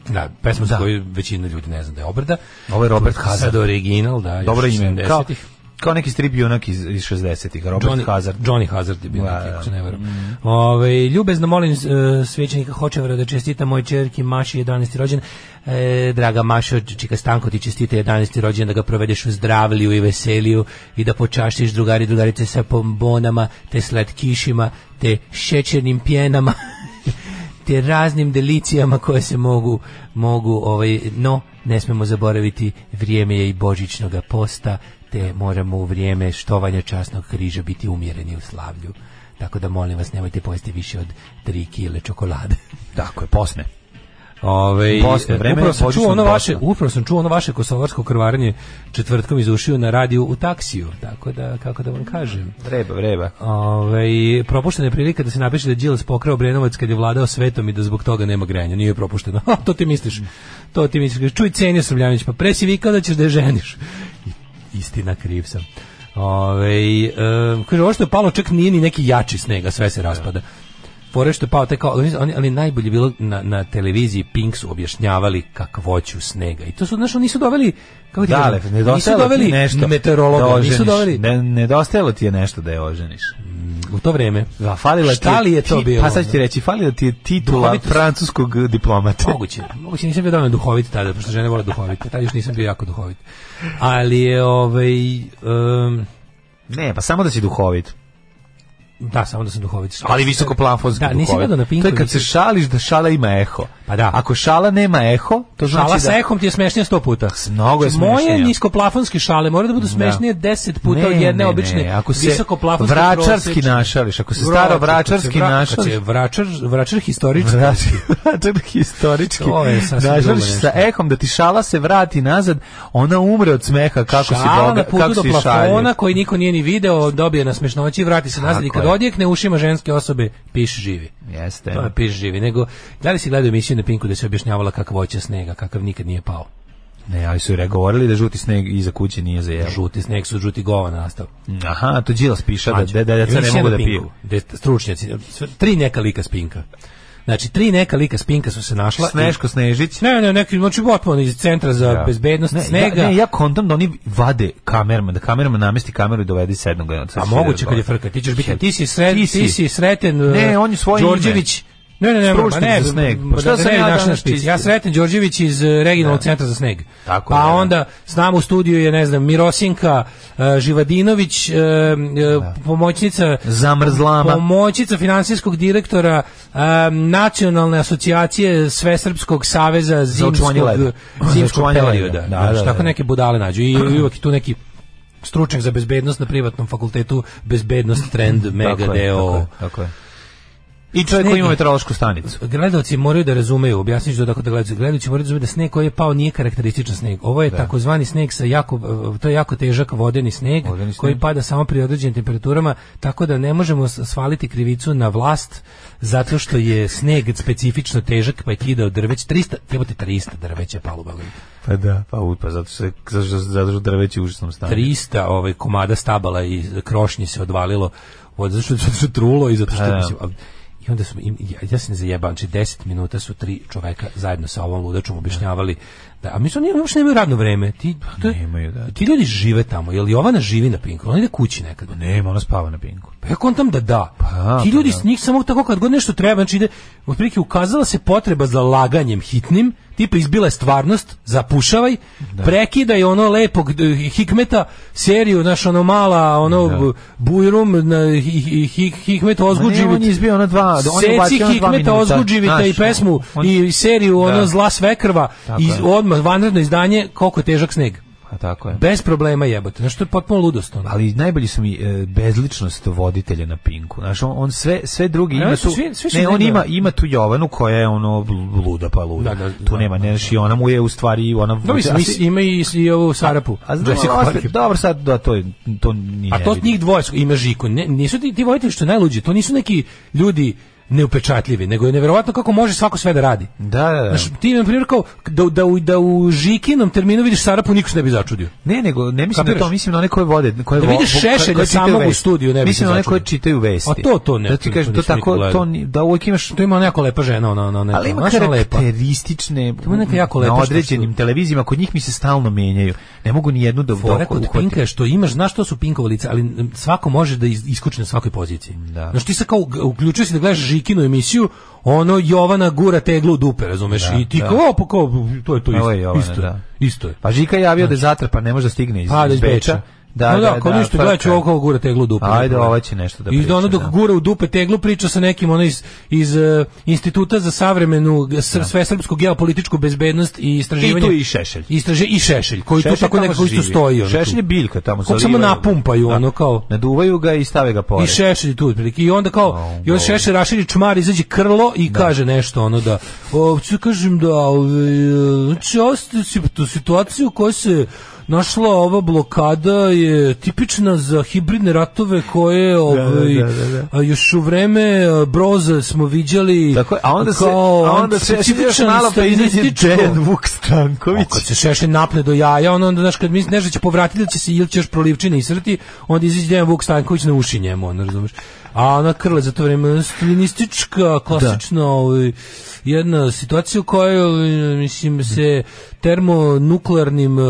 Da, pesmu
Da.
za koju većina ljudi ne zna da je obrada.
Ovo je Robert
Sad
Hazard.
original, da. još
Dobro ime. Kao,
70-ih.
kao neki strip junak iz, iz 60-ih, Robert
Johnny-
Hazard.
Johnny Hazard je bio
Da,
neki,
da.
ako se ne varam. Ovaj, ljubezno molim e, svećenika Hočevara da čestita moj čerki Maši 11. rođen. E, draga Mašo, čika Stanko ti čestita 11. rođen, da ga provedeš u zdravlju i veseliju i da počaštiš drugari i drugarice sa bombonama, te slatkišima, te šećernim pjenama. te raznim delicijama koje se mogu mogu ovaj no ne smemo zaboraviti vrijeme je i božićnog posta te moramo u vrijeme štovanja časnog križa biti umjereni u slavlju tako da molim vas nemojte pojesti više od 3 kile čokolade
Tako je, posne.
Ove,
Bosna, vreme
upravo sam
božićnog
čuo ono
Bosna.
vaše, upravo sam čuo ono vaše kosovarsko krvarenje četvrtkom iz ušiju na radiju u taksiju, tako da kako da vam kažem.
Vreba, vreba.
Ove, Ovaj, propuštena je prilika da se napiše da je Đilas pokrao Brenovac kad je vladao svetom i da zbog toga nema grenja. Nije propušteno. Ha, to ti misliš. To ti misliš. Čuj, cenio sam Ljanić, pa pre si vikao da ćeš da je ženiš. I- istina, kriv sam. Ove, e, kaže, ovo što je palo čak nije ni neki jači snega, sve
Da.
se raspada. Fore što je pao, te kao, ali- ali, ali najbolje je bilo na, na televiziji Pink su objašnjavali kakvoću snega. I to su, znaš, oni nisu doveli, kako ti
Dale,
kažem, nisu
nedostajalo ti
doveli
nešto. da
meteorologa, nisu
oženiš.
doveli
Ne, nedostajalo ti je nešto da je oženiš.
u to vreme.
Da, falila ti
Šta li je to
ti-
bilo?
Pa sad ću ti reći, falila ti je titula
Duhovitost.
francuskog diplomata.
Moguće, moguće nisam bio dovoljno duhovit tada, pošto žene vole duhovite, tada još nisam bio jako duhovit. Ali je, ovaj, em,
Ne, pa samo da si duhovit.
da, samo da sam duhovit.
Ali visoko plafonski
Da, nisam gledao na Pinku,
To je kad se
nisam-
šališ da šala ima eho.
Pa da.
Ako šala nema eho, to znači
Šala
da...
sa ehom ti je smešnija sto puta.
Mnogo je
Moje
smešnija.
niskoplafonske šale moraju da budu smešnije
Da.
deset puta od
Ne,
jedne
ne,
obične
ne, ako se
visokoplafonske
vračarski
prosječne.
našališ, ako se
Vračar, kad
staro
se
vračarski
vra-
našališ-
kad se Vračar, vračar historički.
Znači, čak historički.
To je sasvim
Znaš,
drugo
voliš
nešto.
sa ehom da ti šala se vrati nazad, ona umre od smeha kako si
Šala
boga,
na putu
kako
do
si šalje.
plafona koji niko nije ni video, dobije na smešnoći i vrati se nazad i
Tako
kad
je.
odjekne ušima ženske osobe, piš živi.
Jeste.
To je piš živi. Nego, da li si gledao emisiju na Pinku da se objašnjavala kakva voća snega, kakav nikad nije pao?
Ne, ali su i govorili da žuti sneg iza kuće nije za jelo.
Žuti sneg su žuti gova nastao.
Aha, to Đilas piša da,
Mlađe,
da, da, deca ne
emisija
mogu
na
da
Pinku,
piju.
gde ste stručnjaci, sve- tri neka lika s Pinka. Znači, tri neka lika spinka su se našla.
Sneško Snežić.
Ne, ne, neki, znači, potpuno iz centra za
Da.
bezbednost
ne,
snega.
Ja, ne, ja kontam da oni vade kamerama, da kamerama namesti kameru i dovedi sednog.
A moguće kad je frka, ti ćeš biti, ti si, sre, ti si, sreten e,
Ne, on je svoje ime.
Đorđević. Ne, ne, ne, ma
Stručnjak
ne,
za sneg. Pa
da
šta
te ne
sam
bi
ja
našao na
danas
špici.
čistio? Da.
Ja sretan Đorđević iz eh, regionalnog centra za sneg. pa onda s nama u studiju je, ne znam, Mirosinka eh, Živadinović, eh, eh,
Da.
pomoćnica
Zamrzlama.
pomoćnica financijskog direktora eh, Nacionalne asocijacije Svesrpskog saveza
očuvanje
zimskog,
leda. Za
zimskog
očuvanje leda.
perioda.
Da,
Znaš,
da, da.
tako neke budale nađu i, i uvek je tu neki stručnjak za bezbednost na privatnom fakultetu bezbednost trend mega
Tako je, tako
deo
je, tako je. I čovjek koji ima meteorološku stanicu.
Gledaoci moraju da razumeju, objasniću to tako da gledaoci, gledaoci moraju da razumeju da sneg koji je pao nije karakterističan sneg. Ovo je
Da.
takozvani sneg sa jako eh, to je jako težak vodeni sneg
Vodeni sneg.
koji pada samo pri određenim temperaturama, tako da ne možemo s- svaliti krivicu na vlast zato što je sneg specifično težak pa je kidao drveć 300, jebote 300 drveća je palo u Beogradu.
Pa da, pa u, pa zato se zato što zato što drveće u užasnom stanju.
300 ovaj komada stabala i krošnji se odvalilo od zato što zato što je trulo i zato što
A, da.
mislim, a- i onda smo im, ja, ja se ne zajebam, znači 10 minuta su tri čoveka zajedno sa ovom ludačom objašnjavali da a mi su oni uopšte nemaju radno vreme. Ti
Pa
to, nemaju, da. Ti ljudi žive tamo. Jel Jovana živi na Pinku? Ona ide kući nekad.
Pa Nema, ona spava na pinku.
Pa ja kontam da da.
Pa,
Ti ljudi s njih samo tako kad god nešto treba, znači ide, otprilike ukazala se potreba za laganjem hitnim, tipa izbila je stvarnost, zapušavaj,
Da.
prekidaj ono lepog d- hikmeta, seriju, naš ono mala, ono
Da.
b- bujrum, na, hi, hi, hi, hikmet Ozguđević.
on je izbio ona dva- on je
Pa Seci
ubacio ona dva
hikmeta
minuta,
Ozguđevita
znaš,
i pesmu
on-
i seriju ono
Da.
zla svekrva,
Tako
i
je.
odmah vanredno izdanje, koliko je težak sneg.
A tako je.
Bez problema jebote. Znači, to je potpuno ludost. ono.
Ali najbolji su mi e, bezličnost voditelja na Pinku. Znaš, on, on sve sve drugi
A
ima
oni su
tu
svi- svi su
ne, on
negde-
ima ima tu Jovanu koja je ono bl- luda pa luda.
Da, da,
tu nema, ne, znaš, i ona mu je u stvari ona
Da, mislim,
a
mislim, ima i, i ovu Sarapu.
A znam,
Jessica
ali
Parker.
ostaje- dobro sad da to je to ni
A
ne
to
vidim.
njih dvoje su- ima Žiku. Ne, nisu ti, ti vojitelji što je najluđe, to nisu neki ljudi neupečatljivi, nego je neverovatno kako može svako sve da radi.
Da, da, da.
Znaš, ti na primjer kao da, u- da, u- da u Žikinom terminu vidiš Sarapu, niko se ne bi začudio.
Ne, nego ne mislim
Kapiraš?
na to, mislim na one koje vode, koje
Da
vo-
vidiš
vo- koje-
Šešelja
koje čitaju
samog u
vesti.
studiju, ne bi se
Mislim na one
začudio.
koje čitaju vesti.
A to to ne.
Da ti kažem, to
nisam nikad
tako,
gledao.
to ni- da uvijek imaš
to ima neka lepa žena, ona ona neka,
Ali ima
znaš, ona lepa.
karakteristične
To ima neka jako lepa
na
što su-
određenim televizijama, kod njih mi se stalno menjaju. Ne mogu ni jednu da
Fora
da
kod
uhvatim.
Pinka je što imaš, znaš što su Pinkova lica, ali m, svako može da iz- iskoči na svakoj poziciji. Da. Znaš, ti se kao g- uključio si da gledaš Žikinu emisiju, ono Jovana gura teglu u dupe, razumeš?
Da,
I ti
da.
kao, "O, pa kao, to je to isto.
Ovo je Jovana,
isto, je,
da.
isto je.
Pa Žika je javio da je zatrpan, ne može da stigne iz,
Znači- Pa, da
iz Beča.
Da, no, da, kao ništa,
frka.
gledat ću ovo kao gura teglu u dupe.
Ajde,
Nema
ova će nešto da
I da ono
priča,
dok gura u dupe teglu priča sa nekim ono iz, iz eh, Instituta za savremenu g- sr, svesrpsku geopolitičku bezbednost i istraživanje.
Da. I tu i Šešelj.
Istraže, I Šešelj, koji tu tako
tamo
nekako isto
živi.
stoji. ono
Šešelj
tu.
je biljka tamo.
Kako samo
zalivaju ga.
napumpaju,
Da.
ono kao.
Naduvaju ga i stave ga pored.
I šešelj tu otprilike. I onda kao, i onda šešelj raširi čmar, izađe krlo i kaže nešto ono da, o, ću kažem da, ovaj, e, znači, ovo ste si- tu situaciju u kojoj se našla ova blokada je tipična za hibridne ratove koje ovaj,
da, da, da.
a, još u vreme e, broza smo viđali
Tako je, a onda se,
kao
a onda se još
specifičan
malo pa izađe
stalinističko-
Dejan Vuk Stanković.
kad se šešelj napne do jaja, ono onda znaš kad misliš nešto će povratiti da će se ili ćeš prolivčine isrti, onda izađe Dejan Vuk Stanković na uši njemu, ono razumeš. A ona krle za to vreme stilinistička, klasična ovaj, jedna situacija u kojoj ovaj, mislim se termonuklearnim eh,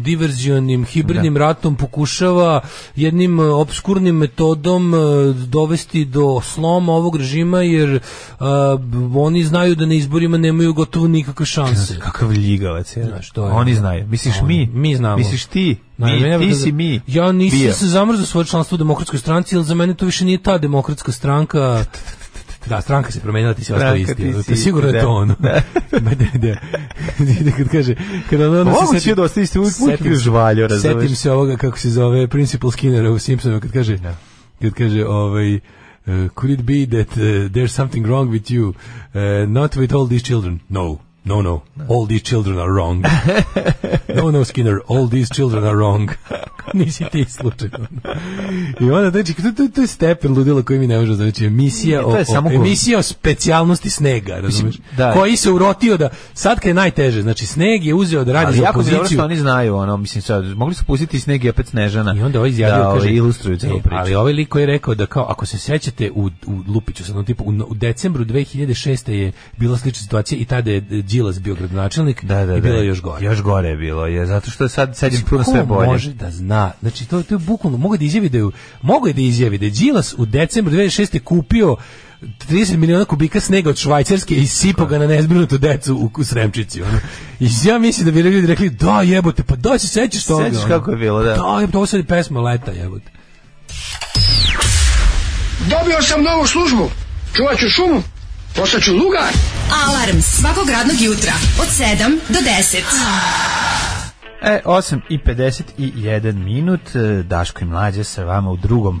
diverzionim hibridnim ratom pokušava jednim eh, obskurnim metodom eh, dovesti do sloma ovog režima jer eh, oni znaju da na izborima nemaju gotovo nikakve šanse.
Kakav ljigavac je.
Znaš, to je-
Oni znaju. Misliš
Oni-
mi?
mi znamo.
Misliš ti?
Ne,
Mi,
mene-
ti si mi.
Ja nisam
Bio.
se zamrzao svoje članstvo u demokratskoj stranci, ali za mene to više nije ta demokratska stranka. Da, stranka se promenila, ti si ostao
Stranka,
isti.
ti
Pa
si-
sigurno je
da.
to ono. Ma da, da. Ide kad kaže, kad ono, ono se
Moguće
seti-
da ostavi isti, uvijek- uvijek
setim-
bio žvaljo, razumeš? Da.
Setim se ovoga, kako se zove, Principal Skinnera u Simpsonu, kad kaže, kad kaže, ovaj, Uh, could it be that uh, there's something wrong with you? Uh, not with all these children. No. No, no,
Da.
all these children are wrong. No, no, Skinner, all these children are wrong. Nisi ti slučajno. I onda, znači, to, to, to je stepen ludila koji mi ne možemo znači, emisija,
Nije,
o,
E, to je
o-
samo ko-
emisija o specijalnosti snega, razumiješ?
da.
Koji se urotio da, sad kad je najteže, znači, sneg je uzeo da radi
Ali
za
jako mi je dobro
opoziciju.
što oni znaju, ono, mislim, sad, mogli su pustiti sneg i opet snežana. I
onda ovaj izjavio,
da,
kaže,
ovaj, ilustruju celu
E,
priču.
Ali ovaj lik koji je rekao da kao, ako se sjećate u, u Lupiću, sad, ono, tipu, u, u decembru 2006. je bila slična situacija i tada je e, Đilas bio gradonačelnik
da, da,
i
da.
bilo je još gore.
Još gore je bilo, je, zato što je sad, sad je
Mislim,
puno
ko
sve bolje.
može da zna? Znači, to, to je bukvalno, mogu da izjavi da je, mogu da izjavi da je Đilas u decembru 2006. kupio 30 miliona kubika snega od Švajcarske i sipao ga na nezbrinutu decu u, u Sremčici. Ono. I ja mislim da bi ljudi rekli, da jebote, pa da se sećaš toga.
Sećaš
ono.
kako je bilo, da.
Da, jebote, ovo sad je pesma leta, jebote.
Dobio sam novu službu. Čuvat ću šumu. Postaću lugar.
Alarm svakog radnog jutra od 7 do 10.
E, 8 i 51 minut, e, Daško i Mlađe sa vama u drugom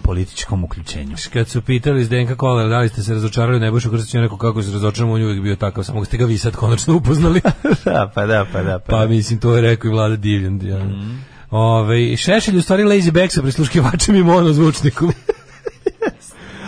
političkom uključenju.
Kad su pitali iz DNK Kolera da li ste se razočarali u Nebojšu Krstiću, on je rekao kako se razočaram, on je uvijek bio takav, samo ste ga vi sad konačno upoznali.
da, pa da, pa da, pa,
Pa mislim, to je rekao i vlada divljan. Ja.
Mhm.
Ove, šešelj u stvari lazy back sa prisluškivačem i monozvučnikom.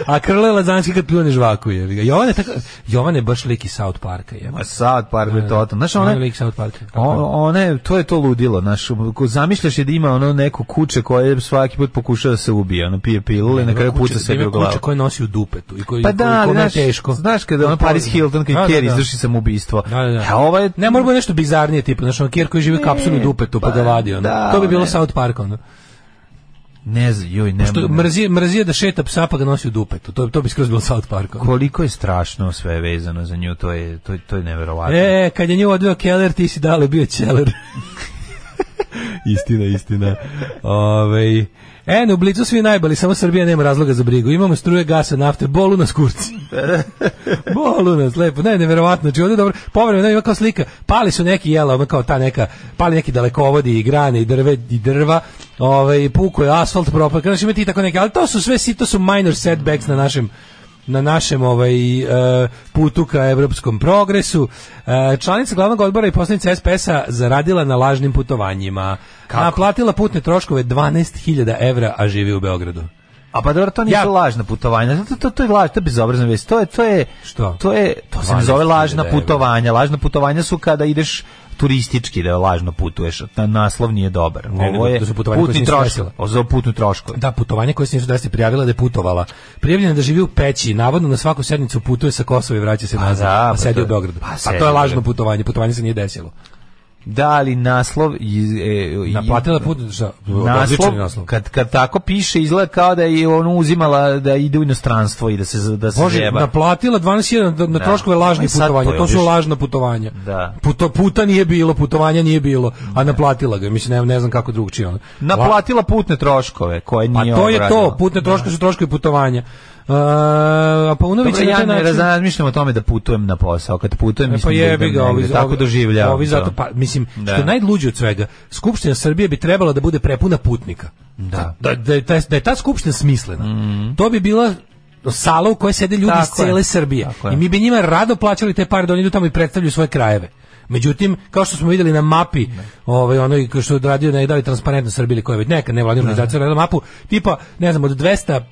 A krle lazanski kad pljune žvaku je. Jovan je, tako, Jovan je baš lik iz South Parka. Je.
Ma South Park je totalno. Znaš,
Jovan je
ona-
lik iz South Parka.
O, ona je, to je to ludilo, znaš, ko zamišljaš je da ima ono neko kuće koje svaki put pokušava da se ubije, ono pije pilule i na kraju puca sebi u glavu.
Kuće koje nosi u dupetu i koji,
Pa da, ali
koji,
znaš,
je teško.
znaš kada ono Paris Hilton kad Kerry izvrši samoubistvo.
Da, da, da.
A ovaj- ovo je...
Ne, mora bude nešto bizarnije, tipa, znaš, ono Kier koji živi u kapsulu u
Ne,
dupetu, pa
pa
ga vadi, ono.
da,
to bi bilo
ne.
South Park, ono.
Ne znam, joj, ne
Što
mogu.
mrzije, mrzije da šeta psa pa ga nosi u dupetu, to, to bi skroz bilo South Park, ono.
Koliko je strašno sve vezano za nju, to je, to, je- to je neverovatno.
E, kad je nju odveo Keller, ti si dale bio Keller. istina, istina. Ove, da. e, u Blicu svi najbali, samo Srbija nema razloga za brigu. Imamo struje, gasa, nafte, bolu nas kurci. bolu nas, lepo. Ne, neverovatno. Znači, ovdje je dobro. Povremeno ima kao slika. Pali su neki jela, ono kao ta neka, pali neki dalekovodi i grane i drve i drva. Ove, puko je asfalt, propad. Znači, ima ti tako neke, ali to su sve, si- to su minor setbacks na našem na našem ovaj e, putu ka evropskom progresu. E, Članica glavnog odbora i poslanica SPS-a zaradila na lažnim putovanjima. Naplatila putne troškove 12.000 evra, a živi u Beogradu.
A pa dobro, to nisu
Ja-
lažna putovanja. To, to, to je laž, to je bezobrazna vest. To je, to je,
Što?
to je, to se ne zove
12.000
lažna
evra.
putovanja. Lažna putovanja su kada ideš turistički da lažno putuješ. Ta naslov nije dobar.
Ne, ne,
Ovo je
to su putovanja koja se
putni
nisu
troškovi.
desila.
Ovo je putni troškovi.
Da, putovanje koje se nisu desili prijavila da je putovala. Prijavljena da živi u Peći, navodno na svaku sednicu putuje sa Kosova i vraća se nazad,
da,
a
pa
sedi
to-
u Beogradu.
pa
Pa,
sedi
to je
u
lažno
Beogradu.
putovanje, putovanje se nije desilo.
Da, ali naslov... Iz, e, i-
Naplatila putne šta?
Naslov,
Odličan je naslov.
Kad, kad tako piše, izgleda kao da je ono uzimala da ide u inostranstvo i da se, da se
Bože,
zajeba.
naplatila 12.000 na, na
Da.
troškove lažnih
Aj, sad
putovanja. To su
pojediš.
lažna putovanja.
Da.
Puto, puta nije bilo, putovanja nije bilo, a naplatila ga. je. Mislim, ne, ne znam kako drugčije. ono. La-
Naplatila putne troškove koje
Pa
nije Da.
to je
obradila.
to, putne troškovi su troškovi putovanja. Uh, a Paunović
Dobro,
je na
ja
taj
ne
način...
razmišljam o tome da putujem na posao. Kad
E,
putujem,
pa
mislim da
jebi
idem
ga,
negde.
ovi,
tako
ovi-
doživljavam.
Ovi zato,
to.
pa, mislim,
Da.
što je najluđe od svega, Skupština Srbije bi trebala da bude prepuna putnika.
Da.
Da, da, je ta- da je ta Skupština smislena. To bi bila sala u kojoj sede ljudi iz
Mhm. Tako je.
cele Srbije.
Tako je.
I mi bi njima rado plaćali te pare da oni idu tamo i predstavljaju svoje krajeve. Međutim, kao što smo vidjeli na mapi, ovaj ono i kao što je odradio ne da li transparentno Srbije ili koja je već neka nevladina organizacija radila mapu, tipa, ne znam, od 250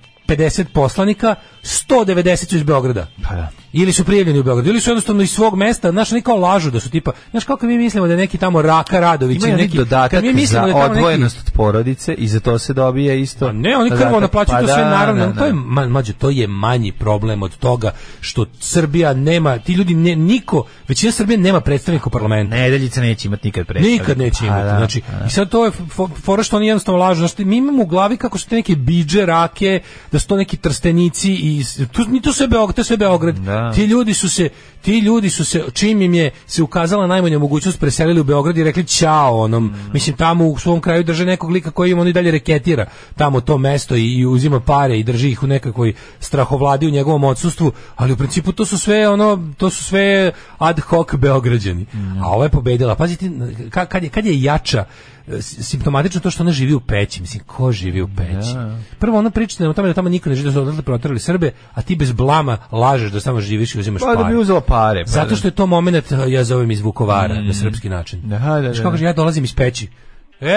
poslanika, 190 su iz Beograda
Pa da.
ili su prijavljeni u Beogradu ili su jednostavno iz svog mesta znaš oni kao lažu da su tipa znaš kako mi mislimo da je neki tamo Raka Radović
Ima
i
i
neki
neki dodatak
kad mi mislimo da je
za
tamo neki-
odvojenost od porodice i za to se dobije isto.
Pa ne, oni krvo
dodatak.
naplaćuju
Pa
to sve,
da,
naravno.
da, da.
To je, ma- mlađe, to je manji problem od toga što Srbija nema, ti ljudi, ne, niko, većina Srbije nema predstavnika u parlamentu.
Nedeljica neće imati nikad predstavnika.
Nikad neće
Pa
imati.
da,
znači,
pa da.
i sad to je fo- fora što oni jednostavno lažu. Znači, mi imamo u glavi kako su te neke biđe, rake, da su to neki trstenici i s- to, ni to sve Beograd, to je sve Beograd.
Da.
Ti ljudi su se ti ljudi su se čim im je se ukazala najmanja mogućnost preselili u Beograd i rekli ćao onom. Mislim tamo u svom kraju drže nekog lika koji im oni dalje reketira tamo to mesto i, i uzima pare i drži ih u nekakvoj strahovladi u njegovom odsustvu, ali u principu to su sve ono to su
Mhm.
sve ad hoc beograđani. A ova je pobedila. Pazite ka- kad je kad je jača e, simptomatično to što ona živi u peći, mislim, ko živi u peći?
Da.
Prvo ona priča o tome da tamo niko ne živi, da su odatle proterali Srbe, a ti bez blama lažeš da samo živiš i uzimaš
Pa da
pare.
bi uzela pare, pa
Zato
da.
što je to moment, ja zovem iz Vukovara, na srpski način.
Aha, da,
Znaš
da,
kako
da.
kaže, ja dolazim iz peći.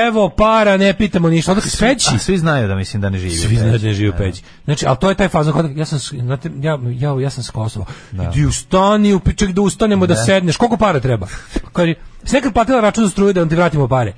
Evo para, ne pitamo ništa. Odakle iz peći?
A svi znaju da mislim da ne živi.
Svi znaju da ne živi u peći. Znači, ali to je taj fazon kod- ja sam, s- znate, ja, ja, ja sam s Kosova. Idi ustani, u- ček da ustanemo, da,
Da.
sedneš. Koliko para treba? Kaže, si nekad platila račun za struju da vam ti vratimo pare?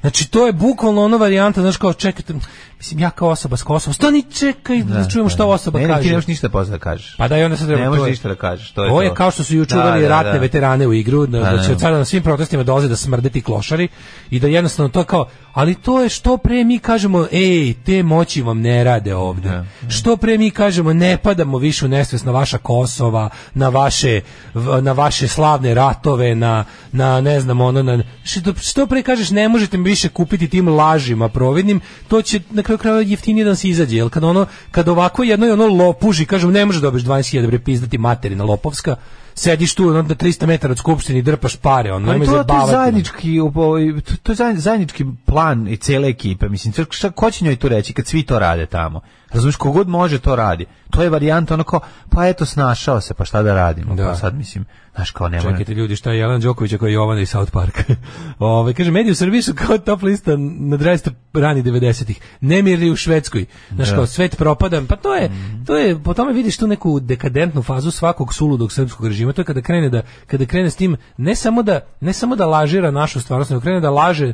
Znači, to je bukvalno ona varijanta, znaš, kao čekajte, mislim, ja kao osoba s Kosova, stani, čekaj, da, čujemo šta ova osoba
ne, Ne, ti
kaže.
nemaš ništa posle da kažeš.
Pa da, i onda sad treba
Ne
to
možeš
je-
ništa da kažeš. To je,
Ovo je
to.
kao što su juče
Da,
uveli
da,
ratne
da.
veterane u igru, da,
Da,
da
da.
će od sada na svim protestima dolaze da smrde ti klošari i da jednostavno to je kao, ali to je što pre mi kažemo, ej, te moći vam ne rade ovde. Što pre mi kažemo, ne padamo više u nesvest na vaša Kosova, na vaše, v- na vaše slavne ratove, na, na ne znam, ono, na, što, što pre kažeš, ne možete mi više kupiti tim lažima providnim, to će na kraju krajeva jeftinije da nam se izađe, jer kad ono, kad ovako jednoj ono lopuži, kažem, ne možeš dobiješ 20.000 bre pizdati materina lopovska, sediš tu onda 300 metara od skupštine i drpaš pare, on
Ali
nemoj
to, to je
zabavati.
zajednički, ovo, i to, to je zajedni- zajednički plan i cele ekipe. Mislim, to- šta, ko će njoj tu reći kad svi to rade tamo? Razumiješ, kogod može to radi. To je varijanta ono kao, pa eto, snašao se, pa šta da radimo?
Da.
Pa sad, mislim, znaš, kao nema.
Čekajte ljudi, šta je Jelan Đoković ako je Jovana iz South Park? Ove, kaže, mediji u Srbiji su kao top lista na 20 rani 90-ih. Nemirli u Švedskoj. Znaš,
Da. Mhm.
kao svet propada. Pa to je, to je, po tome vidiš tu neku dekadentnu fazu svakog suludog srpskog režima. To je kada krene, da, kada krene s tim, ne samo da, ne samo da lažira našu stvarnost, nego krene da laže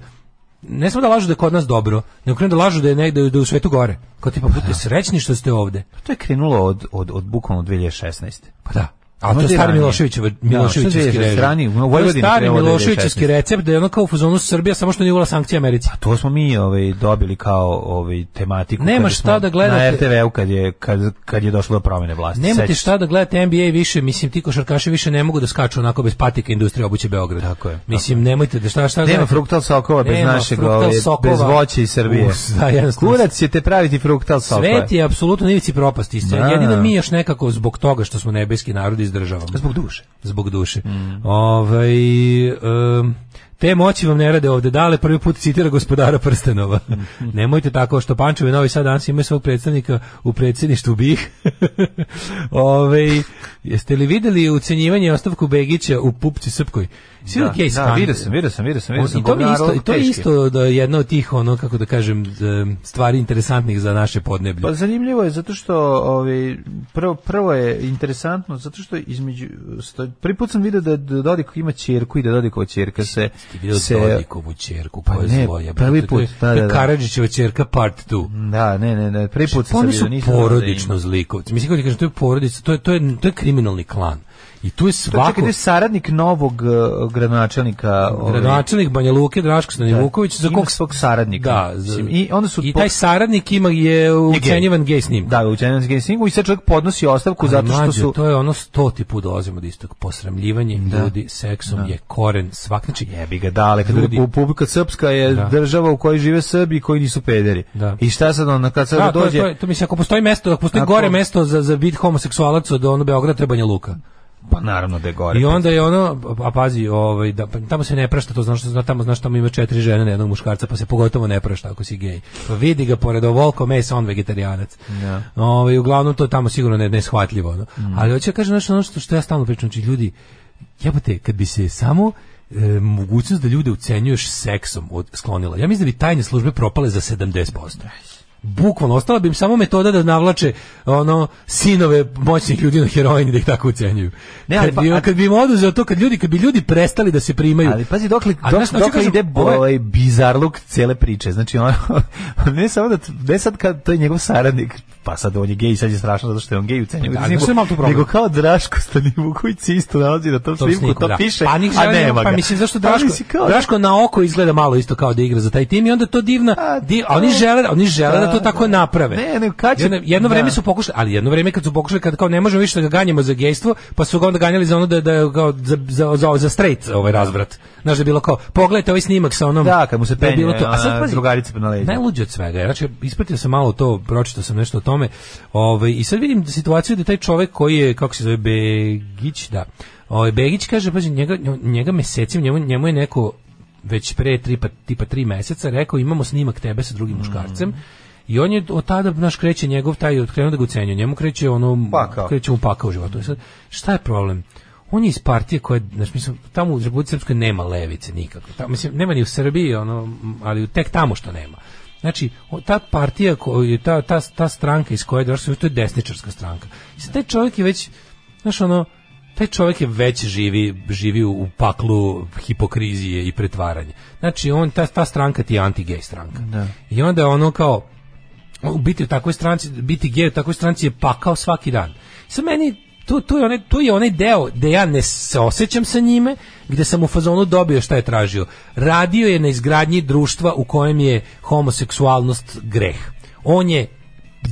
ne samo da lažu da je kod nas dobro, nego krenu da lažu da je negde da je u svetu gore. Kao
Pa
tipa,
da.
budete srećni što ste ovde.
To je krenulo od, od, od bukvalno 2016.
Pa da. A to je stari
Da,
Milošević, Miloševićevski režim. To je stari Miloševićevski recept da je ono kao u fazonu Srbija, samo što nije uvela sankcije Americi.
to smo mi ovaj dobili kao ovaj tematiku
Nema
kada
šta
smo
da gledate.
na RTV-u kad je kad, kad je došlo do promene vlasti.
Nemate
Pa, Sećaš se?
šta da gledate NBA više, mislim ti košarkaši više ne mogu da skaču onako bez patike industrije obuće Beograd. Tako je. Mislim nemojte da šta šta
Nema
gledate.
fruktal sokova bez
Nema
našeg
fruktal
ove,
sokova.
bez voća iz Srbije.
Us, da, jednostavno.
Kurac ćete praviti fruktal sokova.
Svet je apsolutno na ivici propasti. isto.
Da.
Jedino mi još nekako zbog toga što smo nebeski narod izdržavamo.
Zbog duše.
Zbog duše. Ovaj, em, te moći vam ne rade ovde. Dale prvi put citira gospodara Prstenova. Nemojte tako što Pančevi Novi Sad danas imaju svog predstavnika u predsjedništvu BiH. Ovaj, jeste li videli ucenjivanje i ostavku Begića u Pupci Srpkoj? Svi
Da,
ok,
da,
skan-
vidio sam, vidio sam, vidio sam, vidio sam.
I to, mi je isto,
Govnarov,
i to je
teški.
isto da je jedna od tih, ono, kako da kažem, em, stvari interesantnih za naše podneblje.
Pa zanimljivo je zato što ovaj prvo prvo je interesantno zato što između sto- prvi put sam video da, da Dodik ima ćerku i da Dodikova ćerka se
video
se
Dodikovu ćerku koja
Pa
je
ne,
zlo jebote.
prvi
To je-
put,
to
da,
je
da, da.
Karadžićeva ćerka part 2.
Da, ne, ne, ne, prvi put
Pa
sam
oni
vidio,
su
nisam znao da ima.
porodično zlikovci. Mislim kako ti kažem, to je porodica, to je to je to je kriminalni klan. I tu je
To
svako
čekaj, to je saradnik novog eh, gradonačelnika, ovaj,
gradonačelnik Banja Luke Draško Stanivuković za
Da. ima
kog
svog saradnika.
Da, za-
Mislim, i onda su
i
po-
taj saradnik ima je ucenjivan gej snim.
Da, u Challenge Game Singu i sad čovjek podnosi ostavku zato što su Da.
to je ono stoti put dolazimo do istog posramljivanje ljudi seksom je koren svak znači
jebi ga dale kad
Ljudi-
Republika Srpska je
Da.
država u kojoj žive Srbi i koji nisu pederi.
Da.
I šta sad onda kad sad
Da, to, je-
dođe
to, je- to mislim, ako postoji mesto, ako postoji
Ako-
gore mesto za, za bit homoseksualac od ono Beograda, to je Banja Luka.
pa naravno da je gore.
I onda je ono, a pazi, ovaj, da, pa tamo se ne prašta, to znaš, zna, tamo znaš, tamo ima četiri žene na jednog muškarca, pa se pogotovo ne prašta ako si gej. Pa vidi ga pored ovoliko mesa, on vegetarijanac.
Da. Mm.
Ovaj, uglavnom to je tamo sigurno ne, neshvatljivo. Ono. Ali hoće da kažem znaš, ono što, što ja stalno pričam, znači ljudi, jebote, kad bi se samo e, mogućnost da ljude ucenjuješ seksom od, sklonila, ja mislim da bi tajne službe propale za 70%. Bukvalno, ostala bi im samo metoda da navlače ono sinove moćnih ljudi na heroini da ih tako ucenjuju.
Ne, ali
kad,
pa-
bi,
a-
kad bi im oduzeo to, kad ljudi, kad bi ljudi prestali da se primaju.
Ali pazi dokle
A
dok,
znaš, hoću
dokle
kažem,
ide
ovo je-
ovaj bizarluk cele priče. Znači on ne samo da ne sad kad to je njegov saradnik pa sad on je gej, sad je strašno zato što je on gej u cenju.
Da, znaš što je malo tu problem?
nego kao Draško Stanivuković se isto nalazi na tom
Tom
snimku,
snimku,
to
da.
piše,
pa, njih
a
žena-
nema ga.
Pa mislim, zašto
Pa
Draško,
mislim, kao-
Draško na oko izgleda malo isto kao da igra za taj tim i onda to divna, di, a oni žele, oni žele da, to tako naprave.
Ne, ne, kad će-
jedno, jedno
da.
vreme su pokušali, ali jedno vreme kad su pokušali, kad kao ne možemo više da ga ganjamo za gejstvo, pa su ga onda ganjali za ono da, da je kao za, za, za, za straight ovaj razvrat. Znaš da je bilo kao, pogledajte ovaj snimak sa onom...
Da, kad mu se
da je
penje,
bilo to. A sad
ona
pazi,
drugarica na leđa.
Najluđe od svega. je, Znači, ispratio sam malo to, pročitao sam nešto o tome. Ovaj, I sad vidim situaciju da taj čovek koji je, kako se zove, Begić, da. Ovaj, Begić kaže, pazi, njega, njega mesecima, njemu, njemu je neko već pre tri, pa, tipa tri meseca rekao imamo snimak tebe sa drugim
Mm.
muškarcem i on je od tada naš kreće njegov taj krenuo da ga ucenjuje njemu kreće ono
Pakao.
kreće mu pakao u životu I sad, šta je problem on je iz partije koja, znaš, mislim, tamo u Republici Srpskoj nema levice nikako. Tamo, mislim, nema ni u Srbiji, ono, ali tek tamo što nema. Znači, o- ta partija, koju- ta, ta, ta stranka iz koje je došao, to je desničarska stranka. I sad, taj čovjek je već, znaš, ono, taj čovjek je već živi, živi u paklu hipokrizije i pretvaranja. Znači, on, ta, ta stranka ti je anti-gay stranka.
Da.
I onda ono kao, u biti u takvoj stranci, biti gej u takvoj stranci je pakao svaki dan. Sa meni to, to, je onaj, to je onaj deo gde ja ne se osjećam sa njime, gde sam u fazonu dobio šta je tražio. Radio je na izgradnji društva u kojem je homoseksualnost greh. On je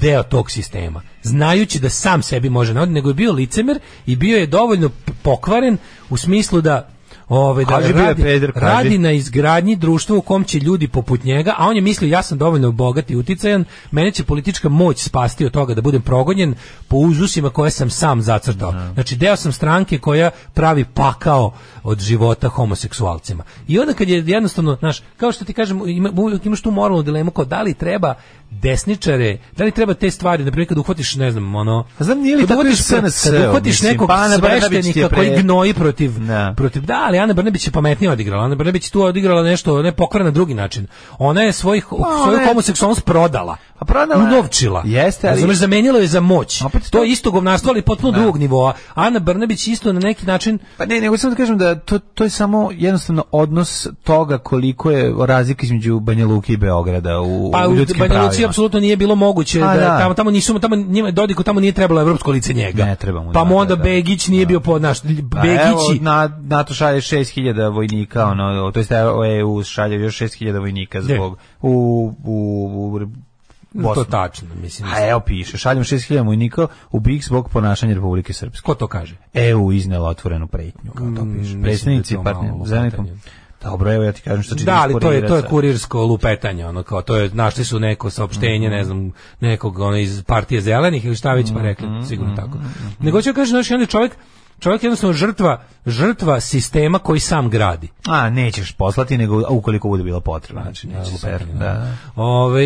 deo tog sistema. Znajući da sam sebi može navoditi, nego je bio licemer i bio je dovoljno p- pokvaren u smislu da Ove, da
Kaži, bio je
radi,
peder, kaži.
radi na izgradnji društva u kom će ljudi poput njega, a on je mislio ja sam dovoljno bogat i uticajan, mene će politička moć spasti od toga da budem progonjen po uzusima koje sam sam zacrtao. Znači, deo sam stranke koja pravi pakao od života homoseksualcima. I onda kad je jednostavno, znaš, kao što ti kažem, ima, uvijek imaš tu moralnu dilemu kao da li treba desničare, da li treba te stvari, na primjer kad uhvatiš, ne Pa znam, ono...
Znam, nije li
kad
tako i
uhvatiš-
SNS-u,
Kad uhvatiš
mislim,
nekog
pa Ana Brnabić ti je
sveštenika koji
pre-
gnoji protiv, protiv da, ali Ana Brnabić je pametnije odigrala. Ana Brnabić je tu odigrala nešto, ne pokvara na drugi način. Ona je svojih, svoju
Pa, ona je- Pa,
homoseksualnost prodala. A prodala unovčila.
Jeste, ali- Da.
Razumeš, da- zamenila je za moć. to je isto govnarstvo, ali potpuno drugog nivoa. Ana Brnabić isto na neki način
Pa ne, nego samo da kažem da to, to je samo jednostavno odnos toga koliko je razlika između Banja Luke i Beograda u,
pa
u
u
ljudskim
Banja Luci
pravima.
apsolutno nije bilo moguće
A,
da,
da.
tamo tamo nisu tamo njima Dodiku tamo nije trebalo evropsko lice njega.
Ne treba mu,
Pa mu
da,
onda
da, da.
Begić nije bio pod naš
Pa evo,
Begići.
na, NATO šalje 6000 vojnika, ono, to jest EU šalje još 6000 vojnika
Gde?
zbog u, u, u, Bosnu.
To tačno, mislim.
A evo piše, šaljemo 6000 vojnika u BiH zbog ponašanja Republike Srpske.
Ko to kaže?
EU E iznela otvorenu pretnju, kao to piše.
mislim da je
Predstavnici
to
partner,
malo
zajednikom.
lupetanje.
Dobro, evo ja ti kažem što čitam
da,
iz
ali to je to je
kuriraca.
kurirsko lupetanje, ono kao to je našli su neko saopštenje, ne znam, nekog ono iz partije zelenih ili šta već pa rekli, sigurno tako. Nego ću kažem, znači on je čovjek čovjek je jednostavno žrtva žrtva sistema koji sam gradi.
A, nećeš poslati, nego ukoliko bude bilo potrebno. Znači, neće super, da, da.
Ove,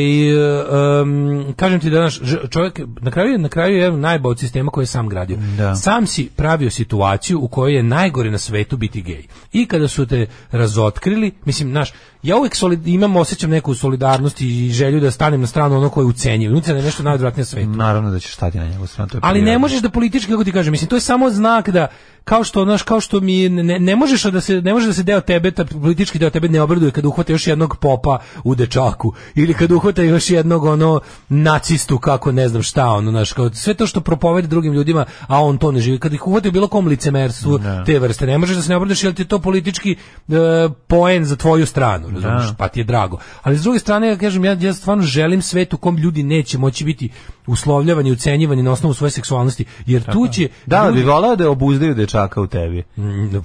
kažem ti da naš ž- čovjek na kraju je na kraju je jedan najbolji od sistema koji je sam gradio.
Da.
Sam si pravio situaciju u kojoj je najgore na svetu biti gej. I kada su te razotkrili, mislim, znaš, ja uvek solid, imam osjećam neku solidarnost i želju da stanem na stranu ono koje ucenjuje. Ucenjuje je nešto najodvratnije na svetu.
Naravno da ćeš stati na njegovu stranu, to je
Ali ne
prirodno.
možeš da politički kako ti kažem, mislim to je samo znak da kao što znaš, kao što mi je- ne, ne možeš da se ne može da se deo tebe, ta politički deo tebe ne obraduje kada uhvate još jednog popa u dečaku ili kada uhvate još jednog ono nacistu kako ne znam šta, ono znaš, kao sve to što propoveda drugim ljudima, a on to ne živi. Kad ih uhvate u bilo kom licemerstvu te vrste, ne možeš da se ne obraduješ jer ti je to politički e, poen za tvoju stranu, razumeš?
Da.
pa ti je drago. Ali s druge strane, ja kažem, ja, ja stvarno želim svet u kom ljudi neće moći biti uslovljavani, ucenjivani na osnovu svoje seksualnosti, jer tu će...
Da, ali
ljudi-
bi volao da obuzdaju dečaka u tebi.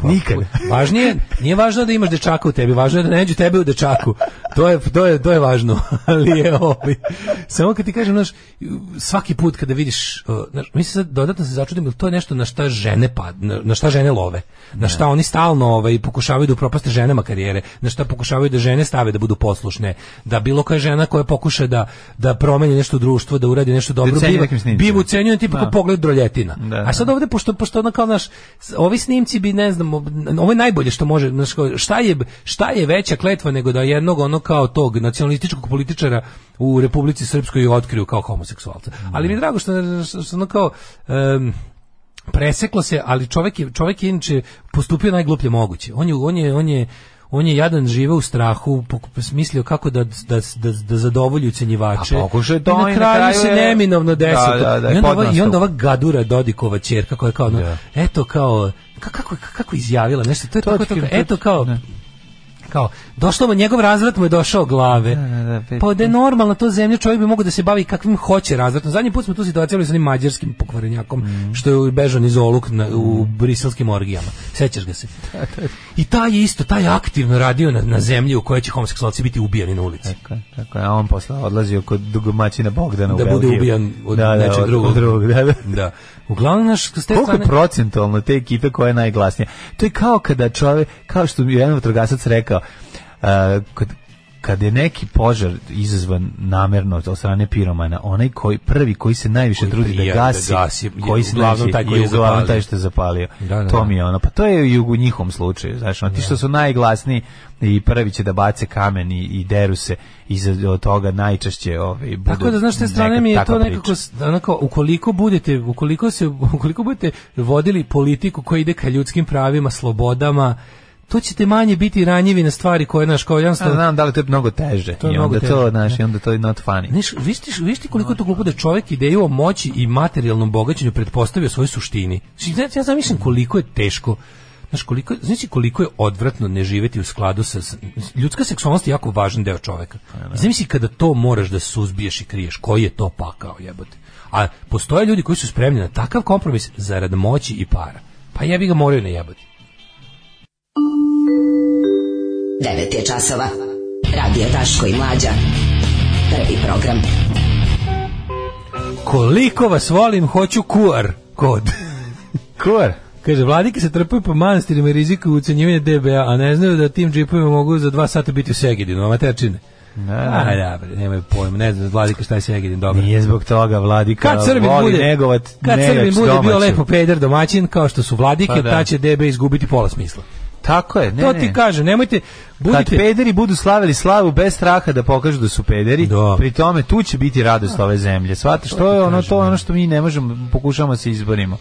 pa-
Nikad.
Važnije, nije važno da imaš dečaka u tebi, važno je da ne nađu tebe u dečaku. To je, to je, to je važno. Ali je ovaj. Samo kad ti kažem, znaš, svaki put kada vidiš, uh, znaš, mi se sad dodatno se začudim, jer to je nešto na šta žene pad, na, na šta žene love. Na šta oni stalno ovaj, pokušavaju da upropaste ženama karijere, na šta pokušavaju da žene stave da budu poslušne, da bilo koja žena koja pokuša da, da promeni nešto u društvu, da uradi nešto dobro,
cenjuje
biva,
nekim snimcima.
biva ucenjena tipa
Da.
kao pogled droljetina.
Da.
A sad ovde pošto pošto ono kao naš ovi snimci bi ne znam ovo je najbolje što može znaš, kao, šta je šta je veća kletva nego da jednog ono kao tog nacionalističkog političara u Republici Srpskoj otkriju kao homoseksualca.
Da.
Ali mi je drago što, što, što ono kao em, preseklo se, ali čovjek je čovjek je inače postupio najgluplje moguće. On je on je on je on je jadan žive u strahu, pok- mislio kako da, da, da, da zadovolji ucenjivače.
A pokušao je to
I na kraju, se
je-
neminovno desilo.
Da, da, da, je
I onda ovaj ova- I
podnastao.
onda ova gadura Dodikova čerka koja je kao, ono, eto kao, ka- kako, kako je izjavila nešto, to je tako, tako, eto kao, kao, došlo mu, njegov razvrat mu je došao glave. Pa da je normalno to zemlja, čovjek bi mogao da se bavi kakvim hoće razvratom. Zadnji put smo tu situaciju imali sa onim mađarskim pokvarenjakom, što je bežan iz Oluk na- u briselskim orgijama. Sećaš ga se? I taj je isto, taj je aktivno radio na, na zemlji u kojoj će homoseksualci biti ubijani na ulici.
Tako, je, tako, je. a on posle odlazio kod domaćina Bogdana u
Da bude
Belgiju.
ubijan od
da,
nečeg
da, od-
drugog.
Od drugog da, da.
Da. Uglavnom, naš, s te
Koliko je
strane-
procentualno te ekipe koja je najglasnija? To je kao kada čovjek, kao što je jedan vatrogasac rekao, e, kad, kad je neki požar izazvan namerno od strane piromana, onaj koji prvi koji se najviše
Koji
trudi
prija
da
da
gasi,
gasi, je
koji se
uglavnom
najviše-
taj koji
je
je
uglavnom
zapalio.
taj što je zapalio.
Da, da,
to
da.
mi je ono, pa to je i u njihovom slučaju, znaš, ono, ti što su najglasniji i prvi će da bace kamen i, i deru se iza od toga najčešće ovaj budu
Tako da znaš s te strane
neka
mi je
takva
to
priča.
nekako s- onako ukoliko budete ukoliko se ukoliko budete vodili politiku koja ide ka ljudskim pravima, slobodama, to ćete manje biti ranjivi na stvari koje naš kao
Ja
jednostavno
znam da li to je mnogo teže.
To je
I
mnogo
onda to,
teže,
znaš,
da.
i onda to je not funny.
Znaš, viš ti, viš ti koliko je to glupo da čovjek ideju o moći i materijalnom bogaćenju pretpostavio svojoj suštini. Znači, znači, ja zamišljam koliko je teško Znaš, koliko, je- znači koliko je odvratno ne živjeti u skladu sa... sa- Ljudska seksualnost je jako važan deo čoveka. Zamisli kada to moraš da suzbiješ i kriješ, koji je to pakao, jebote. A postoje ljudi koji su spremni na takav kompromis zarad moći i para. Pa jebi ga moraju ne jebati.
9 je časova. Radio Daško i Mlađa. Prvi program.
Koliko vas volim, hoću kuar kod.
kuar?
Kaže, vladike se trpaju po manastirima i rizikuju ucenjivanje DBA, a ne znaju da tim džipovima mogu za dva sata biti u Segedinu, amaterčine. A, da, bre, nemaju pojma, ne znam, vladike šta je Segedin, dobro.
Nije zbog toga vladika
Kad Srbin
voli
bude,
negovat
kad
nejač
Srbin bude bio
domaću.
lepo peder domaćin, kao što su vladike,
Pa da.
ta će DB izgubiti pola smisla.
Tako je, ne,
to
ne.
ti kažem, nemojte,
Kad
budite...
pederi budu slavili slavu bez straha da pokažu da su pederi, pri tome tu će biti radost ove zemlje. Svataš, to je ono, to je
da.
ono što mi ne možemo, pokušamo da se izborimo.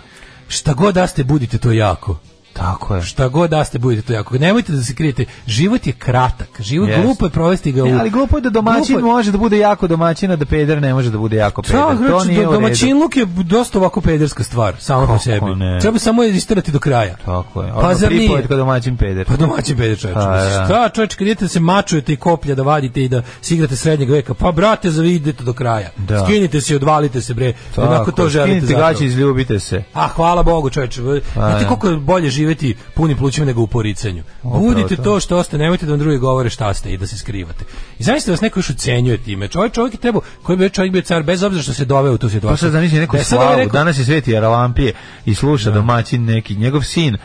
Šta god da ste, budite to jako.
Tako je.
Šta god da ste, budite to jako. Nemojte da se krijete. Život je kratak. Život
Jeste.
glupo je provesti ga u...
Ne, ali glupo je da domaćin
Glupo je-
može da bude jako domaćin, a da peder ne može da bude jako peder.
Čao,
to
znači,
nije
do-
u redu.
domaćinluk je dosta ovako pederska stvar, samo po
Kako
sebi.
ne?
Treba samo je istirati do kraja.
Tako je.
Pa zar nije?
Pripojetka domaćin peder.
Pa domaćin peder čovječe.
Pa, da.
Šta čovječ, kad idete da se mačujete i koplja da vadite i da se igrate srednjeg veka, pa brate, zavidite do kraja.
Da.
Skinite se i odvalite se, bre.
Tako,
Onako to želite
skinite
zapravo.
gaće, izljubite se.
A Pa, hvala Bogu, čoveče. Znate
da.
koliko je bolje živeti punim plućima nego u poricanju.
Upravo
Budite
to.
to što ste, nemojte da vam drugi govore šta ste i da se skrivate. I zamislite da vas neko još ucenjuje time. Čovjek, čovjek je trebao, koji bi čovjek bio car bez obzira što se doveo u tu situaciju.
Pa sad zamisli neku
Da je Da. sad ovaj
slavu,
rekao-
danas je Sveti Jaralampije i sluša domaćin neki, njegov sin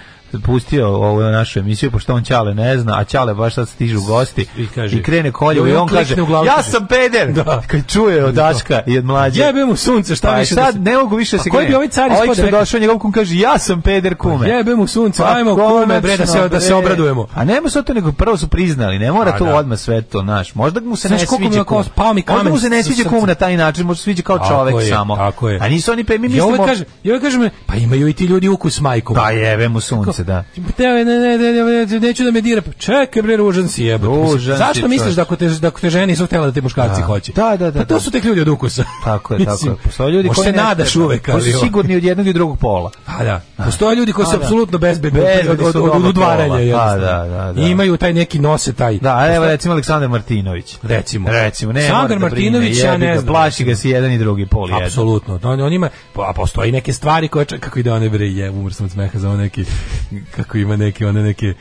pustio ovu našu emisiju, pošto on Ćale ne zna, a Ćale baš sad stižu gosti i,
kaže-
krene koljevo i
I on
on kaže,
klikne u glavu,
ja
kaže-
sam peder,
Da.
kad čuje od Daška i od mlađe.
Jebe mu sunce, šta
Pa
više da
sad
se-
ne mogu više da
A
se
koji bi ovaj car ispod
što je
rekao?
došao njegov kum kaže, ja sam peder kume. Pa
Jebe mu sunce, ajmo kume, bre, da se- da se
konačno, bre.
obradujemo.
A nema sad to, nego prvo su priznali, ne mora
A,
to
da.
odmah sve to, znaš. Možda mu se ne
Znaš koliko mi
sviđa
je kao
kum.
spao mi
Možda
kamen
mu se ne
sa
sviđa kum
srca.
na taj način, možda se sviđa kao
Tako
čovek
je,
samo.
tako je.
A nisu oni pe mi
I
mislimo.
ovaj kaže, i ovaj kaže mi, pa imaju i ti ljudi ukus majkom.
Pa jebe mu sunce, da.
Te, ne, ne, ne, ne, ne, neću da me dira. Pa Čekaj bre, ružan si jebote. Mislim,
Ružan si,
Zašto misliš
čovječe.
da ako te da ako te žene nisu htjela da te muškarci
Da.
hoće?
Da, da, da,
Pa to
da.
su tek ljudi od ukusa.
Tako je, tako
Mislim,
je. Postoje ljudi
možda
koji
se
ne
nadaš
treba.
uvek,
Koji
ali
su
ovo-
sigurni od jednog i drugog pola.
A da. Postoje ljudi koji su
A da.
apsolutno bezbedni od-
Bezbedni
od, od,
su
od,
od oba
udvaranja.
pola. A
jednostavno.
da, da, da.
I imaju taj neki nose taj.
Da, a evo recimo Aleksandar Martinović.
Recimo.
Recimo, ne,
Sandar
mora da brine,
Martinović, ja
jebi
ne
ga,
znam.
Plaši ga se jedan i drugi pol. jedan.
Apsolutno. On, on ima, pa a postoji neke stvari koje čak, kako ide one bre, je, umr sam od smeha za one neki, kako ima neki, one neke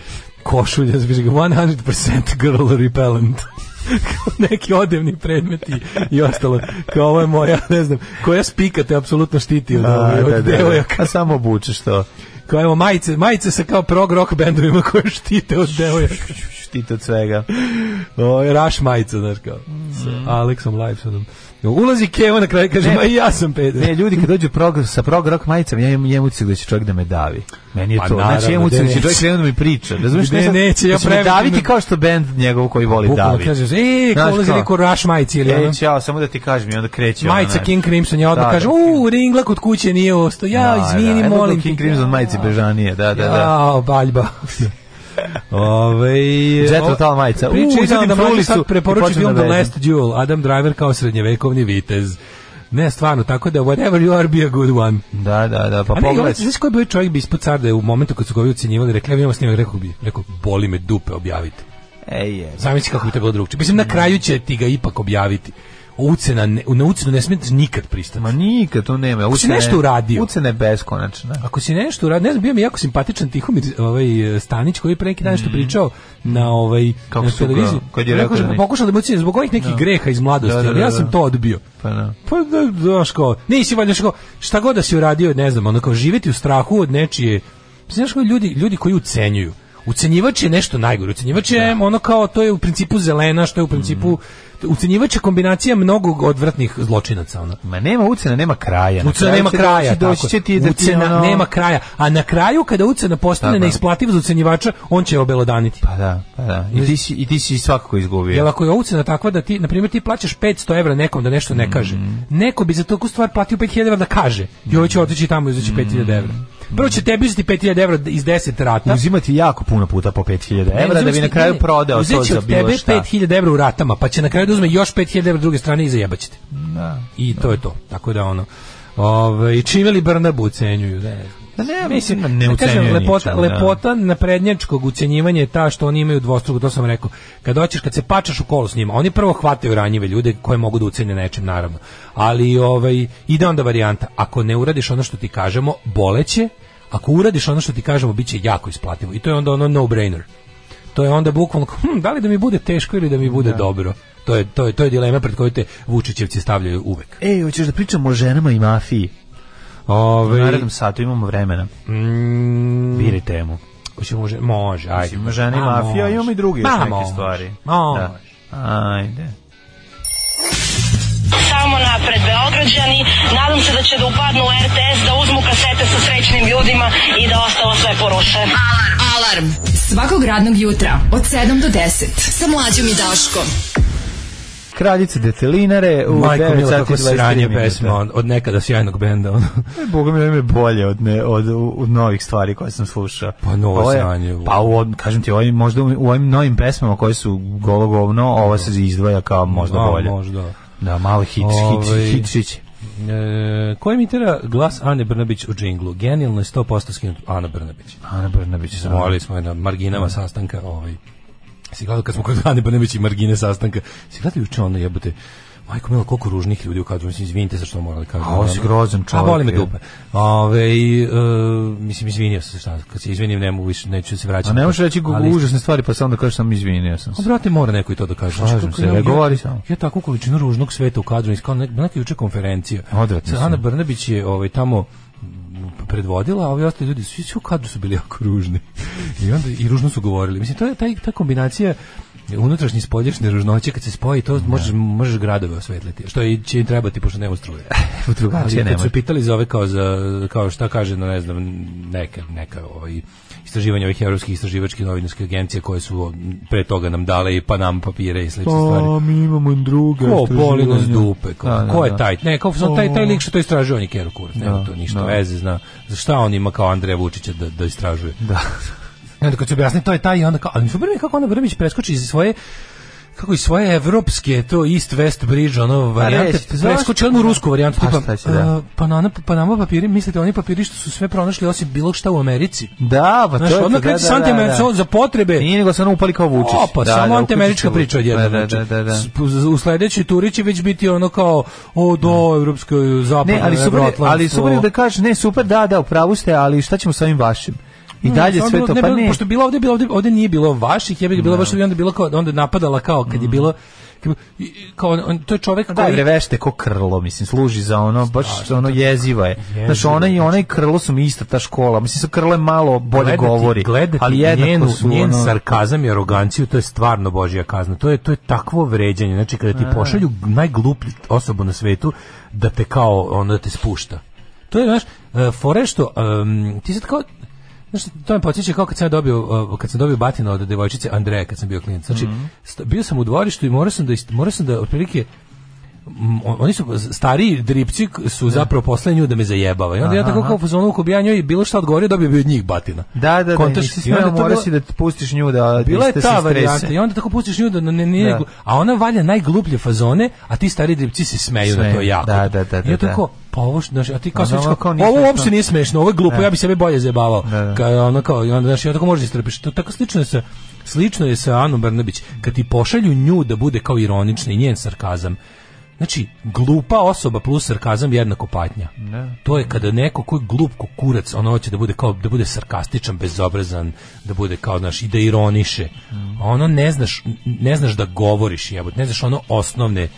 košulje, zbiš ga 100% girl repellent. Kao neki odevni predmeti i ostalo. Kao ovo je moja, ne znam, koja spika te apsolutno štiti od,
Da,
da, od
da, da, da.
devojaka.
A samo obučeš to.
Kao evo majice, majice sa kao prog rock bendovima koje štite od devojaka.
Štite od svega.
O, Raš majica, znaš kao. Sa Aleksom Lifesonom. Ulazi Keva na kraju, kaže,
Mm. Ne.
ma i ja sam peder.
Ne, ljudi kad dođu prog, sa prog rock majicom, ja imam imam utisak da će čovjek da me davi. Meni je
Pa
to. znači,
naravno,
imam utisak
gde
da će
neće.
čovjek krenuti da mi priča. Razumiješ?
Gde neće, ja
previše.
previše
daviti
imam-
kao što band njegov koji voli
Bukvalno
davi.
kažeš, e,
Znaš
ko ulazi
kao?
neko Rush majici ili ono.
E, ćao, samo da ti kažem i onda kreće. ona,
Majica
znaš.
King Crimson, ja odmah
Da,
kažem,
da.
u, ringla kod kuće nije ostao, ja,
Da,
izvini,
da. Evo
molim.
ga King
te."
Crimson majice bežanije, da, da, da.
Jao, baljba. Ove,
Jet Rotal majica. U,
Pričam
izvadim
da mlađi
frulicu
sad
i
preporučujem
počnem
film
da
The
vezem.
Last Duel, Adam Driver kao srednjevekovni vitez. Ne, stvarno, tako da whatever you are, be a good one.
Da, da, da, pa
A ne,
pogledaj.
ovaj, znaš koji bi čovjek bi ispod car da je u momentu kad su ga ovi ucenjivali, rekli, evo imamo snimak, rekao bi, rekao, boli me dupe, objavite.
Ej, je.
Zamisli kako bi to bilo drugčije. Mislim, na kraju će ti ga ipak objaviti. Ucena, ne, na ucenu ne smiješ nikad pristati.
Ma nikad to nema.
Ako si
ucene-
nešto uradio.
Ucena je beskonačna.
Ako si nešto uradio, ne znam, bio mi jako simpatičan Tihomir ovaj, e, Stanić koji je pre neki dan nešto pričao na, ovaj,
Mhm. Kako
na
su ga-
televiziji.
kad je rekao
rekao,
da
da
ne-
pokušao da mu uceni zbog ovih nekih greha iz mladosti,
Da, da,
ali ja
da,
sam
da.
to odbio.
Pa da.
Pa da, znaš kao, nisi valjda što, šta god da si uradio, ne znam, ono kao živjeti u strahu od nečije, znaš kao ljudi, ljudi koji ucenjuju, Ucenjivač je nešto najgore. Ucenjivač je
Da.
ono kao to je u principu zelena, što je u
Mm.
principu ucenjivač je kombinacija mnogo odvratnih zločinaca ona.
Ma nema ucena, nema kraja. Na
Ucena
kraju
nema
će
kraja,
doći- doći
tako.
će ti da ti
ucena
ono-
nema kraja, a na kraju kada ucena postane
Tako je.
neisplativa za ucenjivača, on će je obelodaniti.
Pa da, pa da. I ti si, i ti si svakako izgubio.
Jel ako je ucena takva da ti, na primjer, ti plaćaš 500 evra nekom da nešto
Mm.
ne kaže, neko bi za takvu stvar platio 5000 evra da kaže i ovo će
Mm.
otići tamo i uzeći 5000 evra. Prvo će tebi uzeti 5000 evra iz 10 rata.
Uzimati jako puno puta po 5000
Da. Ne,
evra da
uzet
bi
će
na
ti-
kraju
ne,
prodao
uzet
to
će
za
od tebe
bilo šta.
5000 evra u ratama, pa će na kraju da uzme još 5000 evra druge strane i zajebaćete.
Da.
I to je to. Tako da ono... Ove, I čime li Brnabu ucenjuju? Ne,
Da ne,
mislim,
ne
da kažem,
ucenjuje
lepota,
ničemu, da.
lepota naprednjačkog ucenjivanja je ta što oni imaju dvostruko, to sam rekao. Kad hoćeš, kad se pačaš u kolo s njima, oni prvo hvataju ranjive ljude koje mogu da ucenje nečim, naravno. Ali ovaj, ide onda varijanta. Ako ne uradiš ono što ti kažemo, boleće. Ako uradiš ono što ti kažemo, bit će jako isplativo. I to je onda ono no-brainer. To je onda bukvalno, hm, da li da mi bude teško ili da mi bude dobro? To je, to, je, to je dilema pred koju te Vučićevci stavljaju uvek.
Ej, hoćeš da pričamo o ženama i mafiji?
Ove,
U narednom satu imamo vremena.
Mm,
Biri temu.
Hoće može, može, ajde.
Ima žena i
A,
mafija,
može.
imamo i druge
Ma,
još neke
može.
stvari.
Može.
Da. Ajde.
Samo napred Beograđani, nadam se da će da upadnu u RTS, da uzmu kasete sa srećnim ljudima i da ostalo sve poruše. Alarm!
Alarm. Svakog radnog jutra od 7 do 10. Sa mlađom i Daškom.
Kraljice Detelinare u
Majko
9
Milo,
sati
kako
23
sranje
minuta.
pesma on- od nekada sjajnog benda. Ono.
E, Boga mi ovo je bolje od, ne, od, od novih stvari koje sam slušao.
Pa novo
Ovo je-
sranje, ovo.
Pa u, od- kažem ti, ovim, možda u ovim novim pesmama koje su golo govno, ovo se izdvaja kao možda
A,
bolje.
Možda.
Da, malo hit,
Ovaj,
hit, hitčić.
E, ko imitira glas Ane Brnabić u džinglu? Genijalno je 100% skinut Ana Brnabić.
Ana Brnabić.
Zamolili smo je na marginama sastanka. Ovaj. Si gledao kad smo kod Ane Brnabić i margine sastanka. Si gledao juče ono jebote Majko Milo, koliko ružnih ljudi u kadru, mislim, izvinite za što sam morali kažem.
A, ovo si grozan čovjek,
A, boli me
je.
dupe. Ove, e, mislim, izvinio sam se šta, kad se izvinim, ne mogu više, neću da se vraćati.
A ne možeš reći gu-
Ali-
užasne stvari, pa sam da kažeš sam izvinio sam
a
se.
brate, mora neko i to da kaže. Znači,
Slažem
kako
se,
ja-
ne
ja-
govori samo.
Ja takvu količinu ružnog sveta u kadru, kao nek, neka juče konferencija.
Odvratni su.
Ana Brnabić je ovaj, tamo predvodila, a ovi ostali ljudi, svi, svi u kadru su bili jako ružni. I, onda, I ružno su govorili. Mislim, to je taj, ta kombinacija unutrašnje i spoljašnje ružnoće, kad se spoji, to
Da.
možeš, možeš gradove osvetliti. Što i će im trebati, pošto nema struje.
U drugačije
Ali kad
nema.
su pitali za ove kao, za, kao šta kaže, no, ne znam, neka, neka ovaj, istraživanja ovih evropskih istraživačkih novinarskih agencija koje su pre toga nam dale i Panam papire i slične stvari.
Pa, mi imamo druga.
Ko boli nas dupe, kao, ko je taj? Ne, kao
Da, O.
taj, taj lik što to istražuje, on je Kero Kurac, nema
Da,
to ništa
da.
veze, zna. Za šta on ima kao Andreja Vučića da, da istražuje? Da. I onda kad se objasni, to je taj i onda kao, ali super mi je kako ona Brmić preskoči iz svoje kako i svoje evropske, to East-West Bridge, ono, varijante,
Pa reći, zašto?
preskoči odmah u rusku varijantu,
Pa
tipa,
šta će, da.
e, Panama, Panama papiri, mislite, oni papiri što su sve pronašli osim bilo šta u Americi?
Da, pa
Znaš,
to je
odmah
to, da,
kreće
da,
s antiamerikanizmom
da, da.
za potrebe.
Nije nego se ono upali kao Vučić.
Opa,
Da,
pa samo
da,
antiamerička
uključili.
priča odjednom.
Da, da,
znači,
da, da, da.
s- U sledećoj turi će već biti ono kao o do evropskoj zapadnoj
Da. Ne, ali super, je- ali
evroatlantsko.
super je da kažeš, ne, super, da, da, u pravu ste, ali šta ćemo sa ovim vašim? I
Ne,
dalje
Mm, samo
sve
bilo-
to, pa
bilo-
ne. Da.
Pošto je bilo ovde, bilo ovde, ovde nije bilo vaših, jebi ga bilo baš i onda je bilo kao onda je napadala kao kad je bilo kad je bilo- i- i- kao on, on- to je čovek
Mm. Da,
koji
bre, vešte ko krlo, mislim, služi za ono, baš ono jeziva je. Znaš,
Jezivo,
ona i ona i krlo su mi ista ta škola. Mislim, sa krlo je malo bolje
gledati-
govori,
gledati
ali jednako
njenu,
su
njen
ono...
sarkazam i aroganciju, to je stvarno božja kazna. To je to je takvo vređanje, znači kada ti
A.
pošalju najgluplju osobu na svetu da te kao onda te spušta. To je znaš, e, fore što em, ti sad kao Znaš, to me podsjeća kao kad sam ja dobio, e, kad sam dobio batina od devojčice Andreja kad sam bio klinac. Znači,
Mhm.
sta- bio sam u dvorištu i morao sam da, ist- morao sam da otprilike Mm, on- oni su stariji dripci k- su zapravo poslali nju da me zajebava. I onda ja
Aha,
tako
aha.
kao u fazonu ako bi ja njoj bilo šta odgovorio, dobio bi od njih batina.
Da, da, da,
Kontaš-
nisi
i onda
smeo,
to
morao
bilo-
si da pustiš nju da
Bila je
da se
ta
strese.
varijanta i onda tako pustiš nju da ne, nije,
Da.
a ona valja najgluplje fazone, a ti stari dripci se smeju na to
Smeju,
jako.
da, da, da,
I ja
da,
tako,
da.
pa ovo, što- znaš, a ti kao
Ono,
sve
ono kao nije
ovo uopšte
smešno.
nije smešno, ovo je glupo,
Da.
ja bi sebe bolje zajebavao.
Da, da.
Kao, ono kao, i onda, znaš, i onda tako možeš da istrpiš. To tako slično je sa, slično je sa Anom Brnabić, kad ti pošalju nju da bude kao ironična i njen sarkazam, Znači, glupa osoba plus sarkazam jednako patnja.
Da.
To je kada neko koji je glup ko kurac, ono hoće da bude kao da bude sarkastičan, bezobrazan, da bude kao znaš i da ironiše.
Mhm.
A ono ne znaš ne znaš da govoriš, jebote, ne znaš ono osnovne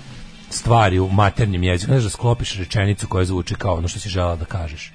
stvari u maternjem jeziku, ne znaš da sklopiš rečenicu koja zvuči kao ono što si želeo da kažeš.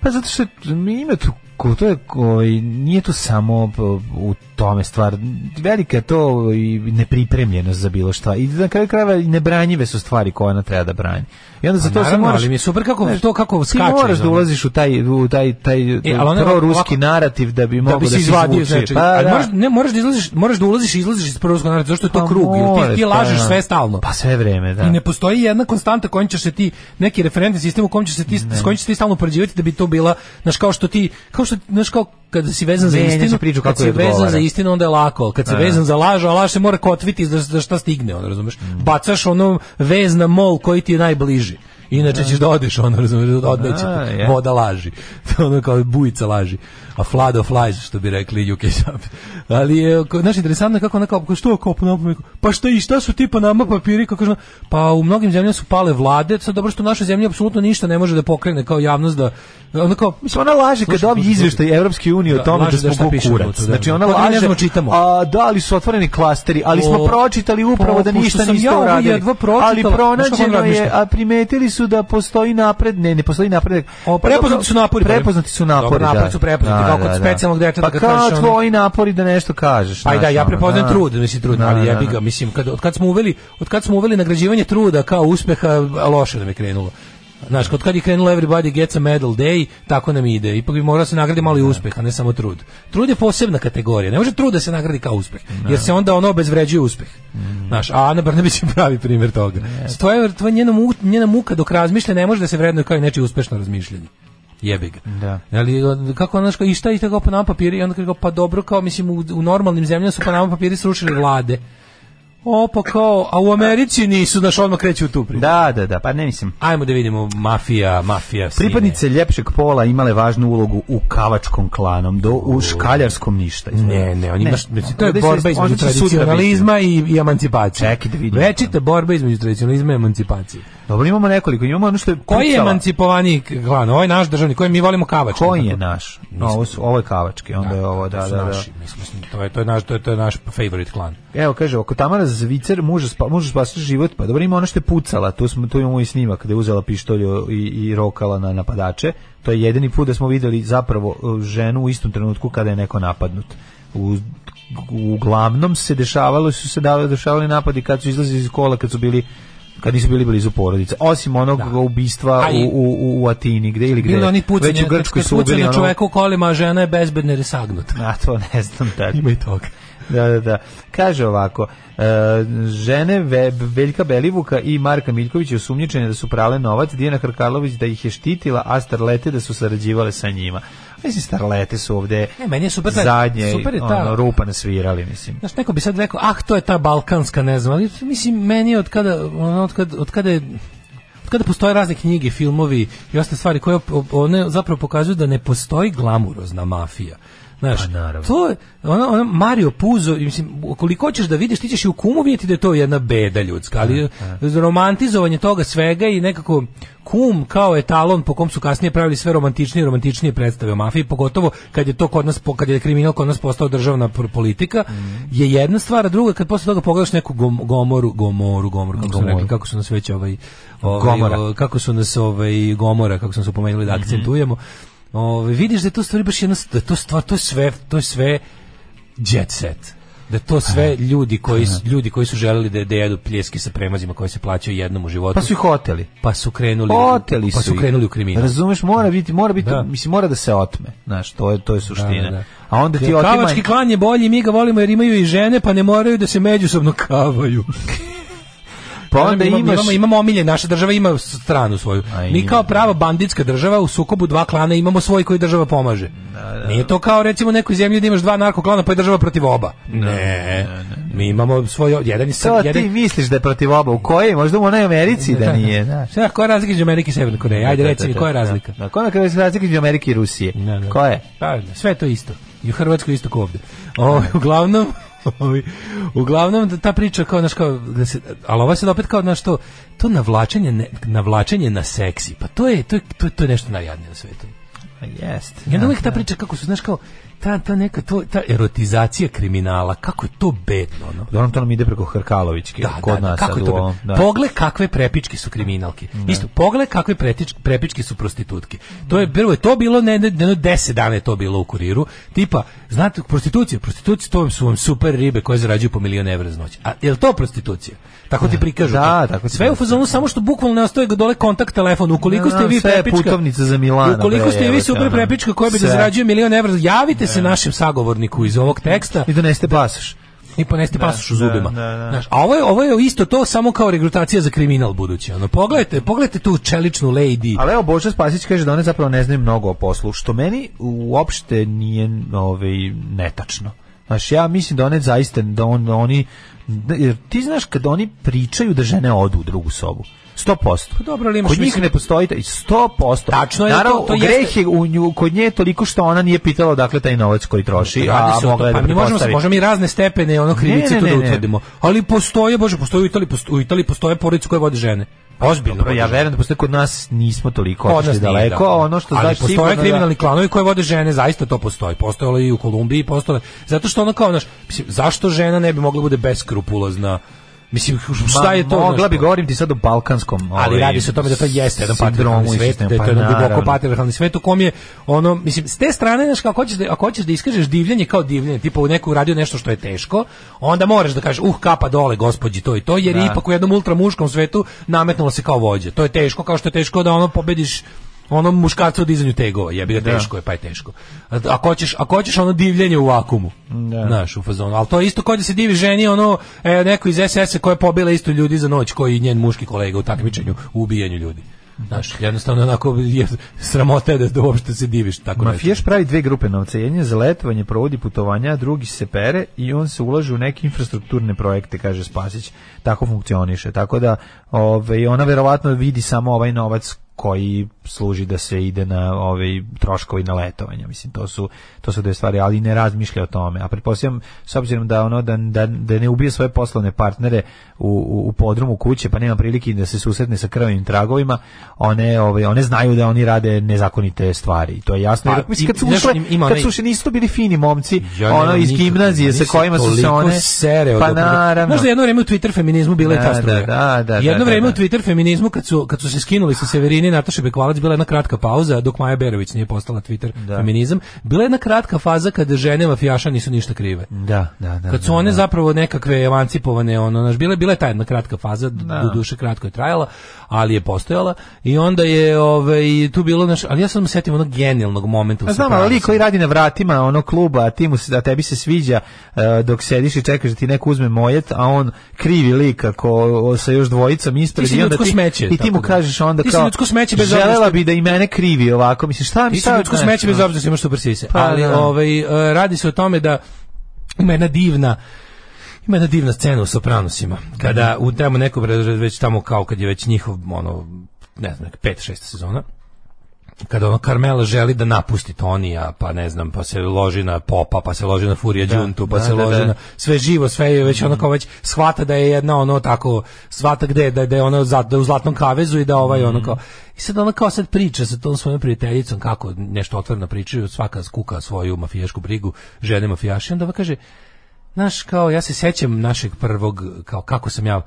Pa zato što ima tu ko- to je koji nije tu samo p- u tome stvar velika je to i nepripremljenost za bilo šta i na kraju krajeva i nebranjive su stvari koje ona treba da brani i onda za
A
to
Pa
se
naravno,
moraš
ali mi je super kako-
znaš,
to kako
ti
skače
moraš
iz
da
onog.
ulaziš u taj u taj taj
E, ali ona je
proruski
ovako-
narativ da bi mogao da,
bi se izvadio
izvuče.
znači.
Pa
ali
da.
moraš, ne moraš da izlaziš, moraš da ulaziš i izlaziš iz prvog naroda, zašto je to
Pa
krug, jer ti,
moraš,
ti
pa
lažeš
da.
sve stalno.
Pa sve vreme, da.
I ne postoji jedna konstanta kojom ćeš se ti neki referentni sistem u kom ćeš se ti s kojim ćeš se ti stalno upoređivati da bi to bila znaš kao što ti kao što znaš kao kada si vezan za
Menja se
istinu,
priču
kad
kako
si
joj
vezan
odgovara.
za istinu onda je lako, ali kad si
Da.
vezan za laž, a laž se mora kotviti za, za šta stigne, ono razumeš?
Mm.
Bacaš ono vez na mol koji ti je najbliži. Inače ćeš da odeš, ono razumeš, da odneće
Da,
te.
je.
voda laži. To je ono kao bujica laži. A flad of lies, što bi rekli UK Sub. Ali je, ko- znaš, interesantno je kako ona kao, kao, što kao po nama pametno? pa šta i šta su ti po nama papiri, kako kažu, pa u mnogim zemljama su pale vlade, sad dobro što u našoj zemlji apsolutno ništa ne može da pokrene kao javnost da, ono kao,
Mislim, ona laže kad
Slušaj,
dobije
slušaj,
izveštaj Evropske unije o
Da,
tome
laže da
da smo
šta
da
piše
kurac.
unutra, da.
Znači, ona
Pa da ne
laže,
znamo, čitamo.
a da li su otvoreni klasteri, ali smo
O,
pročitali upravo
pa,
da
pošto
ništa
sam
niste
ja ovo
uradili.
jedva pročitala,
ali
znaš kako on
pronađeno je,
razmišlja?
a primetili su da postoji napred, ne, ne postoji napredak. O,
prepoznati su napori.
Prepoznati su
pa
napori,
Dobro,
da.
napori su prepoznati,
Da,
kao kod
da, da.
specijalnog djeteta
Pa
kad
kao
kažeš ono-
tvoji napori da nešto kažeš.
Pa i da,
znaš,
ja
ono,
prepoznajem
da.
trud, mislim trud,
Da,
ali
da,
jebi
da.
ga, mislim kad od kad smo uveli, od kad smo uveli nagrađivanje truda kao uspeha, loše nam je krenulo. Znaš, od kad je krenulo Everybody Gets a Medal Day, tako nam ide. Ipak bi morao se nagradi malo i uspeh, a ne samo trud. Trud je posebna kategorija. Ne može trud da se nagradi kao uspeh, jer se onda ono obezvređuje uspeh. Znaš, a Ana Brnabić je pravi primjer toga. To je, to je njena, mu- njena muka dok razmišlja, ne može da se vrednuje kao i nečije uspešno razmišljanje. Jebi ga.
Da.
Ali on- kako ono i šta i tako pa nama papiri i onda kao pa dobro kao mislim u, u normalnim zemljama su pa nama papiri srušili vlade. O pa kao a u Americi nisu da odmah kreću u tu priču.
Da, da, da, pa ne mislim.
Ajmo da vidimo mafija, mafija. sine.
Pripadnice ljepšeg pola imale važnu ulogu u kavačkom klanom do u škaljarskom ništa.
Ne, ne, on imaš, mislim, to je
Ovdje se-
borba između
ovdje će sutra
tradicionalizma i, i emancipacije.
Čekaj da vidim.
Večita borba između tradicionalizma i emancipacije.
Dobro, imamo nekoliko. Imamo ono što je
Koji je
pucala.
emancipovaniji klan? Ovaj naš državni, koji mi volimo kavač.
Koji je naš? No, ovo, su, ovo je kavački, onda je ovo, da,
To su
da, da.
naši, mislim, mislim, to je, to je naš, to je, to je naš favorite klan.
Evo, kaže, ako Tamara Zvicer može, spa, može spasiti život, pa dobro, ima ono što je pucala, tu, smo, tu imamo i snimak gde je uzela pištolju i, i rokala na napadače. To je jedini put da smo videli zapravo e, ženu u istom trenutku kada je neko napadnut. U, uglavnom se dešavalo, su se davali, dešavali napadi kad su izlazili iz kola, kad su bili kad nisu bili blizu porodice. Osim onog ubistva
Da. A
u,
i-
u, u Atini, gde ili gde.
Bilo oni pucanje,
Već u Grčkoj su ubili
na
ono-
čoveku u kolima, a žena je bezbedna jer je sagnuta.
A to ne znam tačno.
Ima i toga.
Da, da, da. Kaže ovako, e, žene Ve- Veljka Belivuka i Marka Miljkovića osumnjičene da su prale novac, Dijana Hrkalović da ih je štitila, a starlete da su sarađivale sa njima. Mislim, starlete su ovde
Ne, E, meni je super taj-
zadnje
super je ta-
ono, rupa nasvirali, mislim.
Znaš, neko bi sad rekao, ah, to je ta balkanska, ne znam, ali mislim, meni je od kada, ono, od kada, od kada je od kada postoje razne knjige, filmovi i ostale stvari koje op- op- one zapravo pokazuju da ne postoji glamurozna mafija. Znaš,
Pa naravno.
to je, ono, ono, Mario Puzo, i mislim, koliko ćeš da vidiš, ti ćeš i u kumu vidjeti da je to jedna beda ljudska, ali romantizovanje toga svega i nekako kum kao etalon po kom su kasnije pravili sve romantičnije i romantičnije predstave o mafiji, pogotovo kad je to kod nas, po- kad je kriminal kod nas postao državna pr- politika,
Mhm.
je jedna stvar, a druga je kad posle toga pogledaš neku gom- gomoru, gomoru, gomoru, kako su
Gomoru.
rekli, kako su nas već ovaj, ovaj,
Gomora. Mhm.
o, kako su nas ovaj, gomora, kako smo se pomenuli da akcentujemo, ovaj, vidiš da je to stvari baš jedna, da je to stvar, to je sve, to je sve jet set da je to sve ljudi koji su, ljudi koji su želeli da, da jedu pljeske sa premazima koji se plaćaju jednom u životu
Pa su ih hoteli.
pa su krenuli
Oteli
pa su
ih.
krenuli u kriminal
Razumeš, mora biti, mora biti,
Da.
mislim mora da se otme, znaš, to je to je suština.
Da, da, da.
A onda ti otima
Kavački klan je bolji, mi ga volimo jer imaju i žene, pa ne moraju da se međusobno kavaju.
pa onda
da Imamo-
imaš
imamo, imamo omiljen, naša država ima stranu svoju.
A,
Mi
ima,
kao
da.
prava banditska država u sukobu dva klana imamo svoj koji država pomaže.
Da,
Nije to kao recimo u nekoj zemlji da imaš dva narkoklana pa je država protiv oba.
Da,
Ne, mi imamo svoj jedan je
To
sad
ti
jedan
misliš da je protiv oba u kojoj? Možda u onoj Americi da nije, znaš.
Šta, koja je razlika između Amerike i Severne Koreje? Ajde,
Da,
reci
da,
mi,
da,
koja je
da.
razlika?
Da, koja je razlika između Amerike i Rusije?
Da, da.
Koja je?
Pa, sve je to isto. I u Hrvatskoj isto kao ovde. O, uglavnom, ovaj, uglavnom da ta priča kao znaš kao da se ali ova se opet kao znaš to to navlačenje ne- navlačenje na seksi. Pa to je to je, to je, to je nešto najjadnije na svetu.
Jeste. da,
I onda uvijek ta priča kako su, znaš, kao, ta, ta neka to, ta erotizacija kriminala, kako je to bedno, ono.
Dobro, to nam ide preko Hrkalovićke,
Da,
kod
da, da,
nas.
kako
sad
je
u
to?
ovom, da.
Pogle kakve prepičke su kriminalke.
Da.
Isto, pogle kakve pretič- prepičke su prostitutke. To je prvo je to bilo ne ne, ne, 10 dana je to bilo u kuriru. Tipa, znate, prostitucija, prostitucija to su vam super ribe koje zarađuju po milion evra za noć. A jel to prostitucija? Tako ti prikažu. Da, tako sve je u fazonu samo što bukvalno ne ostaje dole kontakt telefon. Ukoliko
Da,
ste vi
sve je
prepička,
putovnica za Milano,
Ukoliko
bre,
ste vi
jebote,
super
ono.
prepička koja bi da
Sve.
zarađuje milion evra, javite se našem sagovorniku iz ovog teksta. I
doneste pasoš.
I poneste
Da,
pasoš u
da,
zubima.
da, da.
Znaš, a ovo je, ovo je isto to samo kao regrutacija za kriminal budući. Ono, pogledajte, pogledajte tu čeličnu lady.
Ali evo Boža Spasić kaže da one zapravo ne znaju mnogo o poslu, što meni uopšte nije ovaj, netačno. Znaš, ja mislim da one zaista, da on, oni, da- jer ti znaš kad oni pričaju da žene odu u drugu sobu. 100%. Pa
dobro, ali imaš,
Kod njih
mislim-
ne postoji taj 100%.
Tačno je da
Naravno,
to- to jeste-
greh je u nju, kod nje je toliko što ona nije pitala odakle taj novac koji troši,
Radi
a
se o
mogla je
to-
da
pa mi možemo,
pretpostavi.
možemo i razne stepene ono krivice
ne,
to da
ne, ne.
utvrdimo. Ali postoje, bože, postoje u Italiji, postoje, u Italiji postoje porodice koje vode žene. Ozbiljno.
Dobro, ja
vode žene.
verujem da postoji kod nas nismo toliko
Kod nas
otišli
nije,
daleko,
da.
a ono što
Ali
znaš
postoje
sigurno da-
kriminalni klanovi koji vode žene, zaista to postoji. Postojalo je i u Kolumbiji, postojalo. je- Zato što ono kao, znaš, mislim, zašto žena ne bi mogla da bude beskrupulozna? Mislim, šta
Ma,
je to?
Mogla
znaš,
bi govorim ti sad o balkanskom.
ali
ovaj,
radi se o tome da to jeste jedan
sindromu
patriarhalni
i
svet,
sistemu,
da je to
pa
jedan duboko
naravno.
patriarhalni svet u kom je ono, mislim, s te strane, znaš, kako hoćeš da, ako hoćeš da iskažeš divljenje kao divljenje, tipa u neku uradio nešto što je teško, onda moraš da kažeš, uh, kapa dole, gospođi, to i to, jer je
Da.
ipak u jednom ultramuškom svetu nametnulo se kao vođe. To je teško, kao što je teško da ono pobediš onom muškarcu u dizanju tegova, jebi ga
Da.
teško je, pa je teško. A- Ako hoćeš, ako hoćeš ono divljenje u vakumu,
Da.
znaš, u fazonu, ali to je isto kao da se divi ženi, ono, e, neko iz SS-a koja je pobila isto ljudi za noć, koji je njen muški kolega u takmičenju, u ubijanju ljudi. Znaš, jednostavno onako je sramota je da, da uopšte se diviš tako
Mafijaš pravi dve grupe novca. Jedan je za letovanje, provodi putovanja, a drugi se pere i on se ulaže u neke infrastrukturne projekte, kaže Spasić. Tako funkcioniše. Tako da ove, ona verovatno vidi samo ovaj novac koji služi da se ide na ovaj troškovi na letovanja mislim to su to su dve stvari ali ne razmišlja o tome a pretpostavljam s obzirom da ono da, da, da ne ubije svoje poslovne partnere u, u, u podrumu kuće pa nema prilike da se susretne sa krvavim tragovima one ovaj one znaju da oni rade nezakonite stvari i to je jasno
Pa,
jer, mislim, kad su
i- znaš,
ušle
im- ima
kad
onaj-
su ušle nisu to bili fini momci
Ja
ono
nemam
iz
nikakve-
gimnazije sa
oni
kojima su se
toliko
one
sere od
pa
dobrog-
naravno
Znaš da jedno vrijeme u Twitter feminizmu bila je
Da,
ta
da,
struja.
da, da,
jedno
da,
vrijeme
da.
u Twitter feminizmu kad su, kad su se skinuli sa Severine i Nataše Bekvalac bila je jedna kratka pauza dok Maja Berović nije postala Twitter
Da.
feminizam. Bila je jedna kratka faza kada žene mafijaša nisu ništa krive.
da da da
Kad su
da,
one
da.
zapravo nekakve emancipovane, ono, naš, bila, bila je ta jedna kratka faza,
Da.
do duše kratko je trajala, ali je postojala i onda je ovaj, tu bilo, naš, ali ja sam setim onog genijalnog momenta. u
A Pa znam,
Sopranosima.
ali lik koji radi na vratima onog kluba, a, ti mu se, a tebi se sviđa e, dok sediš i čekaš da ti neko uzme mojet, a on krivi lik ako o, sa još dvojicom ispred
Ti si
i onda
ljudsko
ti,
smeće,
i ti
tako
mu
da.
kažeš onda
Ti si
kao
ljudsko smeće bez obzira
želela
što-
bi da i mene krivi ovako, mislim šta mi
Ti si
šta
ljudsko
znaš,
smeće bez
ono.
obzira što imaš super sise.
Pa,
ali
da.
ovaj, e, radi se o tome da ima jedna divna ima jedna divna scena u Sopranosima. Kada u tamo neko već tamo kao kad je već njihov ono ne znam, 5 6 sezona kada ono Carmela želi da napusti Tonija, pa ne znam, pa se loži na Popa, pa se loži na Furija
Da,
Đuntu, pa
da,
se
da,
loži
da.
na sve živo, sve je već ono kao već shvata da je jedna ono tako shvata gde da, da je ono za- da je u zlatnom kavezu i da ovaj ono kao i sad ona kao sad priča sa tom svojom prijateljicom kako nešto otvoreno pričaju, svaka skuka svoju mafijašku brigu, žene mafijaše, onda ova kaže, Znaš, kao ja se sećam našeg prvog, kao kako sam ja,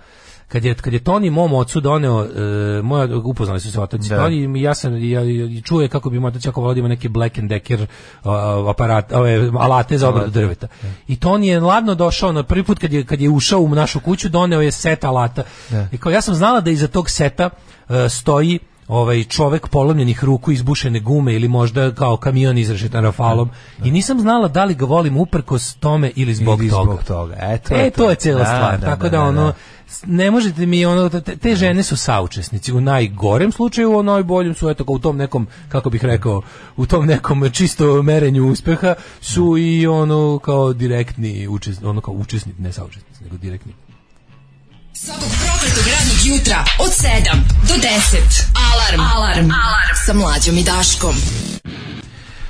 kad je, kad je Toni mom ocu doneo, e, moja, upoznali su se otac i
Da.
Toni, i ja sam, ja, ja- čuje kako bi moj otac jako volao da ima neke Black and Decker a, aparat, ove, alate za obradu
Alate. da.
drveta. I Toni je ladno došao, na prvi put kad je, kad je ušao u našu kuću, doneo je set alata.
Da.
I kao ja sam znala da iza tog seta e, stoji ovaj čovek polomljenih ruku, izbušene gume ili možda kao kamion izrešetan rafalom. I nisam znala da li ga volim uprkos tome ili zbog
Ili
toga.
zbog toga. E, to
e,
je
to
to.
je cijela
Da,
stvar.
da,
Tako da,
da, da,
ono,
da.
s- ne možete mi, ono, te, te žene su saučesnici. U najgorem slučaju, u najboljem su, eto, u tom nekom, kako bih rekao, u tom nekom čisto merenju uspeha su
Da.
i ono, kao direktni učesnici, ono kao učesnici, ne saučesnici, nego direktni.
Svakog prokletog radnog jutra od 7 do 10. Alarm. Alarm. Alarm. Sa mlađom i Daškom.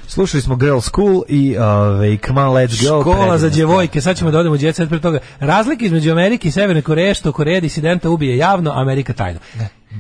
Slušali smo Girl School i ove, Come on, let's go.
Kola za
predivna
djevojke, sad ćemo da odemo u djecet pre toga. Razlike između Amerike i Severne Koreje, što Koreja disidenta ubije javno, Amerika tajno.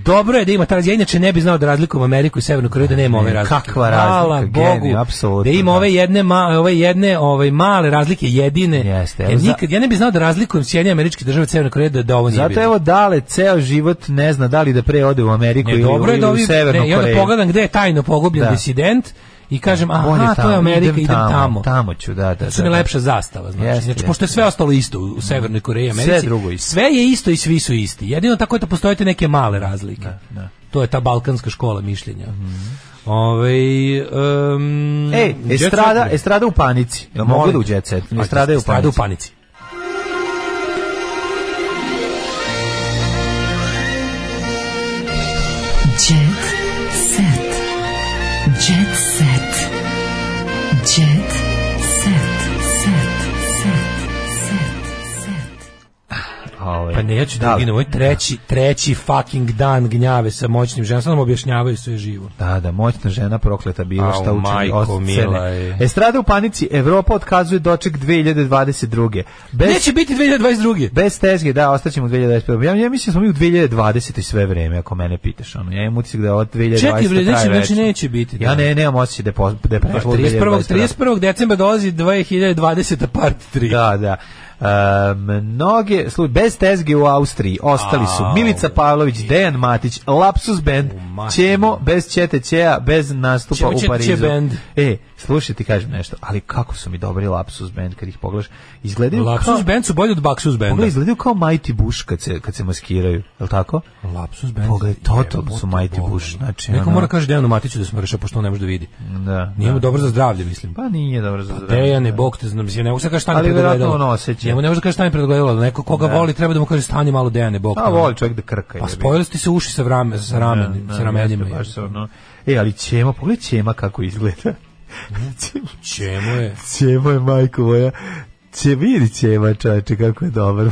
Dobro je da ima ta razlika, ja inače ne bi znao da razlikujem Ameriku i Severnu Koreju da nema ove razlike.
kakva razlika,
Hvala
genij,
Bogu,
apsolutno,
da ima ove jedne, ma, ove jedne ovaj, male razlike, jedine.
Jeste, evo
ja,
za-
nikad, ja ne bi znao da razlikujem Sjedinje američke države od Severne Koreje da, da ovo nije
Zato
bilo.
evo dale ceo život ne zna da li da pre ode u Ameriku
Ne,
ili,
dobro je
ili
da
u
ovi,
Severnu
ne, i onda
Koreju.
pogledam gde je tajno pogubljen
Da.
disident i kažem, aha,
On
to je Amerika,
idem
idem tamo.
tamo. ću, da, da.
To su mi
da, da.
lepša zastava, znači.
Jeste,
znači
jeste.
pošto je sve ostalo isto u Severnoj Koreji i Americi.
Sve drugo isto.
sve je isto i svi su isti. Jedino tako je da postoje te neke male razlike.
Da,
To je ta balkanska škola mišljenja.
Mhm.
Ovaj um,
Ej,
Jet
E, Estrada,
Set.
Estrada u panici. Ja mogu
Molim.
da u jet set?
Ajde,
Estrada je u
Estrada
panici.
u panici.
Jet set. Jet set. Jet set. Set. Set.
Ovaj.
Pa ne, ja ću
Da,
drugi, na ovaj treći, treći fucking dan gnjave sa moćnim ženama, sad nam objašnjavaju sve živo.
Da, da, moćna žena prokleta bila
Au,
šta učini
majko
od scene.
mila je.
Estrada u panici, Evropa otkazuje doček 2022. Bez,
Neće biti 2022.
Bez tezge, da, ostaćemo u 2021. Ja, ja mislim da smo mi u 2020. sve vreme, ako mene pitaš. Ono. Ja imam utisak da je ovo 2020.
Čekaj, bre,
traje
znači, znači
večno.
neće biti.
Ja ne, nemam osjećaj da je, pos- da je
Pa,
prešlo u
31.
2021.
31. decembra dolazi 2020. part 3.
Da, da. E, mnoge, sluj, bez tezge u Austriji ostali su
Au.
Milica Pavlović, Dejan Matić, Lapsus Band, Ćemo, bez Ćete Ćeja, bez nastupa
Ćemo
u
Ćete
Parizu.
Će band.
E, slušaj, ti kažem nešto, ali kako su mi dobri Lapsus Band kad ih pogledaš. Izgledaju
Lapsus
kao...
band da. su bolji od Baksus benda.
Pogledaj, izgledaju kao Mighty Bush kad se, kad se maskiraju, je li tako?
Lapsus band.
Pogledaj, totalno su Mighty Bush. Znači,
Neko
ono-
mora kaže Dejanu Matiću da smo rešao, pošto on ne može da vidi.
Da,
Nije mu
da.
dobro za zdravlje, mislim.
Pa nije dobro za zdravlje. da.
Dejane, Bog te znam, mislim, ne mogu sad kaži šta mi
Ali
predogledalo.
verovatno on osjeća.
Njemu ne može da kaži šta mi predogledalo, ali neko koga
Da.
voli treba da mu kaže stani malo Dejane, Bog te.
A voli čovjek da krka.
Pa
jebi.
spojili ste se uši sa, vrame, sa, ramen,
Da, da,
sa ramenjima.
jeste, baš se ono. E, ali Ćemo, pogledaj Ćema kako izgleda.
Mhm. Čemu je?
Ćemo je majko moja. Će vidi Ćema čoveče kako je dobar.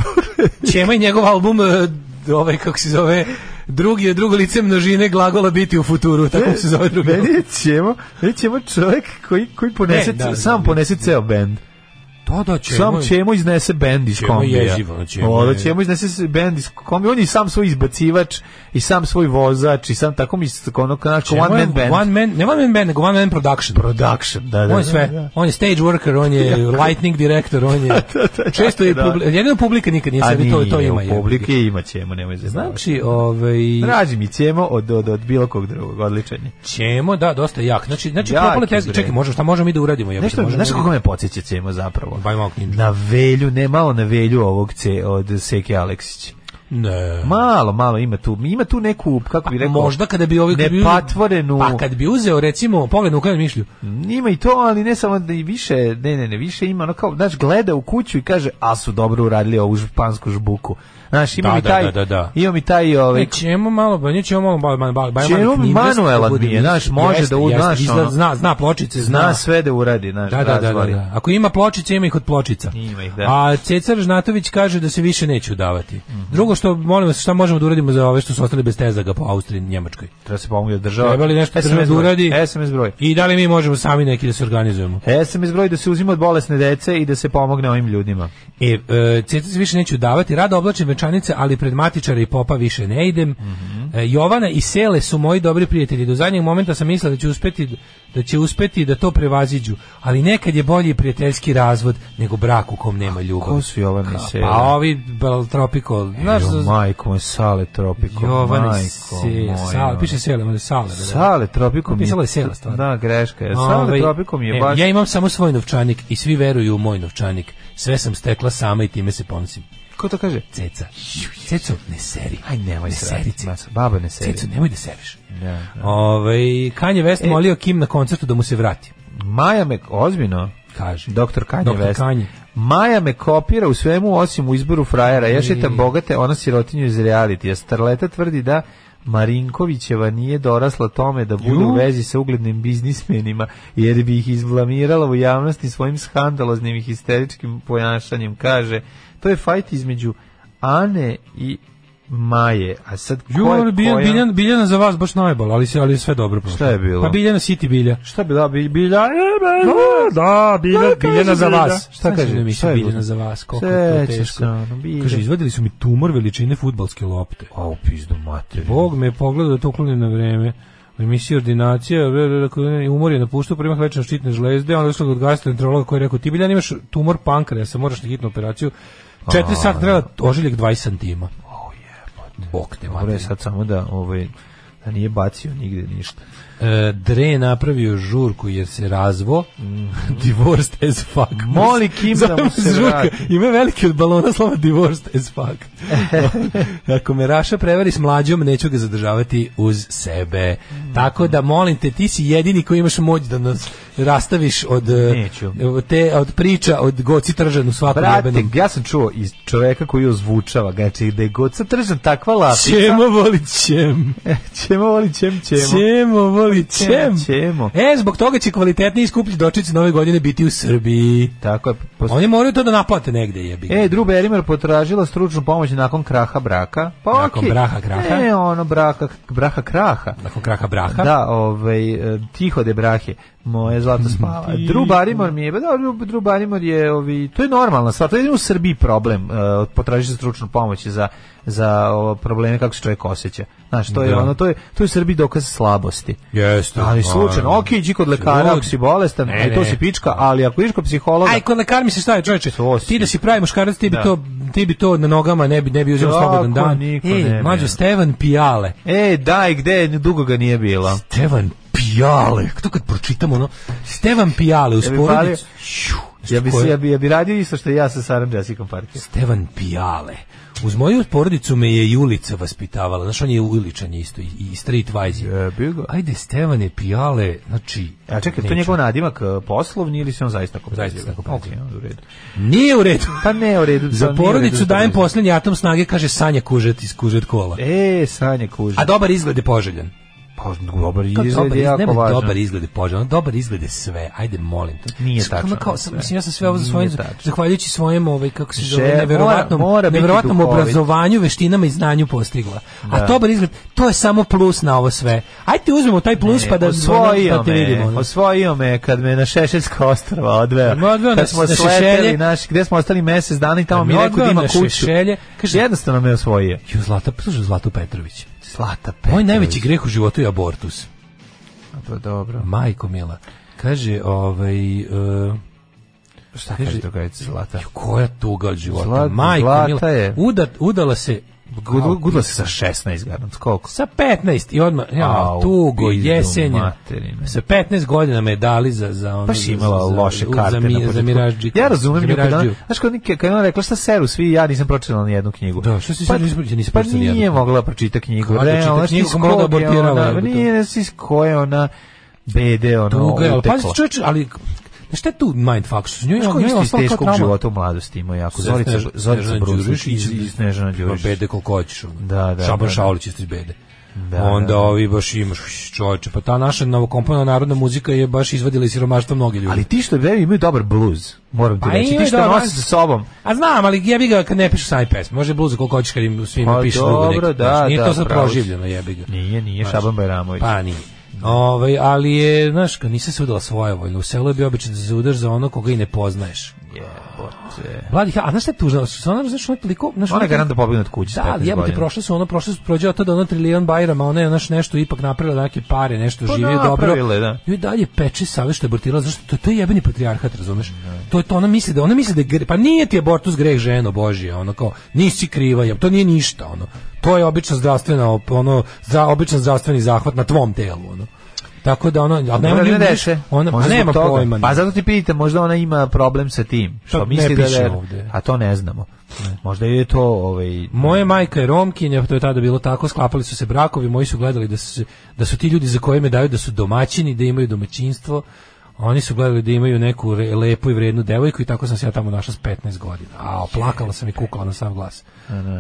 Čema i njegov album e, ovaj kako se zove drugi drugo lice množine glagola biti u futuru tako se zove drugi
Meni
album.
je Ćemo, meni je Ćemo čovjek koji, koji ponese,
Ne, da, da,
sam
da.
ponese ceo bend.
to da Čemo
Sam
je-
Ćemo iznese bend iz
Ćemo je
kombija.
jezivo, ono, Ćemo
O, da,
je-
Ćemo iznese s- bend iz kombija. On je i sam svoj izbacivač, i sam svoj vozač, i sam tako mi se ono, kao
Čemo
one
je
man band.
one man ne one man band nego one man production
Production, da, da.
on je sve
da, da.
on je stage worker on je lightning director on je često je
da.
publika jedino publika nikad nije
A
sebi E, to to
nije,
ima
u
je.
publike ima ćemo, nemoj se
znači ovaj
Rađi mi ćemo od, od, od bilo kog drugog, odličan je.
Čemo, da, dosta jak. Znači, znači
Jak
propale
je,
tezge.
bre.
Čekaj, možemo šta možemo mi da uradimo? jebote,
Nešto,
možemo
znaš
mi-
kako me podsjeća ćemo zapravo?
Bajmok Ninja.
Na velju, ne malo na velju ovog ce, od Seke Aleksića.
Ne.
Malo, malo ima tu, ima tu neku, kako bi rekao,
Da. Pa Možda kada bi ovi kad bi-
nepatvorenu,
Pa kad bi uzeo recimo pogled u kojem mišlju.
ima i to, ali ne samo da i više, ne, ne, ne, više ima, ono kao, znaš, gleda u kuću i kaže, a su dobro uradili ovu župansku žbuku. Znaš, ima
Da,
mi
da,
taj,
da, da, da.
ima mi taj, ovaj,
Ne, čemu malo, pa nećemo malo ba, ba, ba, ba,
Čemu
Manuel da
Manuel odbije, znaš, može da u- znaš, ono.
zna, zna pločice, zna.
zna sve da uradi, znaš,
Da, da, da, da,
razvali.
da. Ako ima pločice, ima ih od pločica.
Ima ih, da. Mhm.
A Cecar Žnatović kaže da se više neće udavati. Drugo što, molim vas, šta možemo da uradimo za ove što su ostali bez tezaga po Austriji i Njemačkoj?
Treba se pomoći da država.
Treba li nešto
SMS
država da
broj,
uradi?
SMS broj.
I da li mi možemo sami neki da se organizujemo?
SMS broj da se uzima od bolesne dece i da se pomogne ovim ljudima.
E, e Ceca se više neću davati, rado oblačim venčanice, ali pred matičara i popa više ne idem.
Mhm.
E, Jovana i Sele su moji dobri prijatelji. Do zadnjeg momenta sam mislila da će uspeti da će uspeti da to prevaziđu, ali nekad je bolji prijateljski razvod nego brak u kom nema ljubavi.
Ko su Jovan i Sele?
Pa ovi Baltropiko, znaš,
Jo, majko, moj, Sale Tropiko,
Jovan i
majko,
Sele,
moj,
Sale,
ono.
piše Sele, ono je da. Sale.
Sale Tropiko mi
Napisalo je Sele, stvarno.
Da, greška je. Sale
Ovaj,
Tropiko mi je
e,
baš...
Ja imam samo svoj novčanik i svi veruju u moj novčanik. Sve sam stekla sama i time se ponosim.
Ko to kaže?
Ceca. Ceco, ne seri.
Aj, nemoj
ne
se
seri,
raditi,
Ceco.
mas- baba ne seri.
Ceco, nemoj da seriš.
Da, da.
Ovaj Kanye West
E.
molio Kim na koncertu da mu se vrati.
Maja me, ozbiljno,
Kaže.
doktor Kanje
Doktor
West.
Kanje.
Maja me kopira u svemu osim u izboru frajera. Ja šetam bogate, ona sirotinju iz reality. A starleta tvrdi da Marinkovićeva nije dorasla tome da bude
Ju.
u vezi sa uglednim biznismenima, jer bi ih izblamirala u javnosti svojim skandaloznim i histeričkim ponašanjem. Kaže, to je fajt između Ane i Maje. A sad ko
Ju,
je
Biljan,
koja?
Biljan, Biljana za vas baš najbol, ali se ali je sve dobro prošlo.
Šta je bilo?
Pa Biljana City Bilja.
Šta bi e, da bi bilja?
da, bilja, biljana za vas.
Šta kaže da mi
Šta
se
je
biljana
bilo?
za vas? Koliko je to
Sećaš se,
teško?
ono, bilja.
Kaže izvadili su mi tumor veličine fudbalske lopte.
Au Pa, pizdu materinu.
Bog me je pogledao da to ukloni na vreme. U emisiji ordinacija, bre, bre, rekao, ne, umor je napuštao, primah lečeno štitne žlezde, onda je došla kod gastroenterologa koji je rekao, ti Biljan imaš tumor pankreasa, moraš na hitnu operaciju. Četiri
A, da.
sata treba ožiljak 20 santima. Bog te
Dobro je sad samo da, ovaj, da nije bacio nigde ništa.
E, Dre je napravio žurku jer se razvo. divorced as fuck.
Mhm. Moli Kim da mu se vrati.
Ima veliki od balona slova divorced as fuck. Ako me Raša prevari s mlađom, neću ga zadržavati uz sebe.
Mhm.
Tako da molim te, ti si jedini koji imaš moć da nas rastaviš od, e,
Neću.
te, od priča, od goci tržan u svakom
Brate,
jebenom.
ja sam čuo iz čoveka koji ozvučava, znači da je god sad tržan takva lapica.
Ćemo voli ćem.
ćemo voli ćem ćemo.
Ćemo voli
Ćemo,
ćem.
ćemo.
E, zbog toga će kvalitetniji i skuplji dočici nove godine biti u Srbiji.
Tako je.
Oni moraju to da naplate negde, jebi. ga.
E, Drew Barrymore potražila stručnu pomoć nakon kraha braka. Pa
Nakon
okej.
braha kraha.
E, ono, braka, braha kraha.
Nakon kraha braha.
Da, ovaj, e, tiho de brahe. Moje zlato
Mm-hmm.
spava. Drew Barrymore mi je, ba da, Drew Drew Barrymore je, ovi, to je normalna stvar, to je jedino u Srbiji problem, e, potražiti stručnu pomoć za, za o, probleme kako se čovjek osjeća. Znaš, to je,
Da.
ono, to je, to je u Srbiji dokaz slabosti.
Jeste. pa, da.
Ali slučajno,
A,
ok, iđi kod lekara
lud.
ako si bolestan,
Ne,
e, to
ne.
si pička, ali ako iš kod psihologa,
Aj, kod lekar mi se šta je, čoveče? Ti da si pravi muškarac, ti bi
Da.
to ti bi to na nogama ne bi ne bi uzeo
Tako,
slobodan dan.
niko ne bi.
Ej, mađo Stevan Pijale.
E, daj, gde, dugo ga nije bila.
Stevan Pijale. To kad pročitam ono Stevan Pijale u
Ja bi palio-
sporedicu.
Ja bi, se, ja, bi, ja bi radio isto što ja sa Sarom Jessicom Parker.
Stevan Pijale. Uz moju porodicu me je Julica vaspitavala. Znaš, on je uličan je isto i, i street wise. Ajde, Stevane Pijale, znači...
A čekaj, to
neću.
je njegov nadimak e, poslovni ili se on zaista tako
Zaista
preziva?
tako
Ok,
preziva.
onda u redu.
Nije u redu.
Pa ne, u redu. to
Za
nije u redu
porodicu
što
dajem
preziva.
posljednji atom snage, kaže Sanja Kužet iz Kužet kola.
E, Sanja Kužet.
A dobar izgled je poželjen.
Pa, dobar
Kao
izgled je jako
nemoj
važno.
Dobar izgled je poželjen, ono dobar izgled je sve. Ajde, molim te.
Nije
Sve, ono
tačno.
Kao, sam, mislim, ja sam sve ovo za
Nije
svojim,
tačno.
zahvaljujući svojem, ovaj, kako se zove,
Že-
neverovatnom,
mora- mora biti
neverovatnom
duhovit.
obrazovanju, veštinama i znanju postigla.
Da.
A dobar izgled, to je samo plus na ovo sve. Ajde, uzmemo taj plus
E,
pa da,
osvojio
pa te
me,
vidimo. ono.
osvojio me kad me na Šešeljska ostrava odveo.
Me odveo na-
kad smo
na
sleteli,
Šešelje.
naš, gde smo ostali mesec dana i tamo
Me
mi je rekao
odveo
da ima
na
kuću.
Šešelje. Kaže-
Jednostavno me osvojio.
Ju, Zlata, slušaj Zlatu Petrović.
Zlata
Moj
Petrović.
najveći greh u životu je abortus.
A to je dobro.
Majko Mila. Kaže, ovaj... Uh,
Šta kaže drugarica Zlata?
ju, koja tuga od života.
Zlata-
Majko
Zlata
Mila.
je-
Uda, udala se...
Gudla, gudla se sa 16, garant. Koliko?
Sa 15 i odmah, ja,
Au,
tugo,
pizdu
jesenja.
materine.
Sa 15 godina me dali za... za ono,
Baš
za-
imala
za-
loše
u-
karte
Za,
na
mi, za
početku.
mirađi.
Ja razumem
za
nju kad ona,
mirađiju.
znaš kad, nike- kad ona rekla šta seru svi, ja nisam pročitala ni jednu knjigu.
Da, što si sad izbrojila? Nisi
pa
pročitala ni
nije
jednu.
mogla pročita knjigu.
Kako pročita
Realno, znaš ti
knjigu,
iz
kako mogla da
kog je
abortirala,
ona-
jebote?
Nije, znaš ti iz koje ona bede, ono,
Tuga je, ali
utekla.
pazi čovječe, ali... Znaš šta je tu mindfuck? Njoj, njoj,
Znaš ko
njoj je
isto iz
ostalo kao
teškog
trauma.
života u mladosti ima jako? Zorica,
Snež-
Zorica
Snežana
Brusić
Đurišić
iz, iz Snežana Đurišić.
Ma bede koliko hoćeš. ono.
Da, da,
Šaban
da, da.
Šaulić isto iz bede.
Da,
Onda
da.
ovi baš imaš uš, čoveče, pa ta naša novokomponovana narodna muzika je baš izvadila iz siromaštva mnoge ljude.
Ali ti što bebi imaju dobar bluz, moram ti
Pa
reći. Ti
imaju
što
dobar-
nosi sa sobom,
A znam, ali jebi ga kad ne pišu sami pesme. Može bluzu koliko hoćeš kad im svima
Pa
piše
dobro,
drugo neko.
da,
Znaš, nije
da,
to sad
pravo si.
proživljeno, jebi ga.
Nije, nije
Znaš,
Šaban Bajramović.
Pa nije. Ovaj, ali je, znaš, kad nisam se udala svojevoljno, u selu je bio običaj da se udaš za ono koga i ne poznaješ.
jebote.
Mladi, a znaš šta je tužno? Su se ona, znaš, ona je toliko... Znaš,
Ona je
je
garant da pobegne od kuće. s
Da,
15
ali jebote,
godina.
prošla su ono, prošla su prođe od tada ono trilion bajrama, ona je naš nešto ipak napravila neke pare, nešto
Pa
živi dobro.
napravila je, da.
Joj dalje peče save što je abortirala, zašto to, to je jebeni patrijarhat, razumeš? To je to ona misli da ona misli da je gre- pa nije ti abortus greh ženo božje, ono kao nisi kriva, jeb, to nije ništa, ono. To je obična zdravstvena op- ono za običan zdravstveni zahvat na tvom telu, ono. Tako da ono, ali nema
Dobro,
ljudi,
ne reše.
ona pa
Možda
nema
zbog toga.
pojma.
Pa zato ti pitate, možda ona ima problem sa tim. Što
ne
misli da
piše
je,
ovde.
a to ne znamo. Možda je to ovaj
Moja majka je Romkinja, to je tada bilo tako, sklapali su se brakovi, moji su gledali da su, da su ti ljudi za koje me daju da su domaćini, da imaju domaćinstvo, a oni su gledali da imaju neku re- lepu i vrednu devojku i tako sam se ja tamo našla s 15 godina. A plakala sam i kukala na sam glas.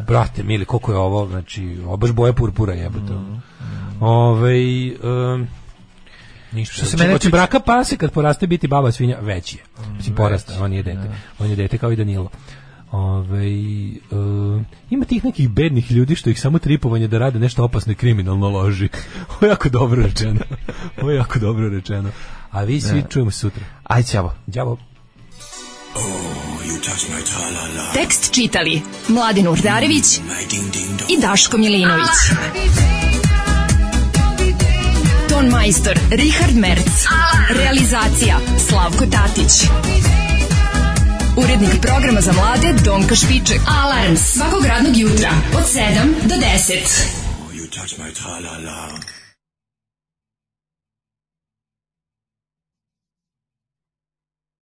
Brate, mili, koliko je ovo, znači, ovo baš boja purpura jebote. Ovaj, em, ništa. Što
se mene
Hoće
tiče-
braka pase kad poraste biti baba svinja, već da. je. Mislim, porasta, on je dete. On je dete kao i Danilo. Ove, ima tih nekih bednih ljudi što ih samo tripovanje da rade nešto opasno i kriminalno loži. Ovo je jako dobro rečeno. Ovo je jako dobro rečeno. A vi svi čujemo se sutra.
Aj, ćavo.
Ćavo.
Tekst čitali Mladin Urdarević i Daško Milinović. Ton majstor Richard Merc. Realizacija Slavko Tatić. Urednik programa za mlade Donka Špiček. Alarms svakog radnog jutra od 7 do 10.
You touch my tra-la-la.